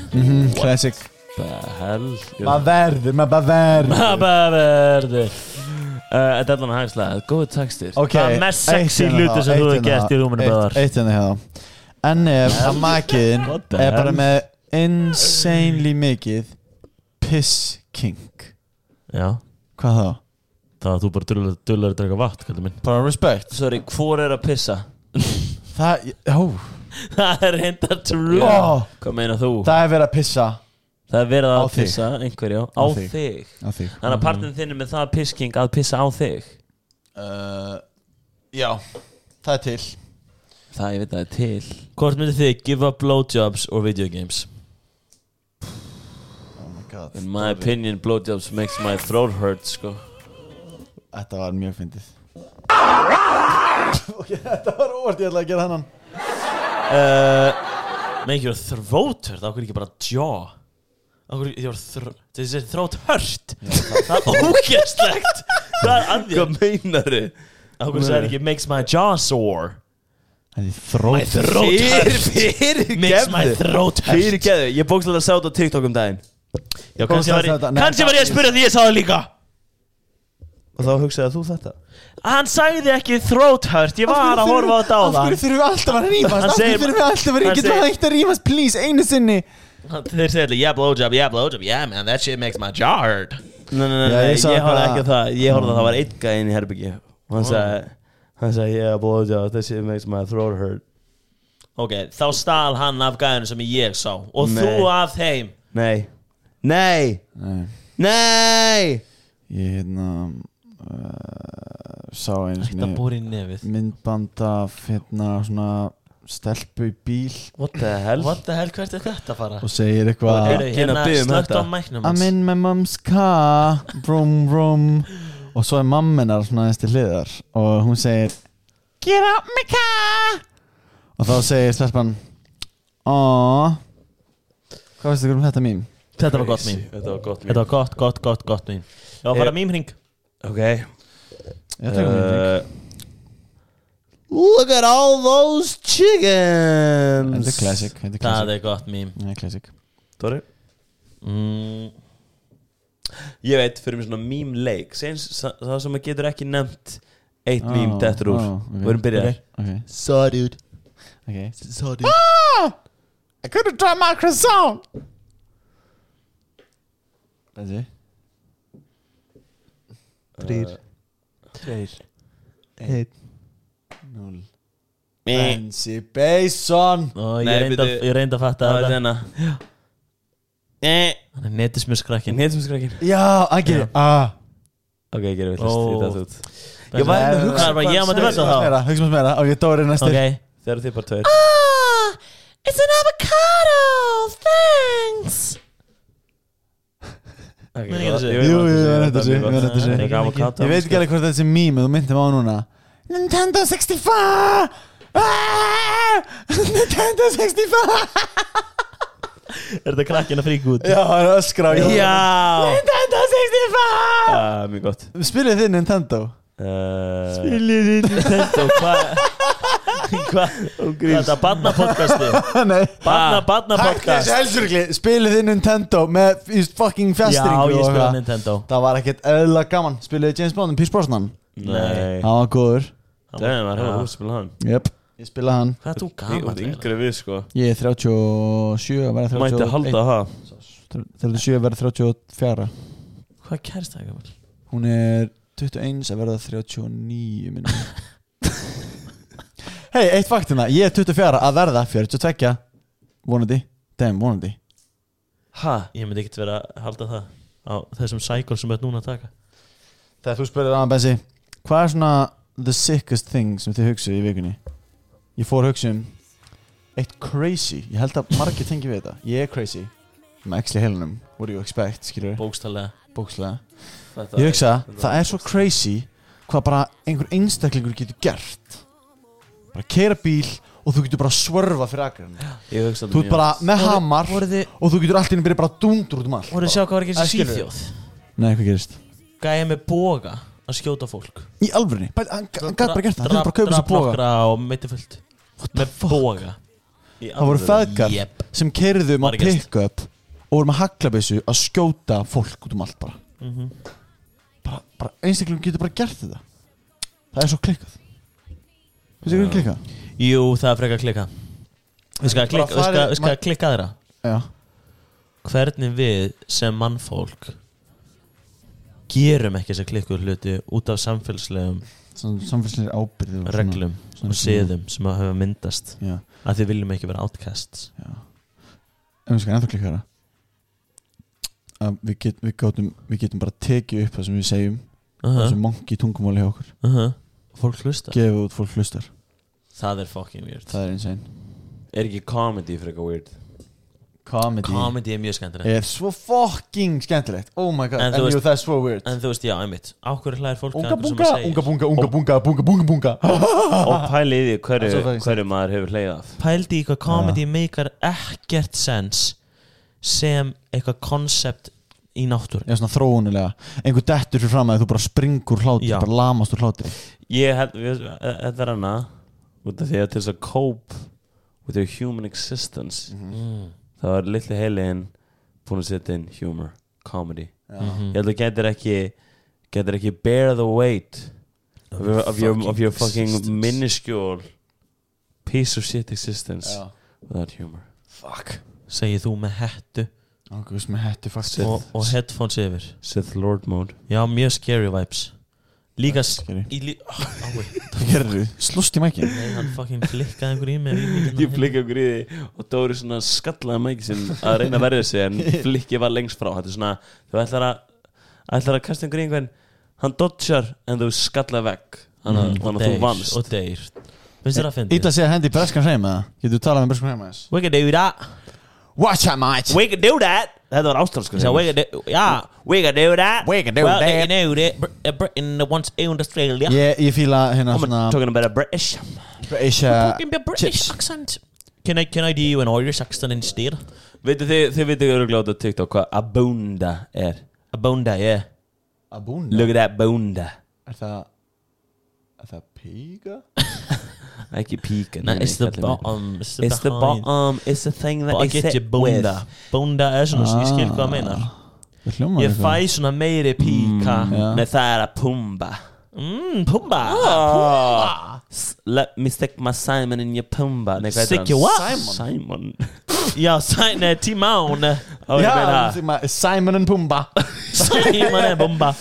[SPEAKER 1] Classic
[SPEAKER 3] Helgjum
[SPEAKER 1] Maður verður, maður bara verður
[SPEAKER 3] Habaverði Eh, Þetta er allan að hagslega, góðu textir
[SPEAKER 1] Ok,
[SPEAKER 2] Það er mest sexy
[SPEAKER 1] eitt hérna
[SPEAKER 2] hlutur
[SPEAKER 1] þá,
[SPEAKER 2] sem þú
[SPEAKER 1] eitt
[SPEAKER 2] hefur
[SPEAKER 1] hérna
[SPEAKER 2] gert í
[SPEAKER 1] þá,
[SPEAKER 2] rúminu,
[SPEAKER 1] eitt-
[SPEAKER 2] bróðar.
[SPEAKER 1] Eitt hérna hérna En ef að makiðin
[SPEAKER 3] What the
[SPEAKER 1] er bara
[SPEAKER 3] hell?
[SPEAKER 1] með insanely mikið piss kink
[SPEAKER 2] Já
[SPEAKER 1] Hvað þá?
[SPEAKER 2] Það að þú bara dullar, dullar að draka vatn, kallið minn
[SPEAKER 1] Bara respect
[SPEAKER 3] Sorry, hvor er að pissa?
[SPEAKER 1] Það, ó,
[SPEAKER 3] það er hendar true
[SPEAKER 1] Ó.
[SPEAKER 3] Hvað meina þú?
[SPEAKER 1] það er verið að pissa
[SPEAKER 3] það er verið
[SPEAKER 1] Á
[SPEAKER 3] að
[SPEAKER 1] þig.
[SPEAKER 3] pissa einhverjá á,
[SPEAKER 1] Á
[SPEAKER 3] þig, Mhm.
[SPEAKER 1] þig. á því
[SPEAKER 3] Þannig að partin þinn er með það pisking að pissa á þig
[SPEAKER 1] uh, Já, það er til
[SPEAKER 3] Það ég veit að það er til
[SPEAKER 2] Hvort myndir þið give up blowjobs or video games?
[SPEAKER 1] Oh my god,
[SPEAKER 3] In my opinion, blowjobs makes my throat hurt sko.
[SPEAKER 1] þetta var mjög fyndið Ok, þetta var óvart, ég ætla að gera hennan
[SPEAKER 2] Make your throat hurt, ákveð ekki bara jaw Ákveð ekki, your throat Þessi er throat hurt Það er ógeðslegt Það er að þér Hvað meinaru? Ákveð það er ekki makes my jaw sore
[SPEAKER 1] Það er þrótt
[SPEAKER 2] Throat hurt Makes my throat hurt
[SPEAKER 3] geðu, ég bókslega sá þetta á TikTok um daginn
[SPEAKER 2] Já, kannski
[SPEAKER 1] Góð
[SPEAKER 2] var ég-
[SPEAKER 1] þetta- nei,
[SPEAKER 2] kannski
[SPEAKER 1] það-
[SPEAKER 2] var ég að spyrja því ég sá það líka
[SPEAKER 3] Og þá hugsaði þú þetta
[SPEAKER 2] Hann sagði ekki throat hurt, ég var að horfa á þetta á
[SPEAKER 1] Af hverju þurfum við alltaf að rýmast?
[SPEAKER 2] Hann
[SPEAKER 1] Af hverju
[SPEAKER 2] segir-
[SPEAKER 1] þurfum við alltaf að
[SPEAKER 2] hann
[SPEAKER 1] rýmast? Getur það
[SPEAKER 2] segir-
[SPEAKER 1] eitt að rýmast, please, einu sinni
[SPEAKER 2] Þeir segja allir, yeah blowjob, yeah blowjob, yeah man, that shit makes my jaw hurt
[SPEAKER 3] Nei, nei, nei,
[SPEAKER 1] Já, ég
[SPEAKER 3] nei ég,
[SPEAKER 1] sá
[SPEAKER 3] ég
[SPEAKER 1] það. Mm.
[SPEAKER 3] horfði ekki á það Ég horfði að það var einn gæðin í herbyggi Og hann sagði Hann sagði, yeah, blowjob, that shit makes my throat hurt
[SPEAKER 2] Ok, þá stal hann af gæðinu sem ég sá Og
[SPEAKER 3] Nei.
[SPEAKER 2] þú af þeim
[SPEAKER 3] Nei Nei
[SPEAKER 1] Nei,
[SPEAKER 3] Nei
[SPEAKER 1] ég hérna uh, sá einu
[SPEAKER 2] Þetta
[SPEAKER 1] sinni
[SPEAKER 2] búr í nefið
[SPEAKER 1] myndband af hérna svona stelpu í bíl
[SPEAKER 3] What the hell
[SPEAKER 2] What the hell, hvert er þetta fara?
[SPEAKER 1] og segir eitthvað
[SPEAKER 2] Heyrðu,
[SPEAKER 3] Enginn að
[SPEAKER 2] Hérna,
[SPEAKER 3] biðja um
[SPEAKER 2] slögt á
[SPEAKER 3] þetta.
[SPEAKER 2] mæknum
[SPEAKER 1] I'm
[SPEAKER 2] hans
[SPEAKER 1] in my mom's car vroom vroom og svo er mamminar svona aðeins til hliðar og hún segir Get out my car og þá segir stelpan Aww Hvað veistu ykkur um þetta mím?
[SPEAKER 2] Þetta var gott mín
[SPEAKER 3] Þetta var gott
[SPEAKER 2] Þetta var gott, gott, gott, gott mín Já, fara
[SPEAKER 3] Ég-
[SPEAKER 2] mýmring
[SPEAKER 3] Ok
[SPEAKER 1] Ég
[SPEAKER 2] Eh,
[SPEAKER 1] tekur uh, mím
[SPEAKER 3] Uh, Look at all those chickens
[SPEAKER 1] Þetta er classic Þetta er
[SPEAKER 2] Það
[SPEAKER 1] classic
[SPEAKER 2] er gott mím
[SPEAKER 1] Þetta er classic
[SPEAKER 3] Dóri
[SPEAKER 2] mm,
[SPEAKER 3] Ég veit, fyrir mér svona meme leik Seins, það sem maður getur ekki nefnt Eitt
[SPEAKER 1] Ó,
[SPEAKER 3] meme dettur úr
[SPEAKER 1] ó,
[SPEAKER 3] oh,
[SPEAKER 1] Ah, ok.
[SPEAKER 3] Við erum byrjaðir
[SPEAKER 1] Ok
[SPEAKER 3] Sorry dude
[SPEAKER 1] Ok
[SPEAKER 3] Sorry
[SPEAKER 1] Ah! I couldn't drive my croissant Þessi
[SPEAKER 3] Þrýr Þrýr
[SPEAKER 1] Eitt Núl
[SPEAKER 2] Eh.
[SPEAKER 1] Bensi Beison
[SPEAKER 2] Og ég
[SPEAKER 3] Nei,
[SPEAKER 2] reyndi að-
[SPEAKER 3] byrju.
[SPEAKER 2] ég reyndi að fatta
[SPEAKER 3] Það var
[SPEAKER 2] þetta
[SPEAKER 3] þennan
[SPEAKER 2] Hann er netismjöskrakkin
[SPEAKER 3] Netumskrakkin
[SPEAKER 1] Já, hann gerir ah,
[SPEAKER 3] Ok, ég gerum við
[SPEAKER 2] Ó.
[SPEAKER 3] þetta út Ég var
[SPEAKER 1] Nei,
[SPEAKER 3] að hugsa
[SPEAKER 2] Það var ég að maður verða
[SPEAKER 1] Hugsa
[SPEAKER 2] þá
[SPEAKER 1] meira, hugsa meira Ok, Dóri er næstur
[SPEAKER 2] Ok,
[SPEAKER 3] Þegar þið bara tveir
[SPEAKER 2] Ah, It's an avocado, thanks
[SPEAKER 3] Ok,
[SPEAKER 2] Meni
[SPEAKER 3] ég
[SPEAKER 2] ekki
[SPEAKER 3] veit
[SPEAKER 2] þessu.
[SPEAKER 3] ég
[SPEAKER 1] Jú, jú,
[SPEAKER 3] veit
[SPEAKER 1] ég veit
[SPEAKER 3] þetta
[SPEAKER 1] þessu,
[SPEAKER 3] mjög
[SPEAKER 1] ég
[SPEAKER 3] gott.
[SPEAKER 1] veit þessu.
[SPEAKER 3] Ég gaf avocado.
[SPEAKER 1] Ég veit ekki alveg hvort þessi mím Þú myndum á núna Nintendo 64 Ah, Nintendo 64
[SPEAKER 2] Er þetta krakkin að fríka út?
[SPEAKER 1] Já, hann er öskra
[SPEAKER 3] Já
[SPEAKER 1] Nintendo 64
[SPEAKER 3] Ah, Mjög gott
[SPEAKER 1] Spilið þið Nintendo?
[SPEAKER 3] Uh,
[SPEAKER 2] Spilið í Nintendo Hvað Hvað Þetta er barnapodcasti
[SPEAKER 1] Ah, Nei
[SPEAKER 2] Barna, barnapodcast
[SPEAKER 1] Helsurgli Spilið þið Nintendo með í fucking
[SPEAKER 2] Já,
[SPEAKER 1] fjastringu
[SPEAKER 2] ég
[SPEAKER 1] og
[SPEAKER 2] spila
[SPEAKER 1] eitthvað.
[SPEAKER 2] Nintendo
[SPEAKER 1] Það var ekkert eðlilega gaman Spilið þið James Bond um Pierce Brosnan
[SPEAKER 3] Nei
[SPEAKER 1] Það var góður
[SPEAKER 3] Dæmi, maður
[SPEAKER 2] Já.
[SPEAKER 3] hefur húspil hann
[SPEAKER 1] Jöp Ég spilaði hann
[SPEAKER 2] Hvað er þú
[SPEAKER 3] Þú ert
[SPEAKER 2] gaman?
[SPEAKER 3] yngri við sko
[SPEAKER 1] Ég er 37 að vera
[SPEAKER 3] Mætti halda
[SPEAKER 1] 31
[SPEAKER 3] það
[SPEAKER 1] 37 að vera 34
[SPEAKER 2] Hvað kærst það gaman?
[SPEAKER 1] Hún er 21 að verða 39 minni Hei, eitt faktina Ég er 24 að verða 42 Vonandi Damn, vonandi
[SPEAKER 2] Ha? Ég myndi ekkert vera að halda það Á þessum cycle sem við erum núna að taka
[SPEAKER 1] Þegar þú spurðir annað bensi Hvað er svona the sickest thing sem þið hugsuðu í vikunni? Ég fór að hugsa um Eitt crazy Ég held að margir tengi við þetta Ég er crazy Með axli heilunum What do you expect, skilur
[SPEAKER 2] Bókstallega
[SPEAKER 1] bókslega
[SPEAKER 3] Þetta
[SPEAKER 1] Ég
[SPEAKER 3] er-
[SPEAKER 1] hugsa, það er svo crazy hvað bara einhver einstaklingur getur gert bara keira bíl og þú getur bara svörfa fyrir akkurinn
[SPEAKER 3] Ég hugsa um
[SPEAKER 1] þú ert bara með hamar
[SPEAKER 2] voru þið-
[SPEAKER 1] og þú getur allt inn byrja bara dundur út um allt
[SPEAKER 2] Voru að sjá hvað var að gera í
[SPEAKER 1] Æskilur.
[SPEAKER 2] Svíþjóð
[SPEAKER 1] Nei, hvað gerist?
[SPEAKER 2] Gæja með boga að skjóta fólk
[SPEAKER 1] Í alvörinni, hann hann gat bara gert það hann gat bara kaupið sér boga
[SPEAKER 2] nokkra og mitti fullt Með boga
[SPEAKER 1] Það voru feðgar
[SPEAKER 2] Jep.
[SPEAKER 1] sem keirðu um
[SPEAKER 2] Bara
[SPEAKER 1] að
[SPEAKER 2] gerst.
[SPEAKER 1] pick-up og voru með haglabessu að skjóta fólk út um allt bara
[SPEAKER 2] Mhm.
[SPEAKER 1] bara, bara einstaklingur getur bara gert þetta það er svo klikkað Þú veist ekki klikkað?
[SPEAKER 2] Jú, það er frekar klikka Við skal
[SPEAKER 1] Bara
[SPEAKER 2] klikka, við skal,
[SPEAKER 1] farið-
[SPEAKER 2] við skal klikka þeirra
[SPEAKER 1] Já
[SPEAKER 2] Hvernig við sem mannfólk gerum ekki þess að klikku hluti út af samfélslegum
[SPEAKER 1] samfélagslega ábyrði
[SPEAKER 2] reglum
[SPEAKER 1] svona-
[SPEAKER 2] og siðum sem að hafa myndast
[SPEAKER 1] Já,
[SPEAKER 2] að þið viljum ekki vera outcasts
[SPEAKER 1] já En við skal ennþá klikka það að við, get, við, gátum, við getum bara tekið upp það sem við segjum
[SPEAKER 2] uh
[SPEAKER 1] það sem mongi tungumáli hjá okkur
[SPEAKER 2] uh-huh. Fólk hlusta
[SPEAKER 1] gefið út fólk hlustar
[SPEAKER 2] Það er fucking weird
[SPEAKER 1] það er insane
[SPEAKER 3] Er ekki comedy frekar weird
[SPEAKER 1] comedy,
[SPEAKER 2] Comedy er mjög skemmtilegt
[SPEAKER 1] er svo fucking skemmtilegt oh my god
[SPEAKER 2] En
[SPEAKER 1] en,
[SPEAKER 2] þú
[SPEAKER 1] jú
[SPEAKER 2] veist-
[SPEAKER 1] það er svo weird
[SPEAKER 2] En þú veist, já, einmitt Ákveður hlæðir fólk
[SPEAKER 1] unga bunga unga bunga unga bunga bunga bunga bunga
[SPEAKER 3] Og pæli í því
[SPEAKER 1] Það er
[SPEAKER 3] hverju,
[SPEAKER 1] svo fæðist.
[SPEAKER 3] hverju maður hefur hleyð af
[SPEAKER 2] Pældi í hvað comedy meikar ekkert sens sem eitthvað koncept í náttúru
[SPEAKER 1] já svona þróunilega einhver dettur fyrir fram að þú bara springur hlátur
[SPEAKER 2] Já.
[SPEAKER 1] bara lamast úr hlátur
[SPEAKER 3] Ég held, við- eh, þetta er hana Út af því að til þess að cope With your human existence Það var litli heilin Búin að setja inn humor, comedy
[SPEAKER 2] Mhm.
[SPEAKER 3] Ég held að getur ekki Getur ekki bear the weight Of your, of your, of your fucking minuscule Piece of shit existence Without humor
[SPEAKER 1] fuck
[SPEAKER 2] segir þú með hettu
[SPEAKER 1] ángust með hættu fakt
[SPEAKER 2] og, og headphones yfir
[SPEAKER 3] Sith Lord mode
[SPEAKER 2] Já, mjög scary vibes Líka s-
[SPEAKER 1] Scary.
[SPEAKER 2] í lí... Ái,
[SPEAKER 1] gerðu slúst í mækin
[SPEAKER 2] nei, hann fucking flikkaði einhver í mig
[SPEAKER 3] Ég flikki okkur í því og Dóri svona skallaði mæki sinn að reyna að verja sig en flikki var lengst frá Þetta er svona, þú ætlar að ætlar að kasta einhver í einhvern hann dodjar en þú skallaði vekk þannig að- þannig að þú vannst
[SPEAKER 2] Og deyr Finnst þér að fyndi?
[SPEAKER 1] Ítla að segja hendi í breskan hreim eða? Getur þú talað með breskan hreim aðeins?
[SPEAKER 2] We can do that
[SPEAKER 1] Watch out mate
[SPEAKER 2] We can do that
[SPEAKER 3] Þetta var ástralskur
[SPEAKER 2] So we can do, yeah, we can do that.
[SPEAKER 1] We can do
[SPEAKER 2] well,
[SPEAKER 1] that.
[SPEAKER 2] Well, you know that Br- uh, Britain once owned Australia.
[SPEAKER 1] Ég, ég fíla hérna svona
[SPEAKER 3] Talking about a British
[SPEAKER 1] Asia
[SPEAKER 2] Give me a British accent. Can I can I do you an Irish accent instead?
[SPEAKER 3] Veitu þið, þið veitu ekki öruglega á þetta TikTok hvað abunda er
[SPEAKER 2] A bunda, yeah.
[SPEAKER 1] Abunda
[SPEAKER 3] Look at that bunda
[SPEAKER 1] Er það Er það píka?
[SPEAKER 3] Ekki píka
[SPEAKER 2] No,
[SPEAKER 3] nei,
[SPEAKER 2] it's
[SPEAKER 3] nei,
[SPEAKER 2] the
[SPEAKER 3] kallið
[SPEAKER 2] bottom. It's the,
[SPEAKER 3] mig. It's the
[SPEAKER 2] behind.
[SPEAKER 3] bottom It's the thing that
[SPEAKER 2] But I
[SPEAKER 3] I
[SPEAKER 2] get you
[SPEAKER 3] sit with
[SPEAKER 2] bunda. Bunda er svona, ég skil hvað það meinar.
[SPEAKER 1] Það hljómar
[SPEAKER 2] Ég fæ svona meiri píka.
[SPEAKER 3] Nei, það er að pumba
[SPEAKER 2] Mm, pumba.
[SPEAKER 3] S- Let me stick my Simon in your Pumba Nei, hvað heitir
[SPEAKER 2] Stick
[SPEAKER 3] hann?
[SPEAKER 2] your what?
[SPEAKER 3] Simon
[SPEAKER 2] Já, sæn, nei, Timón.
[SPEAKER 3] Ó, ég meina
[SPEAKER 1] Já, ma- Simon and Pumba
[SPEAKER 2] Sæman er pumba.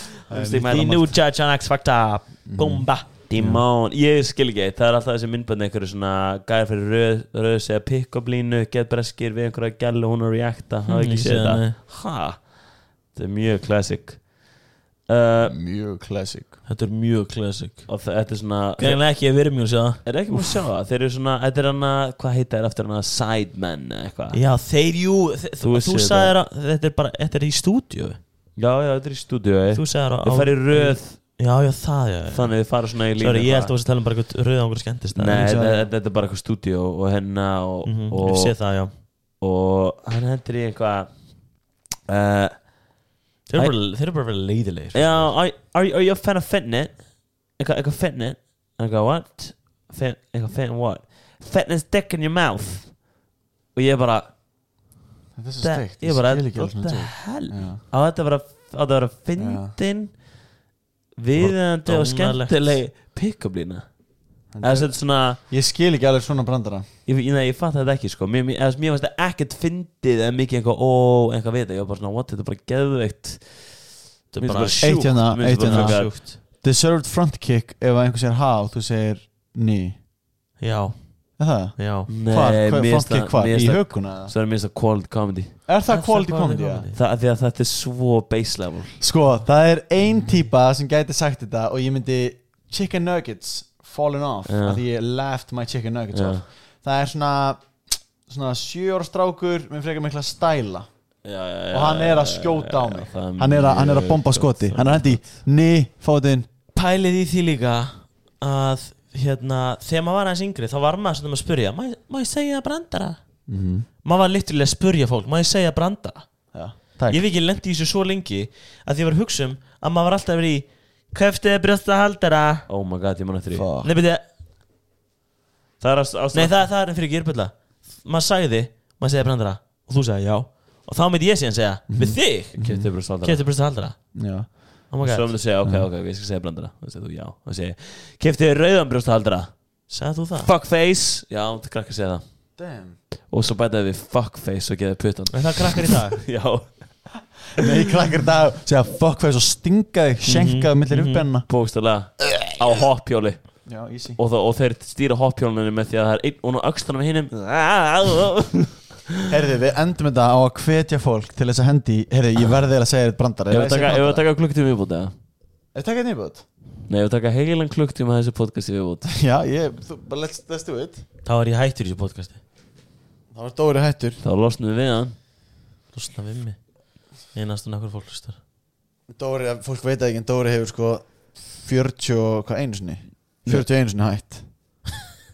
[SPEAKER 3] Stick my-
[SPEAKER 2] The new judge on X Factor. Pumba.
[SPEAKER 3] Timon Ég skil ekki Það er alltaf þessi myndbönd einhverju svona Gæði fyrir röð Röð segja pick up línu Get breskir við einhverja gælu Hún er að reacta Það er
[SPEAKER 2] ég
[SPEAKER 3] ekki
[SPEAKER 2] sé
[SPEAKER 3] séð
[SPEAKER 2] það,
[SPEAKER 3] þetta
[SPEAKER 2] nei.
[SPEAKER 3] Ha Þetta er mjög classic uh,
[SPEAKER 1] Mjög classic
[SPEAKER 2] Þetta er mjög classic.
[SPEAKER 3] Og það- þetta er svona
[SPEAKER 2] Greinlega ekki, ég verið mjög sér það.
[SPEAKER 3] Er ekki múið að sjá það Þeir eru svona Þetta er hana Hvað heita er eftir hana Sidemen eða eitthvað
[SPEAKER 2] Já, þeir jú þe- Þú,
[SPEAKER 3] Þú
[SPEAKER 2] þú
[SPEAKER 3] sér
[SPEAKER 2] sagðir að þetta er bara Þetta er í stúdíu
[SPEAKER 3] Já, já, þetta er í stúdíu
[SPEAKER 2] Þú sagðir að
[SPEAKER 3] Þau fara í röð
[SPEAKER 2] Já, já, það já já.
[SPEAKER 3] Þannig þau fara svona í línu
[SPEAKER 2] Sorry, ég
[SPEAKER 3] hvað?
[SPEAKER 2] held að þú varst að tala um bara eitthvað röð ángur skemmtist
[SPEAKER 3] Nei,
[SPEAKER 1] Hugsaðu-
[SPEAKER 3] þetta þetta er bara eitthvað stúdíu og hérna og,
[SPEAKER 2] Mhm, Ég sé
[SPEAKER 3] og,
[SPEAKER 2] það, já
[SPEAKER 3] og hann hendur í eitthvað uh,
[SPEAKER 2] Þeir
[SPEAKER 3] Æ-
[SPEAKER 2] eru bara, þeir eru bara verið leiðilegir
[SPEAKER 3] Já, are, are, you- are you a fan of Fitnit? Eitthvað, eitthvað Fitnit? Eitthvað what? Fit, eitthvað Fitnit what? Fitness dick in your mouth Og ég bara
[SPEAKER 1] Þetta er svo
[SPEAKER 3] "That-
[SPEAKER 1] steikt
[SPEAKER 3] Ég bara,
[SPEAKER 1] skil ekki
[SPEAKER 3] what
[SPEAKER 1] alls með
[SPEAKER 3] the
[SPEAKER 1] þetta
[SPEAKER 3] hell?
[SPEAKER 1] Já.
[SPEAKER 3] Á þetta að vera, á þetta að vera fyndin Viðandi og
[SPEAKER 2] Dónalegt.
[SPEAKER 3] skemmtileg Pick-up lína Eða þetta er svona
[SPEAKER 1] Ég skil ekki alveg svona brandara
[SPEAKER 3] Ég, ég, nei, ég fatt þetta ekki sko Mér, mér, eða, mér fannst það ekkert fyndið eða mikið eitthvað ó, eitthvað við þetta Ég var bara svona, what, þetta er bara geðveikt
[SPEAKER 2] Þetta er
[SPEAKER 3] Mér finnst
[SPEAKER 2] bara
[SPEAKER 3] bara
[SPEAKER 2] sjúkt
[SPEAKER 3] sjúkt.
[SPEAKER 1] Eitt hérna,
[SPEAKER 3] Mér
[SPEAKER 1] eitt
[SPEAKER 3] finnst
[SPEAKER 1] hérna
[SPEAKER 3] bara
[SPEAKER 2] bara
[SPEAKER 3] sjúkt.
[SPEAKER 2] sjúkt.
[SPEAKER 1] Deserved front kick ef einhver sér há og þú segir ný
[SPEAKER 2] Já,
[SPEAKER 1] Er það?
[SPEAKER 2] já
[SPEAKER 1] Hvar?
[SPEAKER 3] Nei,
[SPEAKER 1] Hvað-
[SPEAKER 3] mér
[SPEAKER 1] Front
[SPEAKER 3] finnst
[SPEAKER 1] kick hvað?
[SPEAKER 3] mér
[SPEAKER 1] Í
[SPEAKER 3] finnst það-
[SPEAKER 1] höguna?
[SPEAKER 3] Svo er mér finnst það quality comedy
[SPEAKER 1] Er það quality comedy? ja?
[SPEAKER 3] Það af því að þetta er svo base level
[SPEAKER 1] Sko, það er ein típa sem gæti sagt þetta og ég myndi chicken nuggets falling off
[SPEAKER 3] Já.
[SPEAKER 1] að því ég laughed my chicken nuggets
[SPEAKER 3] Já.
[SPEAKER 1] off það er svona svona sjö ára strákur með frekar mikla stæla og hann er að skjóta á mig hann er að, hann er að bomba skoti hann er hendi ný, fótinn
[SPEAKER 2] pælið í því líka að hérna, þegar maður var aðeins yngri þá var maður svona að spyrja má, ég- má ég segja brandara?
[SPEAKER 1] Mhm.
[SPEAKER 2] maður var litrilega að spyrja fólk má ég segja brandara?
[SPEAKER 1] takk
[SPEAKER 2] ég hef ekki lendi í þessu svo lengi að ég var að hugsa um að maður var alltaf verið í kæftið brjósta haldara
[SPEAKER 3] Oh my god, ég man eftir því
[SPEAKER 1] Fuck.
[SPEAKER 2] nei, beti,
[SPEAKER 3] Það er ást- ást-
[SPEAKER 2] nei það, það er enn fyrir ekki yrbilla maður sagði, maður segja brandara og þú sagði já og þá myndi ég síðan segja
[SPEAKER 1] Mhm.
[SPEAKER 2] við þig
[SPEAKER 3] Keypti bara sandala.
[SPEAKER 2] kæftið brjósta haldara
[SPEAKER 1] já.
[SPEAKER 2] oh my
[SPEAKER 3] Svo
[SPEAKER 2] god
[SPEAKER 3] myndi segja, ok, ok, ég skal segja brandara Það segir þú já Það segir, kefti rauðan brjóstahaldara
[SPEAKER 2] sagði þú það?
[SPEAKER 3] Fuckface Já, það krakkar segja það Damn Og svo bætaði við fuckface og geði puttan
[SPEAKER 2] en það krakkar í dag
[SPEAKER 3] Já
[SPEAKER 1] nei, krakkar í dag segja fuck hvað er svo stingaði sjenkaði millir uppbenna
[SPEAKER 3] Bókstallega Á hoppjóli
[SPEAKER 1] Mhm. já, easy
[SPEAKER 3] og, það, og þeir stýra hoppjólunni með því að það er einn og ná axlunum með hinnum
[SPEAKER 1] herði, við endum þetta á að hvetja fólk til þess að hendi herði, ég verði eiginlega að segja þér brandar
[SPEAKER 3] Ef við taka, ef við taka klukkutíma viðbútt eða?
[SPEAKER 1] er þetta nýbútt?
[SPEAKER 3] Nei, ef við taka heilan klukkutíma þessu podcasti viðbútt
[SPEAKER 1] já, ég, þú, bara let's, let's do it
[SPEAKER 2] þá er ég hættur í þessu podcasti
[SPEAKER 1] þá er Dóri hættur
[SPEAKER 3] Þá losnum við við hann
[SPEAKER 2] Lústa við mig Einast og nokkur fólk lustar
[SPEAKER 1] Dóri, fólk veit ekki en Dóri hefur sko 40, og- hvað einu sinni 41 sinni hætt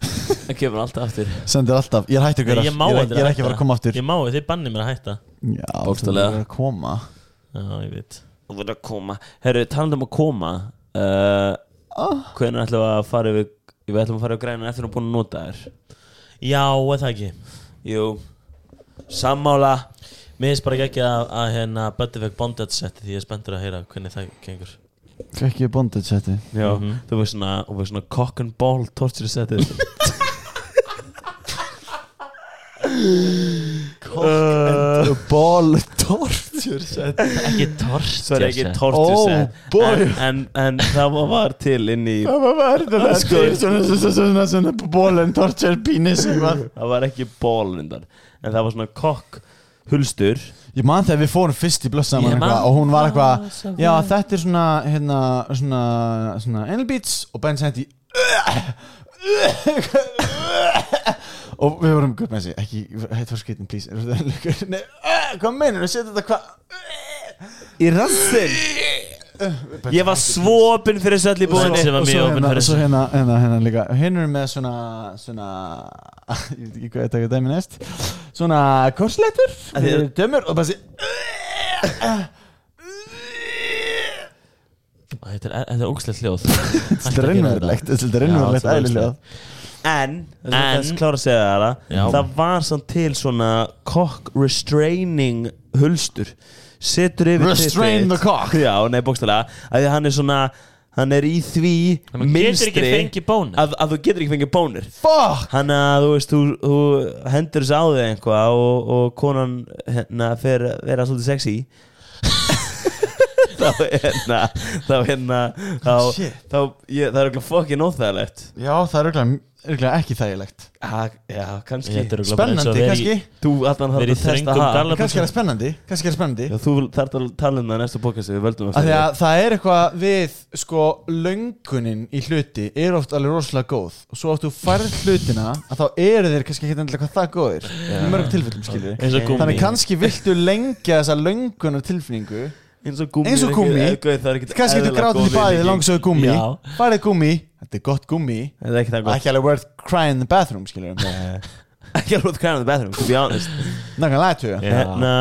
[SPEAKER 3] Það kemur alltaf aftur
[SPEAKER 1] sendir alltaf, ég er hættur
[SPEAKER 2] Ég,
[SPEAKER 1] gaurar.
[SPEAKER 2] má
[SPEAKER 1] ég, er-
[SPEAKER 2] þetta
[SPEAKER 1] ég er ekki að fara að koma aftur
[SPEAKER 2] Ég má þetta, þið bannir mér að hætta
[SPEAKER 1] já, þú
[SPEAKER 3] Bókstaflega.
[SPEAKER 1] verður að koma
[SPEAKER 2] Já, ég veit
[SPEAKER 3] Þú verður að koma Herru, talandum að koma uh, Hvernig ætlum við að fara yfir Við ætlum að fara yfir græna eftir að búin að nota þér
[SPEAKER 2] Já, eða það ekki
[SPEAKER 3] Jú Sammála
[SPEAKER 2] Mér finnst bara ekki að, að hérna Böndi vekk bondage setti því ég er spenntur að heyra hvernig það gengur Mhm.
[SPEAKER 1] ekki bondage setti
[SPEAKER 3] Já Þú veist svona, þú veist svona cock and ball torture setið
[SPEAKER 1] ball torture setti
[SPEAKER 2] Ekki torst
[SPEAKER 3] Það er ekki torture
[SPEAKER 1] Oh,
[SPEAKER 3] set
[SPEAKER 1] boy.
[SPEAKER 3] en, en, en það var- var til inn í Sko,
[SPEAKER 1] það var verður að segja svona svona svona svona ball and torture penis eitthvað
[SPEAKER 3] Það var ekki ból reyndar En það var svona kokk hulstur
[SPEAKER 1] Ég man þegar við fórum fyrst í blöss saman
[SPEAKER 2] Ég man
[SPEAKER 1] eitthvað og hún var eitthvað
[SPEAKER 2] það svo
[SPEAKER 1] Já,
[SPEAKER 2] vel."
[SPEAKER 1] þetta er svona, hérna, svona, svona anal beats og Ben sendi og við vorum gutt með þessi ekki, þetta var skritin, please er þetta leikur? Nei, hvað meinar, við setjum þetta hvað
[SPEAKER 3] Í rassin Ég var svo opinn fyrir þessu öll í
[SPEAKER 2] Svo-
[SPEAKER 3] búinni
[SPEAKER 2] sem var
[SPEAKER 1] og
[SPEAKER 2] mjög
[SPEAKER 1] svo
[SPEAKER 2] opinn
[SPEAKER 1] hérna,
[SPEAKER 2] fyrir
[SPEAKER 1] svo
[SPEAKER 2] þessu
[SPEAKER 1] hérna, hérna, hérna líka hinn er með svona, svona ég veit ekki hvað ég taka dæmi næst svona korsleitur dömur og bara sér
[SPEAKER 2] Þetta er, þetta er ógslegt hljóð Þetta
[SPEAKER 1] þetta er raunverulegt, þetta er raunverulegt
[SPEAKER 2] Já, þetta er
[SPEAKER 1] eðlilega
[SPEAKER 3] En, en
[SPEAKER 2] En-
[SPEAKER 3] Þess klára að segja það
[SPEAKER 2] Já.
[SPEAKER 3] það Það var samt til svona Cock restraining hulstur Setur yfir
[SPEAKER 1] Restrain
[SPEAKER 3] tippið.
[SPEAKER 1] the cock.
[SPEAKER 3] Já, nei, bókstælega Því að hann er svona Hann er í því
[SPEAKER 2] maður getur ekki
[SPEAKER 3] mynstri
[SPEAKER 2] fengið bónus.
[SPEAKER 3] Að, að þú getur ekki fengið bónir
[SPEAKER 1] fuck
[SPEAKER 3] Þannig að þú veist, þú, þú hendur þessu á þig einhvað og, og konan hérna fer að vera svolítið sexy Þá hérna, þá hérna, þá,
[SPEAKER 1] Shit.
[SPEAKER 3] þá ég, það er okkur fokkin óþægilegt
[SPEAKER 1] Já, það er örgulega ekki þægilegt
[SPEAKER 3] ha, Já, kannski
[SPEAKER 2] Þetta er örugglega bara eins
[SPEAKER 1] Spennandi
[SPEAKER 2] og að vera í-
[SPEAKER 1] kannski
[SPEAKER 3] Þú allan
[SPEAKER 2] Verið
[SPEAKER 3] þarf
[SPEAKER 2] í
[SPEAKER 3] að testa
[SPEAKER 2] þröngum
[SPEAKER 3] það
[SPEAKER 2] dal-
[SPEAKER 1] Kannski er það spennandi Kannski er það spennandi
[SPEAKER 3] Já, þú þarf að tala um það í næstu bókast við völdum
[SPEAKER 1] Af því að það er eitthvað við sko löngunin í hluti er oft alveg rosalega góð og svo oft þú færð hlutina að þá eru þeir kannski ekki endilega hvað það góðir í mörgum tilfellum skilur
[SPEAKER 2] Eins og gúmmí.
[SPEAKER 1] Þannig kannski viltu lengja þessa löngunar tilfinningu
[SPEAKER 3] eins og gummi
[SPEAKER 1] eins og gúmmí. Kannski getur grátið í baðið langsöðu gummi
[SPEAKER 2] Já.
[SPEAKER 1] Færið gummi Þetta er gott gummi
[SPEAKER 3] Það er ekki það góð
[SPEAKER 1] Ekki alveg worth crying in the bathroom skilur
[SPEAKER 3] Ekki alveg hvað er það bathroom, to be honest
[SPEAKER 1] Nákvæmlega aðtöga
[SPEAKER 2] Já.
[SPEAKER 3] Hérna,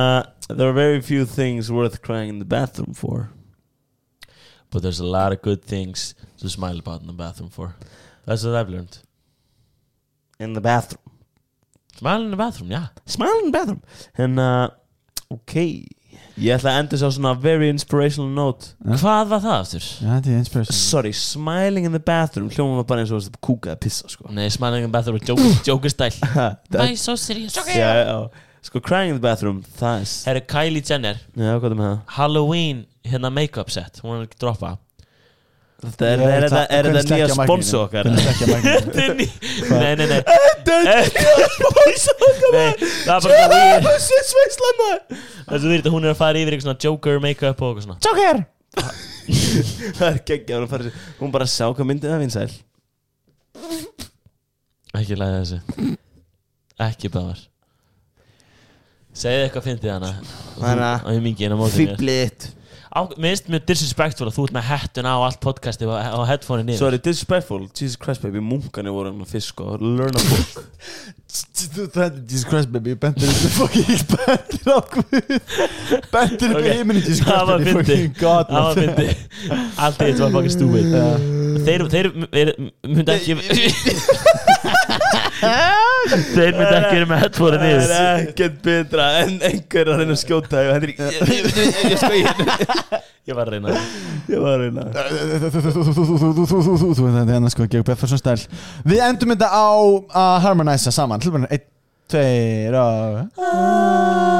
[SPEAKER 3] there are very few things worth crying in the bathroom for
[SPEAKER 2] But there's a lot of good things to smile about in the bathroom for That's what I've learned
[SPEAKER 3] In the bathroom
[SPEAKER 2] Smile in the bathroom, já
[SPEAKER 3] Smile in the bathroom Hérna, ok Ég ætla að enda þess á svona very inspirational note
[SPEAKER 2] Hvað var það aftur?
[SPEAKER 1] Já, þetta er inspiration
[SPEAKER 3] Sorry, smiling in the bathroom Hljóma var bara eins og þess að kúka að pissa sko
[SPEAKER 2] Nei, smile in the bathroom, joke- joker style
[SPEAKER 3] Það-
[SPEAKER 4] so serious.
[SPEAKER 3] Já, já Sko, crying in the bathroom, það er
[SPEAKER 2] Herru Kylie Jenner
[SPEAKER 3] Já, hvað er með það?
[SPEAKER 2] Halloween hérna make-up set hún er ekki að droppa
[SPEAKER 3] Þetta er- Er þetta- er þetta nýja sponsu okkar?
[SPEAKER 1] okkar
[SPEAKER 2] Þetta er ný- Nei, nei, nei Nei, það er bara svo weird Það er svo weird að hún er að fara yfir eitthvað svona Joker make-up og eitthvað svona
[SPEAKER 1] Joker
[SPEAKER 3] Það er geggja, hún, fari, hún bara sá hvað myndið af vinsæl
[SPEAKER 2] Ekki læða þessu Ekki bæðar Segðu eitthvað fyndið hana
[SPEAKER 10] Hana.
[SPEAKER 2] Á himingin á mótinu
[SPEAKER 10] Fýbliðitt
[SPEAKER 2] Á- Mér finnst mjög disrespectful að þú ert með hettuna á allt podcasti og, og headphone niður
[SPEAKER 3] Sorry, disrespectful Jesus Christ baby, munkarnir voru um fisk og learn a book
[SPEAKER 1] Jesus Christ baby Bendir upp Fucking bendir á Guð Bendir upp
[SPEAKER 2] Ok.
[SPEAKER 1] í heiminu Jesus
[SPEAKER 2] Það
[SPEAKER 1] Christ
[SPEAKER 2] var
[SPEAKER 1] baby
[SPEAKER 2] fyndið.
[SPEAKER 1] Fucking god
[SPEAKER 2] Það var
[SPEAKER 1] love.
[SPEAKER 2] fyndi Allt í þetta var fucking stúið Þeir, þeir, þeir myndi ekki Þeir myndi ekki verið með headphone
[SPEAKER 3] Það
[SPEAKER 2] niður
[SPEAKER 3] er ekkert betra en einhver hérna að reyna að skjóta og Henrik, ég, ég, ég, ég, sko, ég,
[SPEAKER 2] Ég var að reyna
[SPEAKER 3] ég var að reyna
[SPEAKER 1] Þú þetta er sko Georg Beffersson stæl Við uh, endum þetta á að harmonæsa saman Hljóðbæðin 1, 2 og